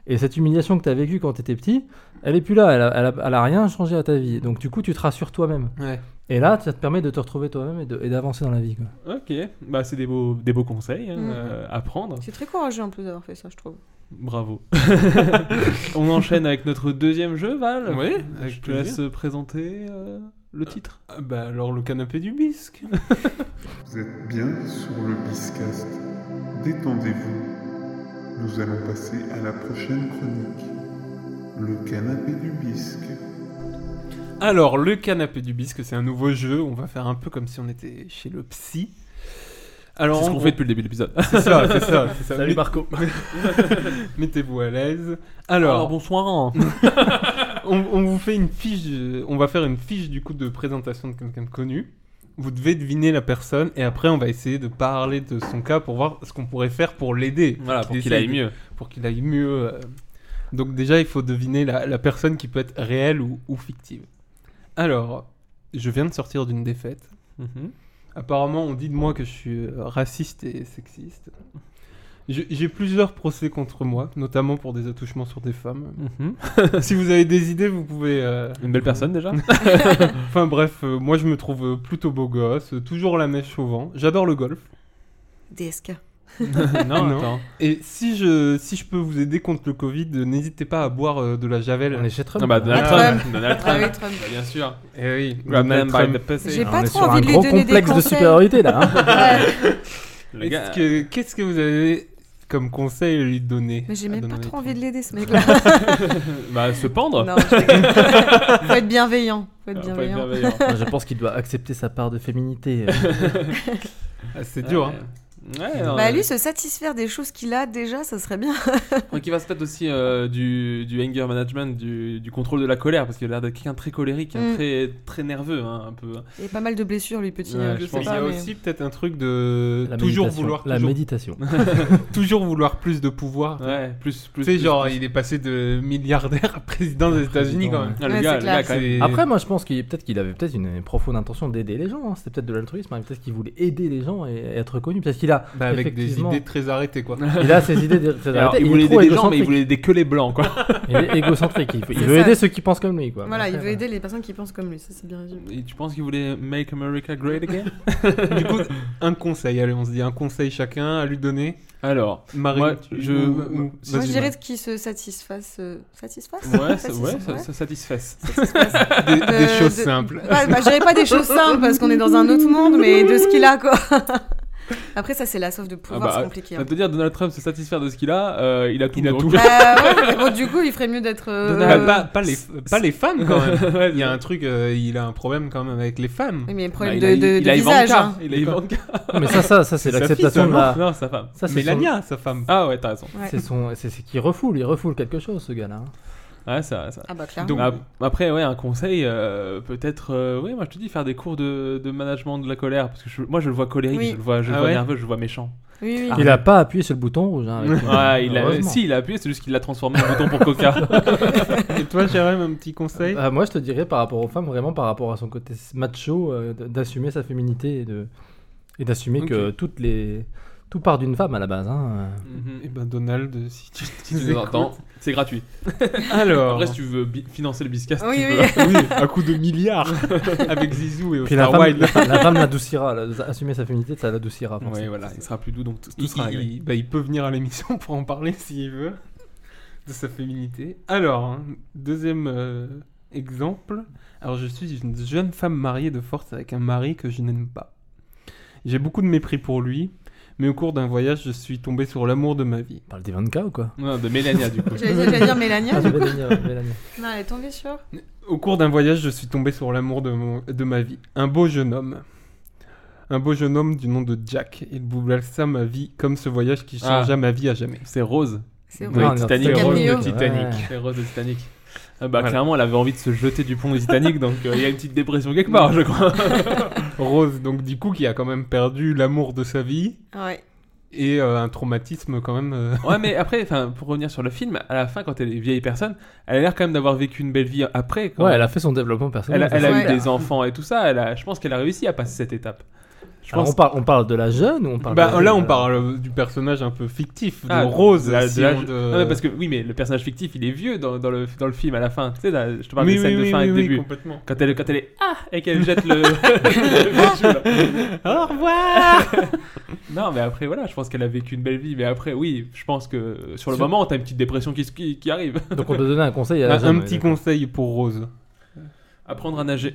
Et cette humiliation que t'as vécue quand t'étais petit, elle est plus là, elle a, elle a- elle a rien changé à ta vie. Donc du coup tu te rassures toi-même.
Ouais.
Et là, ça te permet de te retrouver toi-même et de- et d'avancer dans la vie. quoi.
Ok, bah, c'est des beaux, des beaux conseils hein,
Mm.
euh, à prendre.
C'est très courageux en plus d'avoir fait ça, je trouve.
[laughs] Bravo. On enchaîne avec notre deuxième jeu, Val.
Oui,
je
avec
te
plaisir.
laisse présenter euh, le titre.
bah alors le canapé du bisque.
Vous êtes bien sur le Biscast. Détendez-vous. Nous allons passer à la prochaine chronique. Le canapé du bisque.
Alors, le canapé du bisque, c'est un nouveau jeu. On va faire un peu comme si on était chez le psy.
C'est ce
en
qu'on
gros-
fait depuis le début de l'épisode.
[laughs] C'est ça, c'est ça. c'est ça.
Salut, Marco.
[laughs] Mettez-vous à l'aise. Alors, [laughs]
Alors, bonsoir, hein.
on, on vous fait une fiche. euh, On va faire une fiche du coup de présentation de quelqu'un de connu. Vous devez deviner la personne et après on va essayer de parler de son cas pour voir ce qu'on pourrait faire pour l'aider.
Voilà, pour qu'il
essaye
aille
de-
mieux.
Pour qu'il aille mieux. euh, Donc déjà, il faut deviner la, la personne qui peut être réelle ou, ou fictive. Alors, je viens de sortir d'une défaite.
Mhm.
Apparemment, on dit de moi que je suis euh, raciste et sexiste. Je- J'ai plusieurs procès contre moi, notamment pour des attouchements sur des femmes. [laughs] si vous avez des idées, vous pouvez... euh,
Une belle
[laughs]
personne, déjà.
enfin bref, euh, moi je me trouve euh, plutôt beau gosse, euh, toujours la mèche au vent. J'adore le golf.
DSK.
non, attends. Et si je, si je peux vous aider contre le Covid, euh, n'hésitez pas à boire euh, de la Javel.
On est chez Trump. Ah bah, Donald Ah, Trump. Trump. Donald Trump.
Bah,
Ah oui, Trump.
[laughs] Bien sûr. Eh oui.
Grab them by the pussy. Hein. J'ai pas trop envie de lui donner des
complexe de conseils. supériorité, là, hein.
Le
Est-ce
gars-
que- Qu'est-ce que vous avez comme conseil à lui donner
Mais j'ai
à
Ah,
même pas
Donald
trop
Trump
envie de l'aider, ce mec-là.
Bah, se pendre.
Non, je rigole. Faut être bienveillant. Faut être
Ah, faut être
bienveillant.
bienveillant.
[laughs] je pense qu'il doit accepter sa part de féminité. euh,
Ah, c'est dur,
hein. Ouais, non,
bah,
mais-
lui, se satisfaire des choses qu'il a déjà, ça serait bien.
Faudrait qu'il fasse peut-être aussi euh, du, du anger management, du, du contrôle de la colère, parce qu'il a l'air d'être quelqu'un de très colérique, hein,
Mm.
très, très nerveux, hein, un peu.
Il y a pas mal de blessures, lui, petit. hein,
je
je sais
pense
pas,
qu'il y a
mais-
aussi peut-être un truc de
La
toujours
méditation.
vouloir
La
toujours-
méditation.
toujours vouloir plus de pouvoir.
Ouais, plus plus.
Tu sais
plus,
genre
plus.
il est passé de milliardaire à président des États-Unis quand même.
Ah, le Ouais, gars- c'est le gars, clair. quand même.
Après, moi, je pense qu'il peut-être qu'il avait peut-être une profonde intention d'aider les gens. hein. C'était peut-être de l'altruisme. hein. Peut-être qu'il voulait aider les gens et et être connu. Peut-être qu'il a
Bah, avec des
effectivement-
idées très arrêtées, quoi.
Il a ses idées très arrêtées.
Alors, il
est
voulait
trop
aider les gens, mais il
égocentrique.
voulait aider que les blancs, quoi.
Il est égocentrique. Il, faut- il
C'est
veut
ça.
aider ceux qui pensent comme lui, quoi.
Voilà, il
Après,
veut aider les personnes qui pensent comme lui, ça c'est bien résumé.
Et tu penses qu'il voulait Make America Great Again
du [laughs] coup, un conseil, allez, on se dit un conseil chacun à lui donner.
[laughs] Alors,
Marie,
moi,
tu-
je-
ou-
ou-
ou-
Moi
vas-y,
je dirais qu'ils se satisfassent. euh, Satisfassent
Ouais, ça,
Satisfassent,
ouais, ça, ça satisfasse.
Des- des
De-
choses
de-
simples.
Ouais, bah, je dirais pas des choses simples parce qu'on est dans un autre monde, mais de ce qu'il a quoi. [laughs] Après, ça c'est la sauve de pouvoir, c'est compliqué.
on
hein.
peut dire Donald Trump se satisfaire de ce qu'il a, euh, il a tout. Il a tout.
Bah ouais, mais bon, du coup, il ferait mieux d'être. euh,
Donald- pas, pas les, pas les femmes quand [laughs] même.
Ouais,
il y a un truc, euh, il a un problème quand même avec les femmes.
Oui, mais un problème Bah, il de- a- de-
il a de Ivanka. visage, hein. Il a
D'accord.
Ivanka.
Mais ça, ça, ça, c'est
sa
l'acceptation
fille,
de la-
ça, Non, Non, sa femme.
Ça, c'est
Mélania,
son-
sa femme.
Ah ouais, t'as raison.
euh, C'est son, c'est c'est qu'il refoule. Il refoule quelque chose, ce gars-là. hein.
Ouais, ça, ça.
Ah bah, clairement.
Donc,
Donc-
ap- après, ouais, un conseil, euh, peut-être, euh, ouais, moi je te dis, faire des cours de, de management de la colère, parce que je- moi je le vois colérique,
Oui.
je le vois, je le
Ah
vois
ouais
nerveux, je le vois méchant.
Oui, oui.
Il a pas appuyé sur le bouton rouge. hein, avec-
Ouais, il a,
Heureusement.
si, il a appuyé, c'est juste qu'il l'a transformé en bouton pour Coca. [laughs]
Et toi, Jérém, un petit conseil
Euh, moi, je te dirais par rapport aux femmes, vraiment par rapport à son côté macho, euh, d- d'assumer sa féminité et de et d'assumer que toutes les tout part d'une femme à la base. hein.
Et ben Donald, si tu,
Si tu [laughs] nous entends, c'est gratuit.
Alors.
Après, si tu veux bi- financer le biscast,
Oui,
tu
oui.
peux.
[laughs] Oui, à coup de milliards. Avec Zizou et
Puis la
Oscar
femme,
Wilde.
la femme- la femme l'adoucira, la- assumer sa féminité, ça l'adoucira. forcément.
Ouais, voilà, il sera plus doux, donc tout, tout
Il,
sera
il-
réglé.
il- bah, il peut venir à l'émission pour en parler s'il veut, de sa féminité. Alors, hein, deuxième euh, exemple. Alors, je suis une jeune femme mariée de force avec un mari que je n'aime pas. J'ai beaucoup de mépris pour lui, mais au cours d'un voyage, je suis tombé sur l'amour de ma vie.
Parle d'Ivanka ou quoi
Non, de Mélania, du coup.
J'allais dire- j'allais dire Mélania,
Ah,
du
de
coup.
Mélania, ouais, Mélania.
Non, elle est tombée sur.
Au cours d'un voyage, je suis tombé sur l'amour de, mon- de ma vie. Un beau jeune homme. Un beau jeune homme du nom de Jack. Il bouleversa ma vie comme ce voyage qui
Ah.
changea ma vie à jamais.
C'est Rose.
C'est
Oui, Titanic.
C'est Rose de
Rose de
Titanic.
Titanic. C'est Rose de Titanic. Ah bah
Voilà.
clairement, elle avait envie de se jeter du pont du Titanic, donc euh, il y a une petite dépression quelque part, je crois.
Rose, donc du coup, qui a quand même perdu l'amour de sa vie.
Ah Ouais.
Et euh, un traumatisme quand même. euh.
[laughs] Ouais, mais après, enfin, pour revenir sur le film, à la fin, quand elle est vieille personne, elle a l'air quand même d'avoir vécu une belle vie après. quand
Ouais,
même.
elle a fait son développement personnel.
Elle a,
ça,
elle a
c'est
eu
clair.
des enfants et tout ça. Elle a, je pense qu'elle a réussi à passer cette étape. Je
Alors,
pense.
on, parle, on parle de la jeune ou on parle
Bah,
de-
là, on parle euh, du personnage un peu fictif, de
Ah,
Rose.
de la- euh, de
si
la-
on de-
Non, mais parce que oui, mais le personnage fictif, il est vieux dans, dans le, dans le film à la fin. Tu sais, là, je te parle
Oui,
des scènes
oui,
de
oui,
fin et
oui,
de
oui,
début. [laughs]
complètement.
Quand elle, quand elle est ah et qu'elle jette [laughs] le. le bijou, là.
Au revoir
Non, mais après, voilà, je pense qu'elle a vécu une belle vie. Mais après, oui, je pense que euh, sur le moment, t'as une petite dépression qui, se- qui, qui arrive. [laughs]
Donc, on peut donner Bah, un conseil à la
Un,
jeune.
Ah, un petit conseil pour Rose.
Apprendre à [laughs] nager.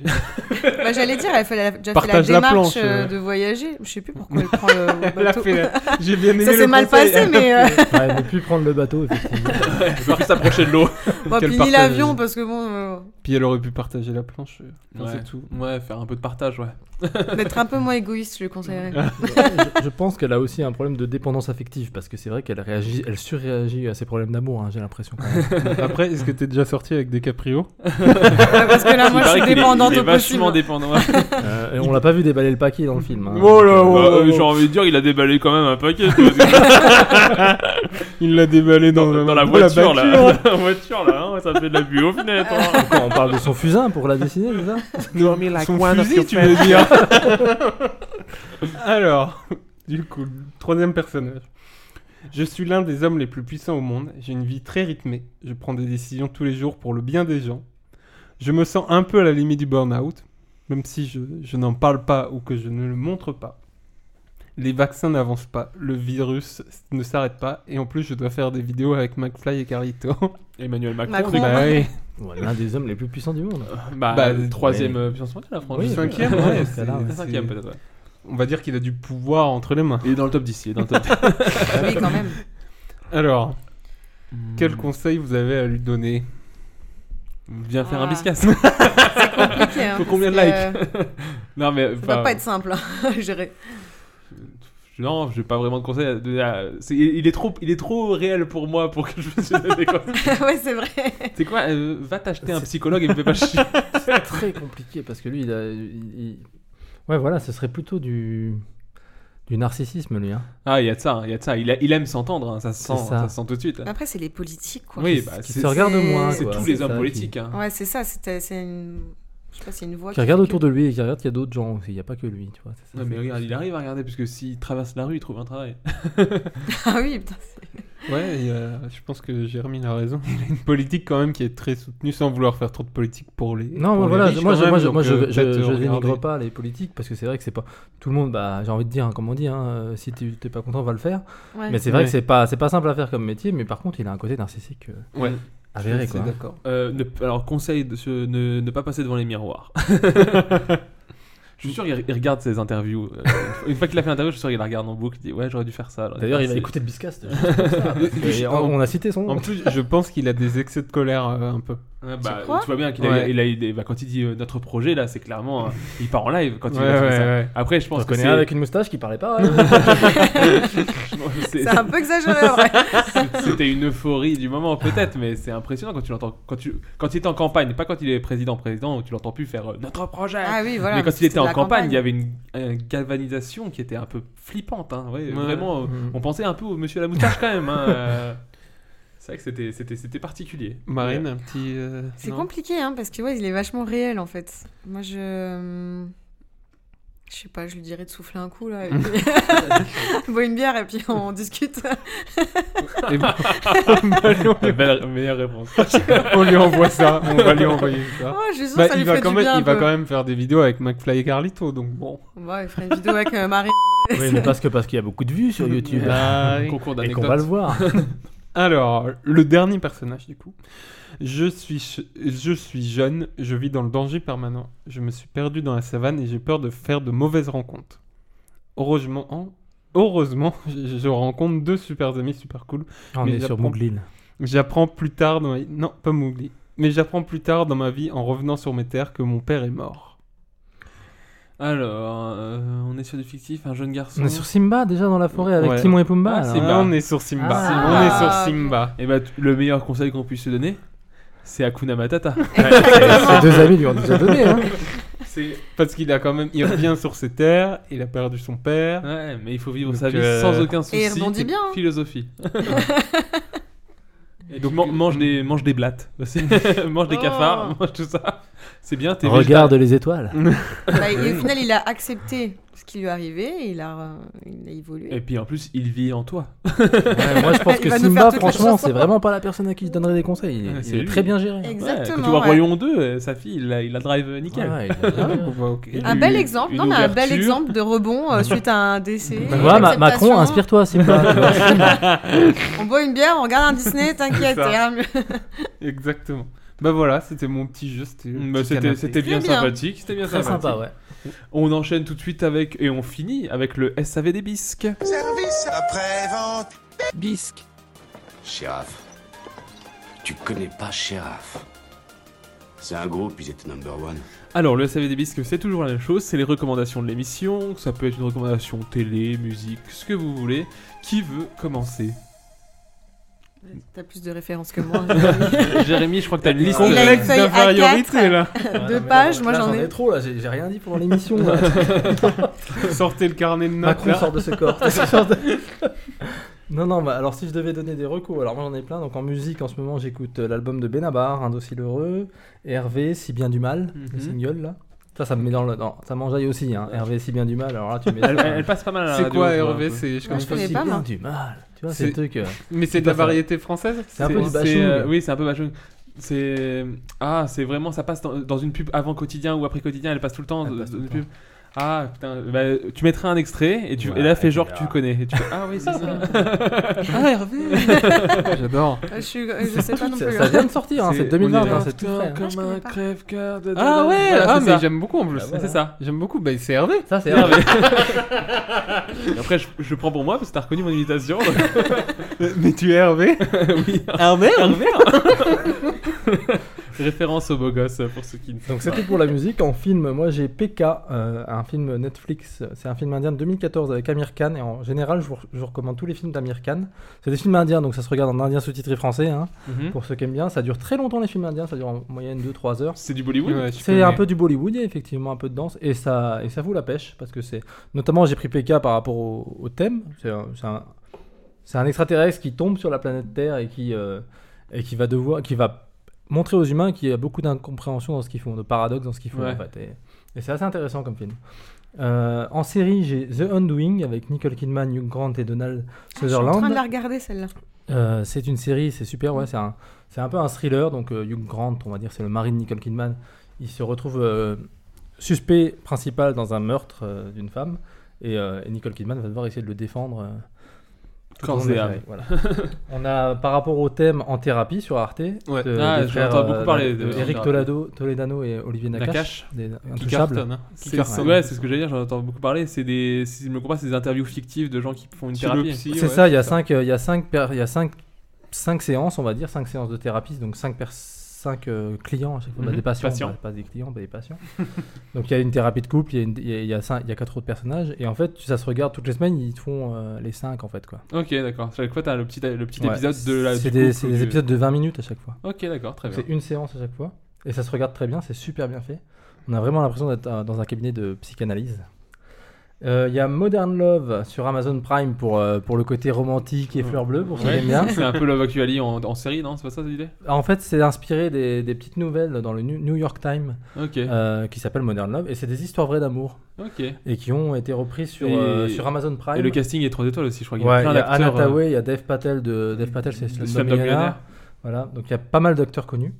Bah, j'allais dire, elle, fait la- elle a déjà
Partage
fait
la
la démarche
planche,
euh,
euh.
de voyager. Je sais plus pourquoi elle prend le
Elle a
bateau.
fait la- J'ai bien aimé
ça
le
s'est mal
conseil.
passé, mais. euh,
[laughs] Ouais, ne plus prendre le bateau, effectivement.
Elle va plus s'approcher de l'eau.
Bon,
Quel
puis ni
partage.
l'avion, parce que bon. euh,
Puis elle aurait pu partager la
[laughs]
planche. Enfin,
Ouais.
C'est tout.
Ouais, faire un peu de partage, ouais.
euh, D'être un peu moins égoïste, je le conseillerais.
je pense qu'elle a aussi un problème de dépendance affective parce que c'est vrai qu'elle réagit, elle surréagit à ses problèmes d'amour. hein, J'ai l'impression. quand même.
Après, est-ce que t'es déjà sorti avec des caprios
parce
Ah,
que là,
Il
moi, je
paraît
suis
qu'il est-
dépendante
il est
au
vachement
possible.
dépendant.
Euh, et on l'a pas vu déballer le paquet dans le film. hein.
Oh là,
Donc,
ouais,
euh,
euh, j'ai envie de dire, il a déballé quand même un paquet. tu vois, c'est-
Il l'a déballé dans,
dans la
dans
voiture là.
voiture.
Dans [laughs] la voiture là, hein, ça fait de la buée aux fenêtres.
[laughs]
hein.
Quand Bah, euh, on parle de son fusain pour la dessiner, c'est ça
Son fusil, tu veux dire [laughs] Alors, du coup, troisième personnage. Je suis l'un des hommes les plus puissants au monde. J'ai une vie très rythmée. Je prends des décisions tous les jours pour le bien des gens. Je me sens un peu à la limite du burn-out, même si je, je n'en parle pas ou que je ne le montre pas. Les vaccins n'avancent pas, le virus ne s'arrête pas, et en plus je dois faire des vidéos avec McFly et Carlito.
[laughs]
[laughs]
Emmanuel Macron,
Macron.
du coup.
hein.
Bah oui.
Ouais, L'un des hommes les plus puissants du monde.
Bah, le troisième euh, puissance mondiale, la France.
Oui,
cinquième,
ouais,
ouais,
dans ce cas-là,
c'est-
ouais.
Cinquième, peut-être, ouais.
On va dire qu'il a du pouvoir entre les mains.
Il est dans le top 10, il est dans le [laughs] top 10.
Oui, quand même.
Alors,
Hmm.
quel conseil vous avez à lui donner
Viens faire
Ah.
un biscasse.
C'est compliqué, hein,
Faut combien de
parce
likes
que-
Non, mais.
Ça
enfin,
va pas être simple hein, [laughs] à gérer.
Non, j'ai pas vraiment de conseil à donner. à- c'est- Il, est trop, il est trop réel pour moi pour que je me
[laughs]
donne des conseils.
Ah ouais, c'est vrai.
C'est quoi euh, Va t'acheter un psychologue et me fais pas chier.
C'est [laughs] très compliqué parce que lui, il a. il- il- Ouais, voilà, ce serait plutôt du. Du narcissisme, lui. Hein.
Ah, il y a de ça, hein, il y a de ça. Il, a- il aime s'entendre, hein, ça, se sent,
C'est ça.
ça se sent tout de suite.
Après, c'est les politiques, quoi.
Oui,
Qui-
bah,
qui
c'est-
se regardent
c'est-
moins,
C'est
quoi.
tous les
C'est
hommes
ça qui-
politiques. hein.
Ouais, c'est ça. C'était, c'est une... Je sais pas, c'est une voix
Qui regarde autour de lui et qui regarde qu'il y a d'autres gens aussi. Il n'y a pas que lui, tu vois. c'est ça.
Non, mais regarde, il arrive à regarder, parce que s'il traverse la rue, il trouve un travail.
Ah oui, putain.
Ouais, il y a- je pense que Jérémy a raison. Il a une politique quand même qui est très soutenue sans vouloir faire trop de politique pour les.
Non,
pour
mais
les
voilà,
riches
moi,
quand
je,
même,
moi, je,
donc,
moi, je-
euh,
je-
peut-être,
je
euh,
dénigre
regarder.
pas les politiques parce que c'est vrai que c'est pas tout le monde. Bah, j'ai envie de dire, hein, comme on dit, hein, euh, si tu t'es pas content, va le faire.
Ouais.
Mais c'est vrai
Ouais.
que c'est pas, c'est pas simple à faire comme métier. Mais par contre, il a un côté narcissique euh,
Ouais.
avéré, quoi.
Euh, ne- alors, conseil de se- ne, ne pas passer devant les miroirs. [laughs] je suis sûr qu'il il regarde ses interviews. Euh, une fois qu'il a fait l'interview, je suis sûr qu'il la regarde en boucle. Il dit ah, Ouais, j'aurais dû faire ça. j'aurais dû
D'ailleurs,
faire
il va
ça.
écouter le Biscast, juste
[laughs]
pour ça. Et on- on a cité son nom.
En plus, je pense qu'il a des excès de colère euh, un peu.
Ouais, bah,
crois
tu vois bien qu'il a,
Ouais.
il a eu des- bah, quand il dit euh, notre projet là, c'est clairement euh, il part en live quand il
Ouais,
a fait
ouais,
ça.
ouais.
Après, je pense
Je
que
connais
c'est
un avec une moustache qui
[laughs]
parlait pas. ouais.
Je pense que
C'est un peu exagéré, en vrai.
C'est- [laughs] C'était une euphorie du moment peut-être, mais c'est impressionnant quand tu l'entends quand tu quand il était en campagne, pas quand il est président président où tu l'entends plus faire euh, notre projet.
Ah oui, voilà,
Mais quand
parce que
il était
c'est de
en
la
campagne,
campagne.
il y avait une, une galvanisation qui était un peu flippante. hein, ouais,
Ouais.
Vraiment, euh, on pensait un peu au Monsieur à la moustache quand même. hein, euh. [laughs] C'est vrai que c'était c'était c'était particulier.
Marine,
Ouais.
un petit. euh,
C'est
non
compliqué, hein, parce que ouais, il est vachement réel, en fait. Moi, je. Je sais pas, je lui dirais de souffler un coup, là.
[laughs]
et puis- Bois une bière et puis on discute. [laughs]
Et bon. Allons.
Belle- meilleure [laughs] réponse.
[laughs] on lui envoie ça, on va lui envoyer ça.
Oh, je suis sûre que
Bah,
ça
il
lui
va
ferait
quand
du
même,
bien un
il va
peu.
quand même faire des vidéos avec McFly et Carlito, donc bon.
Ouais, il ferait une vidéo avec
[laughs]
euh, Marie.
Oui, mais parce que parce qu'il y a beaucoup de vues sur YouTube. hein.
Ah, oui.
Et qu'on va le voir.
Alors, le dernier personnage du coup. Je suis, ch- je suis jeune, je vis dans le danger permanent. Je me suis perdu dans la savane et j'ai peur de faire de mauvaises rencontres. Heureusement, heureusement, [laughs] je je rencontre deux super amis super cool.
On
mais
est sur
j'apprends-
Mowgli, là.
J'apprends plus tard dans ma... non pas Mowgli, mais j'apprends plus tard dans ma vie en revenant sur mes terres que mon père est mort.
Alors, euh, on est sur du fictif, un jeune garçon.
On est sur Simba déjà dans la forêt avec
Ouais.
Timon et Pumba.
Ah,
alors.
Simba.
on est sur Simba.
Ah.
on est sur Simba.
Et bah, t- le meilleur conseil qu'on puisse se donner, c'est Hakuna Matata.
[laughs] Ses deux amis lui ont déjà donné. Hein.
C'est parce qu'il a quand même, il revient sur ses terres, il a perdu son père.
Ouais, mais il faut vivre
Donc,
sa vie
euh,
sans aucun souci.
Et il rebondit bien. hein. [laughs]
Philosophie. Et donc, man-
euh,
mange, des, mange des
[laughs]
blattes. aussi. [laughs] mange des
Oh.
cafards, [laughs] mange tout ça. C'est bien, t'es
Regarde
végétal.
les étoiles.
Bah, et au final, il a accepté ce qui lui est arrivé, il a, euh, il a évolué.
Et puis en plus, il vit en toi.
moi, je pense
Il
que
va nous faire
Simba,
toute la
franchement,
chanson.
c'est vraiment pas la personne à qui je donnerais des conseils. Il,
Ouais,
il
c'est
est
lui.
très bien géré. hein.
Exactement,
quand tu vois
ouais.
Royaume 2, euh, sa fille, il la, il la drive euh, nickel.
Ouais, il la drive.
bah, Ok.
Un
Une-
bel exemple,
une
non, mais un bel
ouverture. Bah,
exemple de
[laughs]
rebond euh, suite à un décès.
Tu vois, Ma-
d'acceptation.
Macron, inspire-toi, Simba. tu vois.
On boit une bière,
[laughs]
on regarde un Disney, t'inquiète.
C'est ça.
ça ira mieux.
Exactement. Bah voilà, c'était mon petit jeu. C'était, le petit
Mm, bah, c'était
canapé.
c'était bien,
C'est bien.
sympathique, c'était bien
Très
sympathique.
sympa, ouais.
On enchaîne tout de suite avec et on finit avec le SAV des bisques.
Service après-vente.
Bisque.
Chéraf, tu connais pas Chéraf.
C'est un groupe, ils étaient number one.
Alors, le SAV des bisques, c'est toujours la même chose, c'est les recommandations de l'émission, ça peut être une recommandation télé, musique, ce que vous voulez. Qui veut
[laughs]
commencer
T'as plus de références que moi.
Jérémy, je crois que t'as une liste
Il a une
de-
feuille
d'infériorité,
A4,
là.
Deux pages, moi
Là,
j'en ai.
trop là, j'ai j'ai rien dit pendant [laughs] l'émission. là.
Sortez le carnet de notes.
Macron
là.
sort de ce [laughs] corps. Sort de- non, non, bah, alors si je devais donner des recos, alors moi j'en ai plein. Donc en musique, en ce moment, j'écoute euh, l'album de Benabar, Un dossier heureux, Hervé, Si bien du mal, le
Mhm.
single là. Ça, ça me met dans le. Non, ça m'enjaille aussi, hein. Hervé, Si bien du mal, alors là tu mets.
Elle-
ça.
elle passe pas mal à la
C'est
radio,
quoi
je vois,
Hervé
un peu.
C'est
Ah, je connais
connais
pas, moi. Du mal. Tu vois, c'est le truc, euh,
Mais
c'est
c'est de la
pas ça.
variété française.
C'est un peu du bashung.
euh, oui, c'est un peu bashung. C'est ah, c'est vraiment ça passe dans, dans une pub avant quotidien ou après quotidien, elle passe tout le temps dans une pub. Ah putain, bah, tu mettras un extrait et tu et là fais genre que tu connais et tu fais, [laughs] ah oui c'est ça. [laughs]
Ah, Hervé.
J'adore.
Euh, Je suis- je sais pas non
Ça-
plus.
ça vient de sortir, Ah hein, c'est 2020, hein, c'est tout
Ah,
frais, hein.
comme un crève-cœur de.
Ah ouais,
Voilà,
ah
c'est
mais
ça.
j'aime beaucoup en plus.
Bah, voilà. C'est ça.
J'aime beaucoup. Bah c'est Hervé.
Ça c'est
Hervé. Et après je, je prends pour moi parce que t'as reconnu mon [laughs] imitation.
mais tu es Hervé.
oui.
Hervé.
Hervé. Référence au beau gosse pour ceux qui ne savent
Donc
pas.
c'était pour la musique. En film, moi j'ai PK, euh, un film Netflix. C'est un film indien de 2014 avec Amir Khan. Et en général, je vous, je vous recommande tous les films d'Amir Khan. C'est des films indiens, donc ça se regarde en indien sous-titré français. hein,
Mhm.
Pour ceux qui aiment bien, ça dure très longtemps les films indiens. Ça dure en moyenne 2-3 heures.
C'est du Bollywood Ouais, tu
C'est
peux-
un peu du Bollywood, il y a effectivement un peu de danse. Et ça, et ça vaut la pêche parce que c'est. Notamment, j'ai pris PK par rapport au, au thème. C'est un- c'est un, c'est un extraterrestre qui tombe sur la planète Terre et qui, euh, et qui va devoir, qui va montrer aux humains qu'il y a beaucoup d'incompréhension dans ce qu'ils font, de paradoxes dans ce qu'ils font
Ouais.
en fait. Et, et c'est assez intéressant comme film. Euh, en série, j'ai The Undoing avec Nicole Kidman, Hugh Grant et Donald
Je suis en
Sutherland.
train de la regarder celle-là.
Euh, c'est une série, c'est super, ouais, c'est un, c'est un peu un thriller. Donc euh, Hugh Grant, on va dire, c'est le mari de Nicole Kidman. Il se retrouve euh, suspect principal dans un meurtre euh, d'une femme. Et, euh, et Nicole Kidman va devoir essayer de le défendre. euh, tout au
Corps
long de
et
la
âme.
série,
[laughs]
voilà. On a par rapport au thème en thérapie sur Arte,
Ouais.
de-
Ah,
des
j'en
frères,
entends beaucoup
euh,
parler de-
Eric
en thérapie.
Toledano, Toledano et Olivier Nakache,
Nakache,
des
qui
intouchables.
cartonne. hein. Qui
Ouais.
cartonne. Ouais, c'est ce que j'allais dire, j'en entends beaucoup parler. C'est des, si je me comprends, c'est des interviews fictives de gens qui font une
Sur le
thérapie.
psy,
C'est ça, il y a 5 il y a cinq per- il y a cinq cinq séances, on va dire, 5 séances de thérapie, donc 5 cinq euh, clients à chaque fois, Bah,
Mhm,
des patients,
patients.
bah, pas des clients, bah,
[laughs]
des patients. donc il y a une thérapie de couple, il y a une- il y a- il y a cinq- il y a quatre autres personnages et en fait, ça se regarde toutes les semaines, ils font euh, les 5 en fait quoi.
Ok, d'accord. Chaque fois, t'as le petit, le petit
Ouais.
épisode de la.
C'est
du
des,
couple
c'est
ou
des
du-
épisodes de 20 minutes à chaque fois.
Ok, d'accord, très
Donc,
bien.
C'est une séance à chaque fois. Et ça se regarde très bien, c'est super bien fait. On a vraiment l'impression d'être euh, dans un cabinet de psychanalyse. Euh, Il y a Modern Love sur Amazon Prime pour, euh, pour le côté romantique et fleur bleue, pour ceux qui
Ouais, [laughs]
aiment bien.
C'est un peu Love Actually en, en série, non C'est pas ça l'idée
En fait, c'est inspiré des, des petites nouvelles dans le New New York Times
Ok.
euh, qui s'appelle Modern Love. Et c'est des histoires vraies d'amour.
Ok.
Et qui ont été reprises sur,
Et-
euh, sur Amazon Prime.
Et le casting est 3 étoiles aussi, je crois.
Ouais,
qu'il y a plein d'acteurs.
Anna
euh,
Tawai, il y a Dev Patel de Dev Patel, c'est
Slumdog
Slumdog Millionaire.
Millionaire.
Voilà, donc il y a pas mal d'acteurs connus.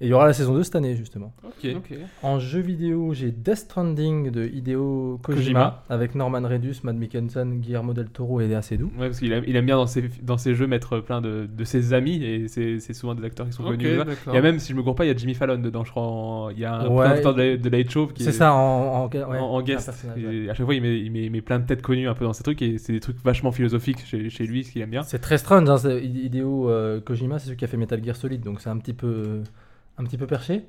Et il y aura la saison 2 cette année justement.
euh, Ok. Ok.
En jeu vidéo, j'ai Death Stranding de Hideo Kojima,
Kojima.
avec Norman Reedus, Matt Mikkelsen, Guillermo del Toro et Assez Doux.
Ouais, parce qu'il aime, il aime bien dans ses, dans ses jeux mettre plein de, de ses amis et c'est c'est souvent des acteurs qui sont
Ok,
connus.
d'accord.
Il y a même, si je me gourre pas, il y a Jimmy Fallon dedans, je crois. en- Il y a un
Ouais.
présentateur de, la- de Late Show qui
C'est
est-
ça, en- en- ouais, un
guest.
personnage,
Et
ouais.
À chaque fois, il met, il met- il met plein de têtes connues un peu dans ses trucs et c'est des trucs vachement philosophiques chez, chez lui, ce qu'il aime bien.
C'est très strange, hein, c'est- Hideo euh, Kojima, c'est celui qui a fait Metal Gear Solid, donc c'est un petit peu, un petit peu perché.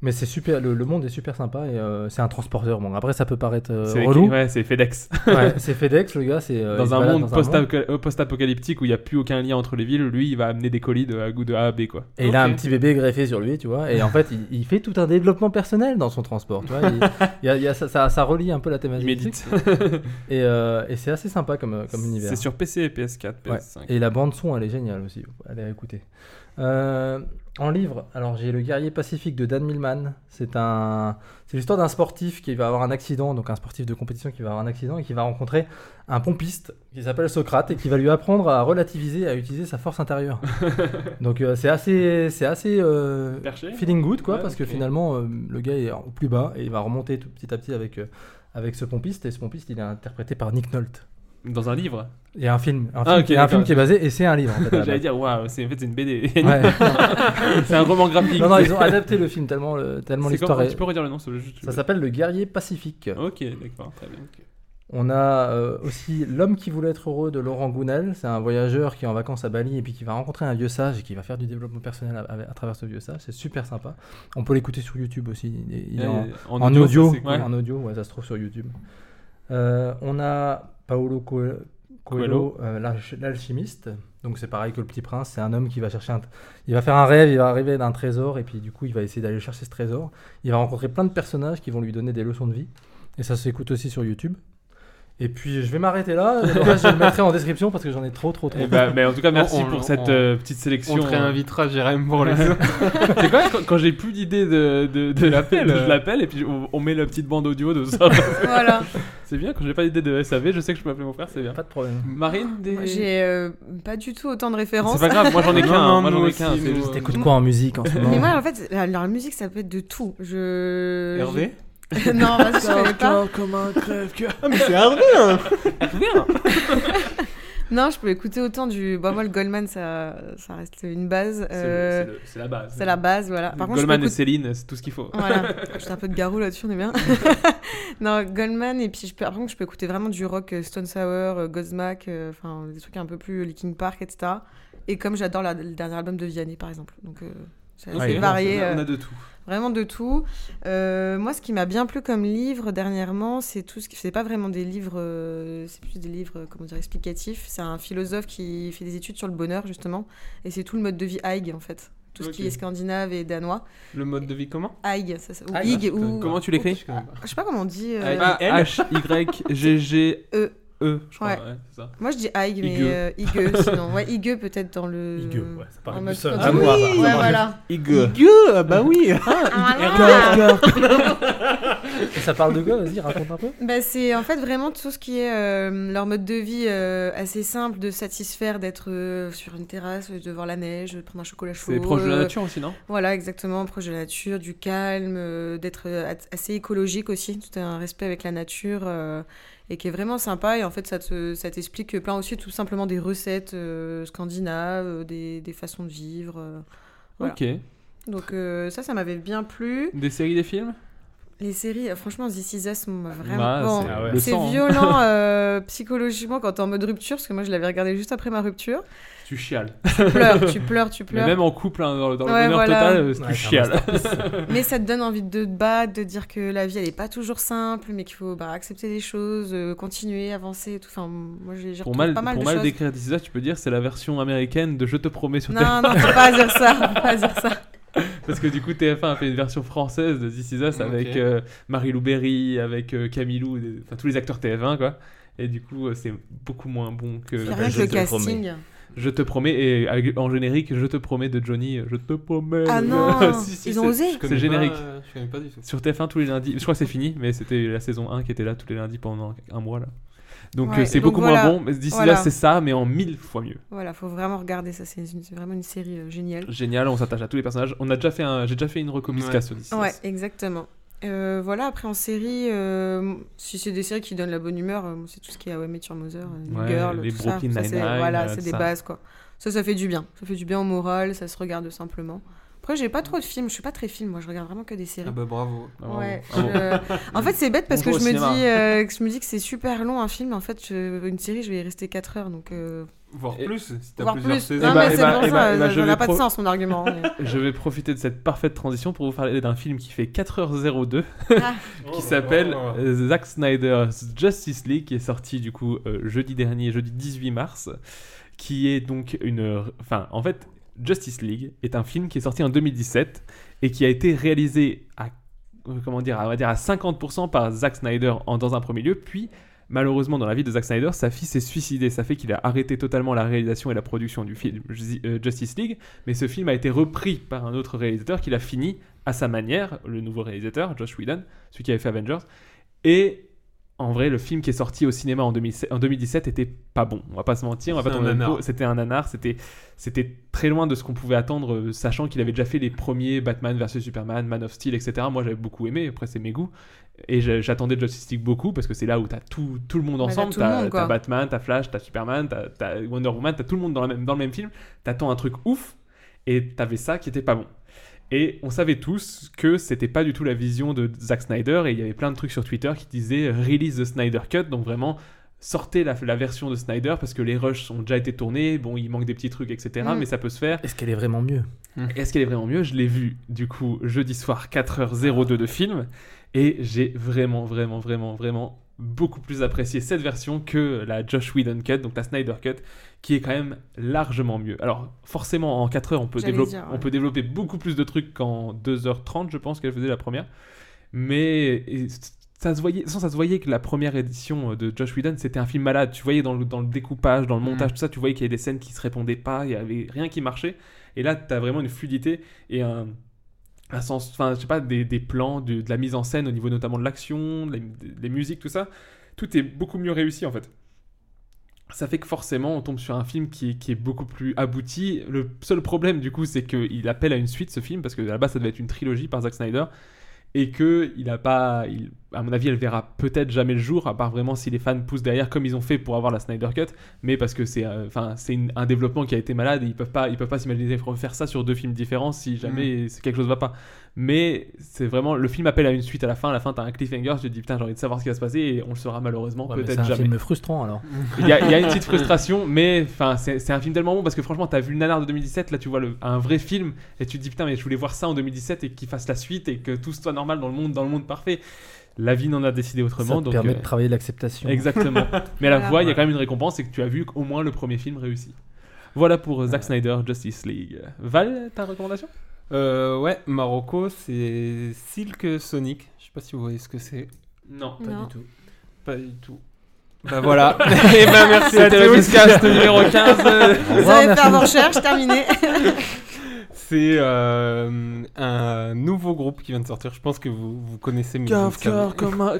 Mais c'est super, le, le monde est super sympa et euh, c'est un transporteur. Bon, après ça peut paraître euh,
C'est-
relou.
ouais, c'est FedEx.
Ouais, [laughs] c'est FedEx, le gars, c'est euh, il se
dans un
balade
monde post-apoca- euh, post-apocalyptique où il n'y a plus aucun lien entre les villes, lui, il va amener des colis de, A- de A à B, quoi.
Et il a un petit bébé greffé sur lui, tu vois. Et en fait, il, il fait tout un développement personnel dans son transport. Tu vois. Il, il y a- il y a ça, ça- ça relie un peu la thématique.
médite.
et euh, et c'est assez sympa
[laughs]
comme, euh, comme univers.
C'est sur PC et PS4,
Ouais.
PS5.
Et la bande son, elle est géniale aussi. Allez écouter. Euh, en livre, alors j'ai Le Guerrier Pacifique de Dan Millman. C'est un, c'est l'histoire d'un sportif qui va avoir un accident, donc un sportif de compétition qui va avoir un accident et qui va rencontrer un pompiste qui s'appelle Socrate et qui va lui apprendre à relativiser, et à utiliser sa
[laughs]
force intérieure. donc euh, c'est assez, c'est assez euh,
Perché.
feeling good quoi,
Ouais,
parce que
ok.
finalement euh, le gars est au plus bas et il va remonter tout petit à petit avec euh, avec ce pompiste et ce pompiste il est interprété par Nick Nolte.
Dans un livre
Il y a un film, un
Ah,
film,
ok,
il y a un film
d'accord.
qui est basé et c'est un livre. En fait, à la
[laughs] J'allais
base.
dire, waouh, c'est en fait, c'est une [laughs] BD.
Ouais.
c'est un roman graphique.
Non, non, ils ont adapté le film tellement, le- tellement
C'est
l'histoire
comme-
est.
Tu peux redire le nom, c'est juste- Oh.
Ça s'appelle Le Guerrier Pacifique.
Ok, d'accord, très bien.
On a euh, aussi L'homme qui voulait être heureux de Laurent Gounel. C'est un voyageur qui est en vacances à Bali et puis qui va rencontrer un vieux sage et qui va faire du développement personnel à, à- à travers ce vieux sage. C'est super sympa. On peut l'écouter sur YouTube aussi. Il est- il est
Ouais,
en,
en
en
audio,
audio.
ça, c'est cool.
En audio, ouais, ça se trouve sur YouTube. Euh, on a Paolo Coelho,
Coelho.
euh, l'alch- l'alchimiste. Donc c'est pareil que le petit prince, c'est un homme qui va chercher un... Il va faire un rêve, il va arriver d'un trésor, et puis du coup il va essayer d'aller chercher ce trésor. Il va rencontrer plein de personnages qui vont lui donner des leçons de vie. Et ça s'écoute aussi sur YouTube. Et puis je vais m'arrêter là, Le reste, je le mettrai en description parce que j'en ai trop trop trop.
Eh ben, mais en tout cas, merci
On- on-
pour cette
on-
euh, petite sélection.
on te réinvitera, Jérém, [laughs] pour les autres.
C'est quoi quand, quand j'ai plus d'idées de, de, de-
Tu l'appelles,
je
euh.
l'appelle et puis on, on met la petite bande audio de ça.
Voilà.
C'est bien, quand j'ai pas d'idée de SAV, je sais que je peux appeler mon frère, c'est bien.
Pas de problème.
Marine, des.
Moi, [laughs] J'ai euh, pas du tout autant de références.
C'est pas grave, moi j'en ai
Non,
qu'un. hein,
non,
Moi j'en
nous
ai qu'un.
aussi,
c'est
nous,
juste-
T'écoutes quoi en musique en ce moment
Ah, Mais moi, en fait, la, la musique, ça peut être de tout. Je.
Hervé
je- [laughs] Non, parce que Ah, je connais pas.
comme un crève-cœur.
Ah, mais c'est Hervé, hein.
Non, je peux écouter autant du. Bah, moi, le Goldman, ça, ça reste une base.
le-
euh,
c'est le- c'est la base.
C'est la base, voilà. Par contre, je
Goldman
peux
et
écouter-
Céline, c'est tout ce qu'il faut.
Voilà. J'étais un peu de garou là-dessus, on est bien. [laughs] non, Goldman, et puis je peux... par contre, je peux écouter vraiment du rock euh, Stone Sour, euh, Godsmack, euh, enfin des trucs un peu plus euh, Linkin Park, etc. Et comme j'adore la- le dernier album de Vianney, par exemple. Donc, euh, c'est
Ok.
assez varié.
On a- on a
euh,
de tout.
Vraiment de tout. Euh, moi, ce qui m'a bien plu comme livre dernièrement, c'est tout ce qui. C'est pas vraiment des livres, euh, c'est plus des livres, euh, comment dire, explicatifs. C'est un philosophe qui fait des études sur le bonheur, justement. Et c'est tout le mode de vie Haig, en fait. Tout ce qui
Ok.
est scandinave et danois.
Le mode de vie comment
Haig, ça, ça- ou
Haig.
Hig, ou...
Comment tu l'écris Ah.
Je sais pas comment on dit. euh,
H-Y-G-G.
E.
E, je crois.
Ouais.
ouais, c'est ça.
Moi je dis Haig, mais
Higueux.
euh, Higueux,
[laughs]
sinon. Ouais, Higueux peut-être dans le. Higueux, ouais, ça
paraît
plus, euh,
Ah oui,
danois,
ouais,
ça paraît
voilà.
plus- Higueux. Higueux, ah bah oui.
Ah,
Hervé,
voilà.
Et ça parle de quoi Vas-y, raconte un peu.
Bah, c'est en fait vraiment tout ce qui est euh, leur mode de vie euh, assez simple de satisfaire d'être euh, sur une terrasse euh, devant la neige, de prendre un chocolat chaud.
C'est proche de la
euh,
nature aussi, non
Voilà, exactement, proche de la nature, du calme, euh, d'être euh, at- assez écologique aussi, tout un respect avec la nature euh, et qui est vraiment sympa. Et en fait, ça te- ça t'explique plein aussi tout simplement des recettes euh, scandinaves, euh, des, des façons de vivre. euh, voilà.
Ok.
Donc euh, ça, ça m'avait bien plu.
Des séries, des films
Les séries, euh, franchement, This Is Us, m'a
Bah,
vraiment.
c'est- Ah ouais.
bon,
le
c'est
sang, hein. [laughs]
violent euh, psychologiquement quand t'es en mode rupture, parce que moi je l'avais regardé juste après ma rupture.
Tu chiales.
Tu pleures, tu pleures, tu pleures.
Mais même en couple, hein, dans le, dans le
Ouais,
bonheur
voilà.
total, euh, tu
Ouais, c'est un
chiales.
Mais ça te donne envie de te battre, de dire que la vie elle est pas toujours simple, mais qu'il faut bah, accepter les choses, euh, continuer, avancer, et tout. Enfin, moi j'ai j'ai
Pour
retrouvé
mal,
pas mal
pour
de
mal
choses.
décrire This Is Us, tu peux dire c'est la version américaine de Je te promets sur
Non,
TF1.
non, faut pas dire ça, faut pas dire ça.
Parce que du coup, TF1 a fait une version française de This Is Us avec euh, Marie-Lou Berry, avec euh, Camille Lou, des- enfin tous les acteurs TF1, quoi. Et du coup, euh, c'est beaucoup moins bon que.
C'est rien que
Je
le
te
casting.
promets. Je te promets, et avec- en générique, Je te promets de Johnny, Je te promets. [laughs]
Ah non,
Si, si,
ils ont
c'est-
osé. Je
connais
C'est
pas,
générique.
euh, je connais pas du tout.
Sur TF1 tous les lundis, je crois que c'est fini, mais c'était la saison 1 qui était là tous les lundis pendant un mois là. Donc
Ouais,
euh, c'est
donc
beaucoup
voilà.
moins bon, mais This Is Us,
Voilà.
c'est ça, mais en mille fois mieux.
Voilà, faut vraiment regarder ça, c'est une- c'est vraiment une série euh, géniale.
Génial, on s'attache à tous les personnages. On a déjà fait un, j'ai déjà fait une recommandation sur This Is Us.
Ouais, exactement. Euh, voilà, après en série, euh, si c'est des séries qui donnent la bonne humeur, euh, c'est tout ce qui est AOM et Mother, euh, New
Ouais,
Girl,
les
tout ça.
Brooklyn
Ça, c'est-
Nine-Nine,
Voilà,
euh,
c'est
tout
des
ça.
bases quoi. Ça, ça fait du bien. Ça fait du bien au moral, ça se regarde simplement. Après, j'ai pas trop de films, je suis pas très film, moi je regarde vraiment que des séries.
Ah bah bravo.
Ouais,
oh.
Bravo.
je- [laughs] En fait, c'est bête parce que
Bonjour
je me,
au cinéma.
dis, euh, que je me dis que c'est super long un film, en fait, je- une série, je vais y rester 4 heures donc. euh,
Voire plus, si t'as
voire
plusieurs
plus.
saisons.
Non,
Eh bah,
mais
eh
c'est
bah,
pour
eh bah, eh bah,
ça, euh,
je
ça
vais
n'a pas de
pro-
sens mon argument. hein. mais-
[laughs] Je vais profiter de cette parfaite transition pour vous parler d'un film qui fait 4h02 [laughs] qui
Oh
s'appelle
là là.
euh, Zack Snyder's Justice League qui est sorti du coup euh, jeudi dernier, jeudi 18 mars, qui est donc une enfin en fait Justice League est un film qui est sorti en 2017 et qui a été réalisé à euh, comment dire, à- on va dire à 50% par Zack Snyder en, dans un premier lieu, puis malheureusement dans la vie de Zack Snyder, sa fille s'est suicidée, ça fait qu'il a arrêté totalement la réalisation et la production du film Ju- euh, Justice League, mais ce film a été repris par un autre réalisateur qui l'a fini à sa manière, le nouveau réalisateur, Josh Whedon, celui qui avait fait Avengers, et en vrai, le film qui est sorti au cinéma en, 2007 en 2017 était pas bon. On va pas se mentir, on va pas
C'est un
tourner le
nanar.
pot. C'était un nanar, c'était c'était très loin de ce qu'on pouvait attendre, euh, sachant qu'il avait déjà fait les premiers Batman vs Superman, Man of Steel, etc. Moi, j'avais beaucoup aimé. Après, c'est mes goûts. Et j'a- j'attendais Justice League beaucoup parce que c'est là où t'as tout, tout le monde
Bah, t'as
ensemble.
tout le
T'as
monde, quoi.
t'as Batman, t'as Flash, t'as Superman, t'as- t'as Wonder Woman, t'as tout le monde dans, la même, dans le même film. T'attends un truc ouf et t'avais ça qui était pas bon. Et on savait tous que c'était pas du tout la vision de Zack Snyder, et il y avait plein de trucs sur Twitter qui disaient euh, release the Snyder Cut, donc vraiment sortez la, la version de Snyder parce que les rushs ont déjà été tournés, bon, il manque des petits trucs, etc.,
Mm.
mais ça peut se faire.
Est-ce qu'elle est vraiment mieux
Est-ce qu'elle est vraiment mieux Je l'ai vu du coup jeudi soir 4h02 de film et j'ai vraiment vraiment vraiment vraiment beaucoup plus apprécié cette version que la Josh Whedon cut, donc la Snyder cut, qui est quand même largement mieux. Alors forcément en 4h on peut,
J'allais
développer,
dire, ouais.
on peut développer beaucoup plus de trucs qu'en 2h30 je pense qu'elle faisait la première. Mais et ça se voyait, sans ça se voyait que la première édition euh, de Josh Whedon c'était un film malade. Tu voyais dans le, dans le découpage, dans le montage,
Mm.
tout ça, tu voyais qu'il y avait des scènes qui se répondaient pas, il y avait rien qui marchait. Et là, tu as vraiment une fluidité et un, un sens, enfin, je sais pas, des, des plans, du- de la mise en scène au niveau notamment de l'action, des des musiques, tout ça. Tout est beaucoup mieux réussi en fait ça fait que forcément on tombe sur un film qui est, qui est beaucoup plus abouti. Le seul problème du coup c'est qu'il appelle à une suite ce film parce que là-bas ça devait être une trilogie par Zack Snyder et que il a pas, il- à mon avis elle verra peut-être jamais le jour à part vraiment si les fans poussent derrière comme ils ont fait pour avoir la Snyder Cut, mais parce que c'est euh, enfin c'est une- un développement qui a été malade et ils peuvent pas ils peuvent pas s'imaginer faire ça sur deux films différents si
Mm.
jamais c'est- quelque chose va pas. Mais c'est vraiment le film appelle à une suite à la fin, à la fin t'as un cliffhanger, tu te dis putain j'ai envie de savoir ce qui va se passer et on le saura malheureusement
Ouais, mais
peut-être
c'est un
jamais.
film frustrant, alors.
Il y, a- il y a une petite frustration, mais enfin, c'est c'est un film tellement bon parce que franchement, t'as vu le nanar de 2017, là tu vois le- un vrai film et tu te dis putain, mais je voulais voir ça en 2017 et qu'il fasse la suite et que tout soit normal dans le monde, dans le monde parfait. La vie n'en a décidé autrement.
Ça te
donc, euh,
euh,
permet de travailler l'acceptation.
Exactement. mais à la
Voilà.
fois, il y a quand même une récompense, c'est que tu as vu au moins le premier film réussi. Voilà pour euh, Zack Snyder, Justice League. Val, ta recommandation
Euh, ouais, Marocco, c'est Silk Sonic. Je sais pas si vous voyez ce que c'est.
Non.
Pas du tout.
Pas du tout. Bah [laughs] voilà. Et ben merci à
C'était le
tous.
podcast numéro 15.
Vous avez fait vos
[laughs]
recherches, terminé.
[laughs] C'est euh, un nouveau groupe qui vient de sortir. Je pense que vous, vous connaissez mais vous ne savez-
comme un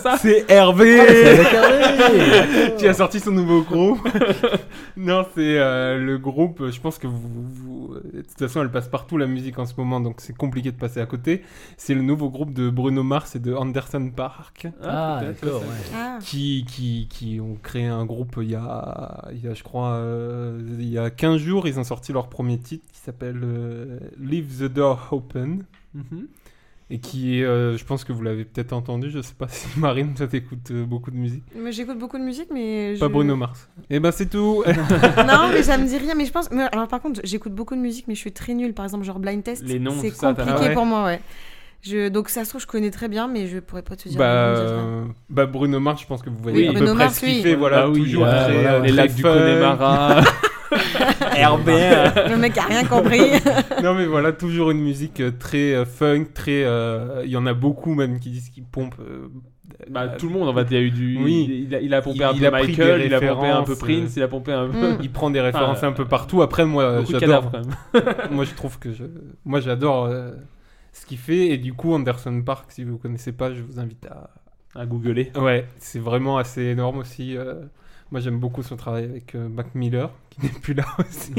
[laughs]
ça
C'est Hervé
c'est avec Hervé.
Qui a sorti son nouveau groupe. [laughs] non, c'est euh, le groupe, euh, je pense que vous, vous- euh, De toute façon, elle passe partout la musique en ce moment, donc c'est compliqué de passer à côté. C'est le nouveau groupe de Bruno Mars et de Anderson Park.
Ah,
peut-être,
d'accord,
ça.
ouais.
Ah.
Qui, qui, qui ont créé un groupe il y a, il y a, je crois, euh, il y a 15 jours, ils ont sorti leur premier titre qui s'appelle euh, Leave the Door Open.
Mhm.
Et qui est, euh, je pense que vous l'avez peut-être entendu, je sais pas si [laughs] Marine, ça t'écoute euh, beaucoup de musique.
Mais J'écoute beaucoup de musique, mais.
Pas
je- Ah,
Bruno Mars. Et ben c'est tout [laughs]
Non, mais ça me dit rien. Mais je pense. mais alors, par contre, j'écoute beaucoup de musique, mais je suis très nulle. Par exemple, genre Blind Test.
Les noms,
C'est
tout ça, t'as-
compliqué
Ah ouais.
pour moi, ouais. Je... Donc, ça se trouve, je connais très bien, mais je pourrais pas te dire.
Bah,
je vais te dire.
euh, bah Bruno Mars, je pense que vous voyez
Oui,
à peu
Bruno
près
Mars,
ce qu'il
oui.
fait. Voilà,
Ah oui,
toujours
ouais,
très, euh,
voilà,
très
les lacs du
fun. [laughs]
Connemara.
RBR. euh.
Le mec a rien compris.
[laughs]
[laughs]
non mais voilà, toujours une musique euh, très euh, funk, très. euh, Il y en a beaucoup même qui disent qu'ils pompent. euh,
[laughs] Bah, tout le monde en fait, il y a eu du.
Oui.
Il, il a, il a pompé
Il-
un
il
peu
a pris
Michael,
des
il a pompé un
références,
peu
euh,
Prince, il a pompé un peu. [laughs]
Mm. Il prend des références
Ah,
un peu partout. Après, moi,
beaucoup de
Euh, j'adore.
cadavres,
moi, je trouve que je, moi, j'adore euh, ce qu'il fait. Et du coup, Anderson Park, si vous connaissez pas, je vous invite à,
à googler.
Ouais, c'est vraiment assez énorme aussi. euh, moi, j'aime beaucoup son travail avec euh, Mac Miller, qui n'est plus là [laughs]
[laughs]
aussi.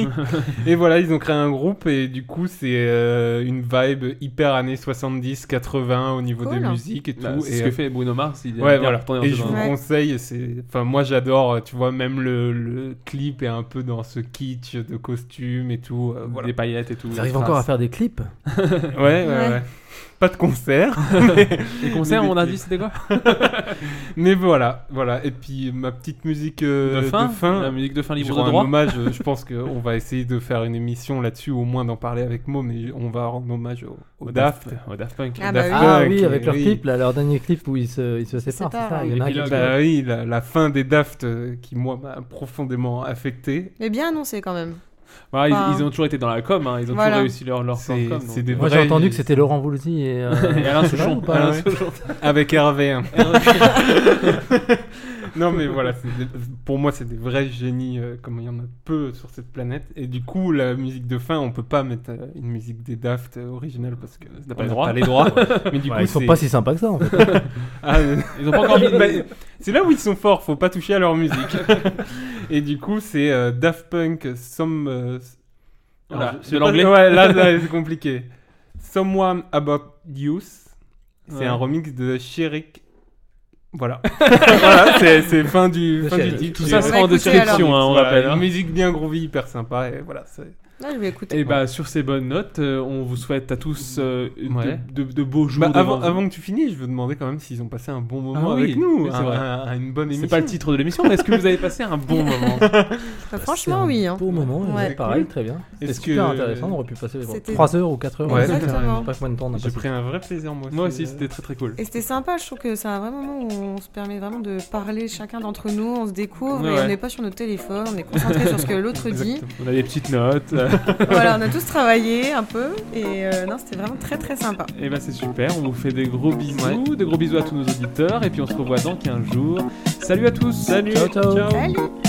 et voilà, ils ont créé un groupe et du coup, c'est euh, une vibe hyper années 70-80 au niveau des
Cool.
musiques et tout.
Bah, c'est
et, euh,
ce que fait Bruno Mars, il aime
ouais,
bien
voilà.
retourner dans
Et
ce
je vous
genre. Ouais.
conseille. C'est, enfin, moi j'adore. Tu vois, même le, le clip est un peu dans ce kitsch de costumes et tout. euh, voilà.
Des paillettes et tout.
Ils
Ils arrivent encore à faire des clips
ouais, ouais, ouais.
Ouais.
Pas de concert.
Les concerts,
mais des
on a dit,
clips.
c'était quoi
Mais voilà, voilà. Et puis ma petite musique euh,
De fin La musique de fin libre
Je rends
de droit.
Un hommage. euh, je pense qu'on va essayer de faire une émission là-dessus, au moins d'en parler avec moi, mais on va rendre hommage au, au
Au
Daft,
Daft- au Daft Punk.
Ah,
Au Daft Punk,
oui, avec
et
leur
oui.
clip, là, leur dernier clip où ils se, ils se séparent, c'est ça Il y en a un qui
Bah oui, la, la fin des Daft euh, qui, moi, m'a profondément affecté.
Mais bien annoncé quand même.
Ouais, ils-
Enfin,
ils, ont toujours été dans la com, hein, ils ont
Voilà.
toujours réussi leur, leur plan de com. donc.
Moi j'ai entendu que c'était Laurent Voulzy
[laughs]
et, euh,
Et Alain
c'est vrai
Souchon.
ou pas
Alain
Ouais.
Souchon.
Avec Hervé. [laughs] hein.
Hervé.
non, mais voilà, c'est des- pour moi, c'est des vrais génies, euh, comme il y en a peu sur cette planète. Et du coup, la musique de fin, on peut pas mettre euh, une musique des Daft euh, originale parce que on
pas les
n'a
droits.
les droits. mais du
Ouais,
coup,
ils sont
c'est-
pas si sympas que ça, en fait.
Ah, euh,
Ils ont pas encore mis de-
Bah, c'est là où ils sont forts, faut pas toucher à leur musique. [laughs] Et du coup, c'est euh, Daft Punk, Some. euh,
Voilà,
Alors, je-
de
je sais pas-
l'anglais.
Ouais, là, là, c'est compliqué. Someone About Youth. C'est
Ouais.
un remix de Sherik.
[laughs]
Voilà. voilà, c'est c'est fin du,
De
fin du
Sherik.
titre.
Tout ça, c'est en On va écouter description, alors. hein, on
Voilà,
rappelle,
une
hein.
musique bien groovy, hyper sympa. Et voilà, c'est-
Là, je vais écouter.
Et bah sur ces bonnes notes, euh, on vous souhaite à tous euh, de-
Ouais.
de, de beaux jours.
Bah, avant,
devant vous.
avant que tu finisses, je veux demander quand même s'ils ont passé un bon moment
Ah oui,
avec nous.
oui, c'est
un-
vrai.
un- une bonne émission.
C'est pas le titre de l'émission, mais est-ce que vous avez passé un
[laughs]
bon moment
Bah, franchement, oui. Hein.
Beau moment,
Ouais.
ouais,
C'est
pareil,
cool.
très bien. C'était
Est-ce
super
que-
intéressant, on aurait pu passer
C'était-
3 heures ou 4 heures.
Ouais,
Exactement.
Pas combien de temps on a
J'ai
passé.
pris un vrai plaisir moi aussi.
Moi aussi, c'était très très cool.
Et c'était sympa, je trouve que c'est un vrai moment où on se permet vraiment de parler chacun d'entre nous, on se découvre
Ouais,
et
ouais.
on n'est pas sur notre téléphone, on est concentré sur ce que l'autre dit.
On a des petites notes.
[laughs]
Voilà, on a tous travaillé un peu et euh, non, c'était vraiment très très sympa.
Et bah c'est super, on vous fait des gros bisous, des gros bisous à tous nos auditeurs, et puis on se revoit dans 15 jours. Salut à tous
Salut. Oh.
Ciao, ciao.
Salut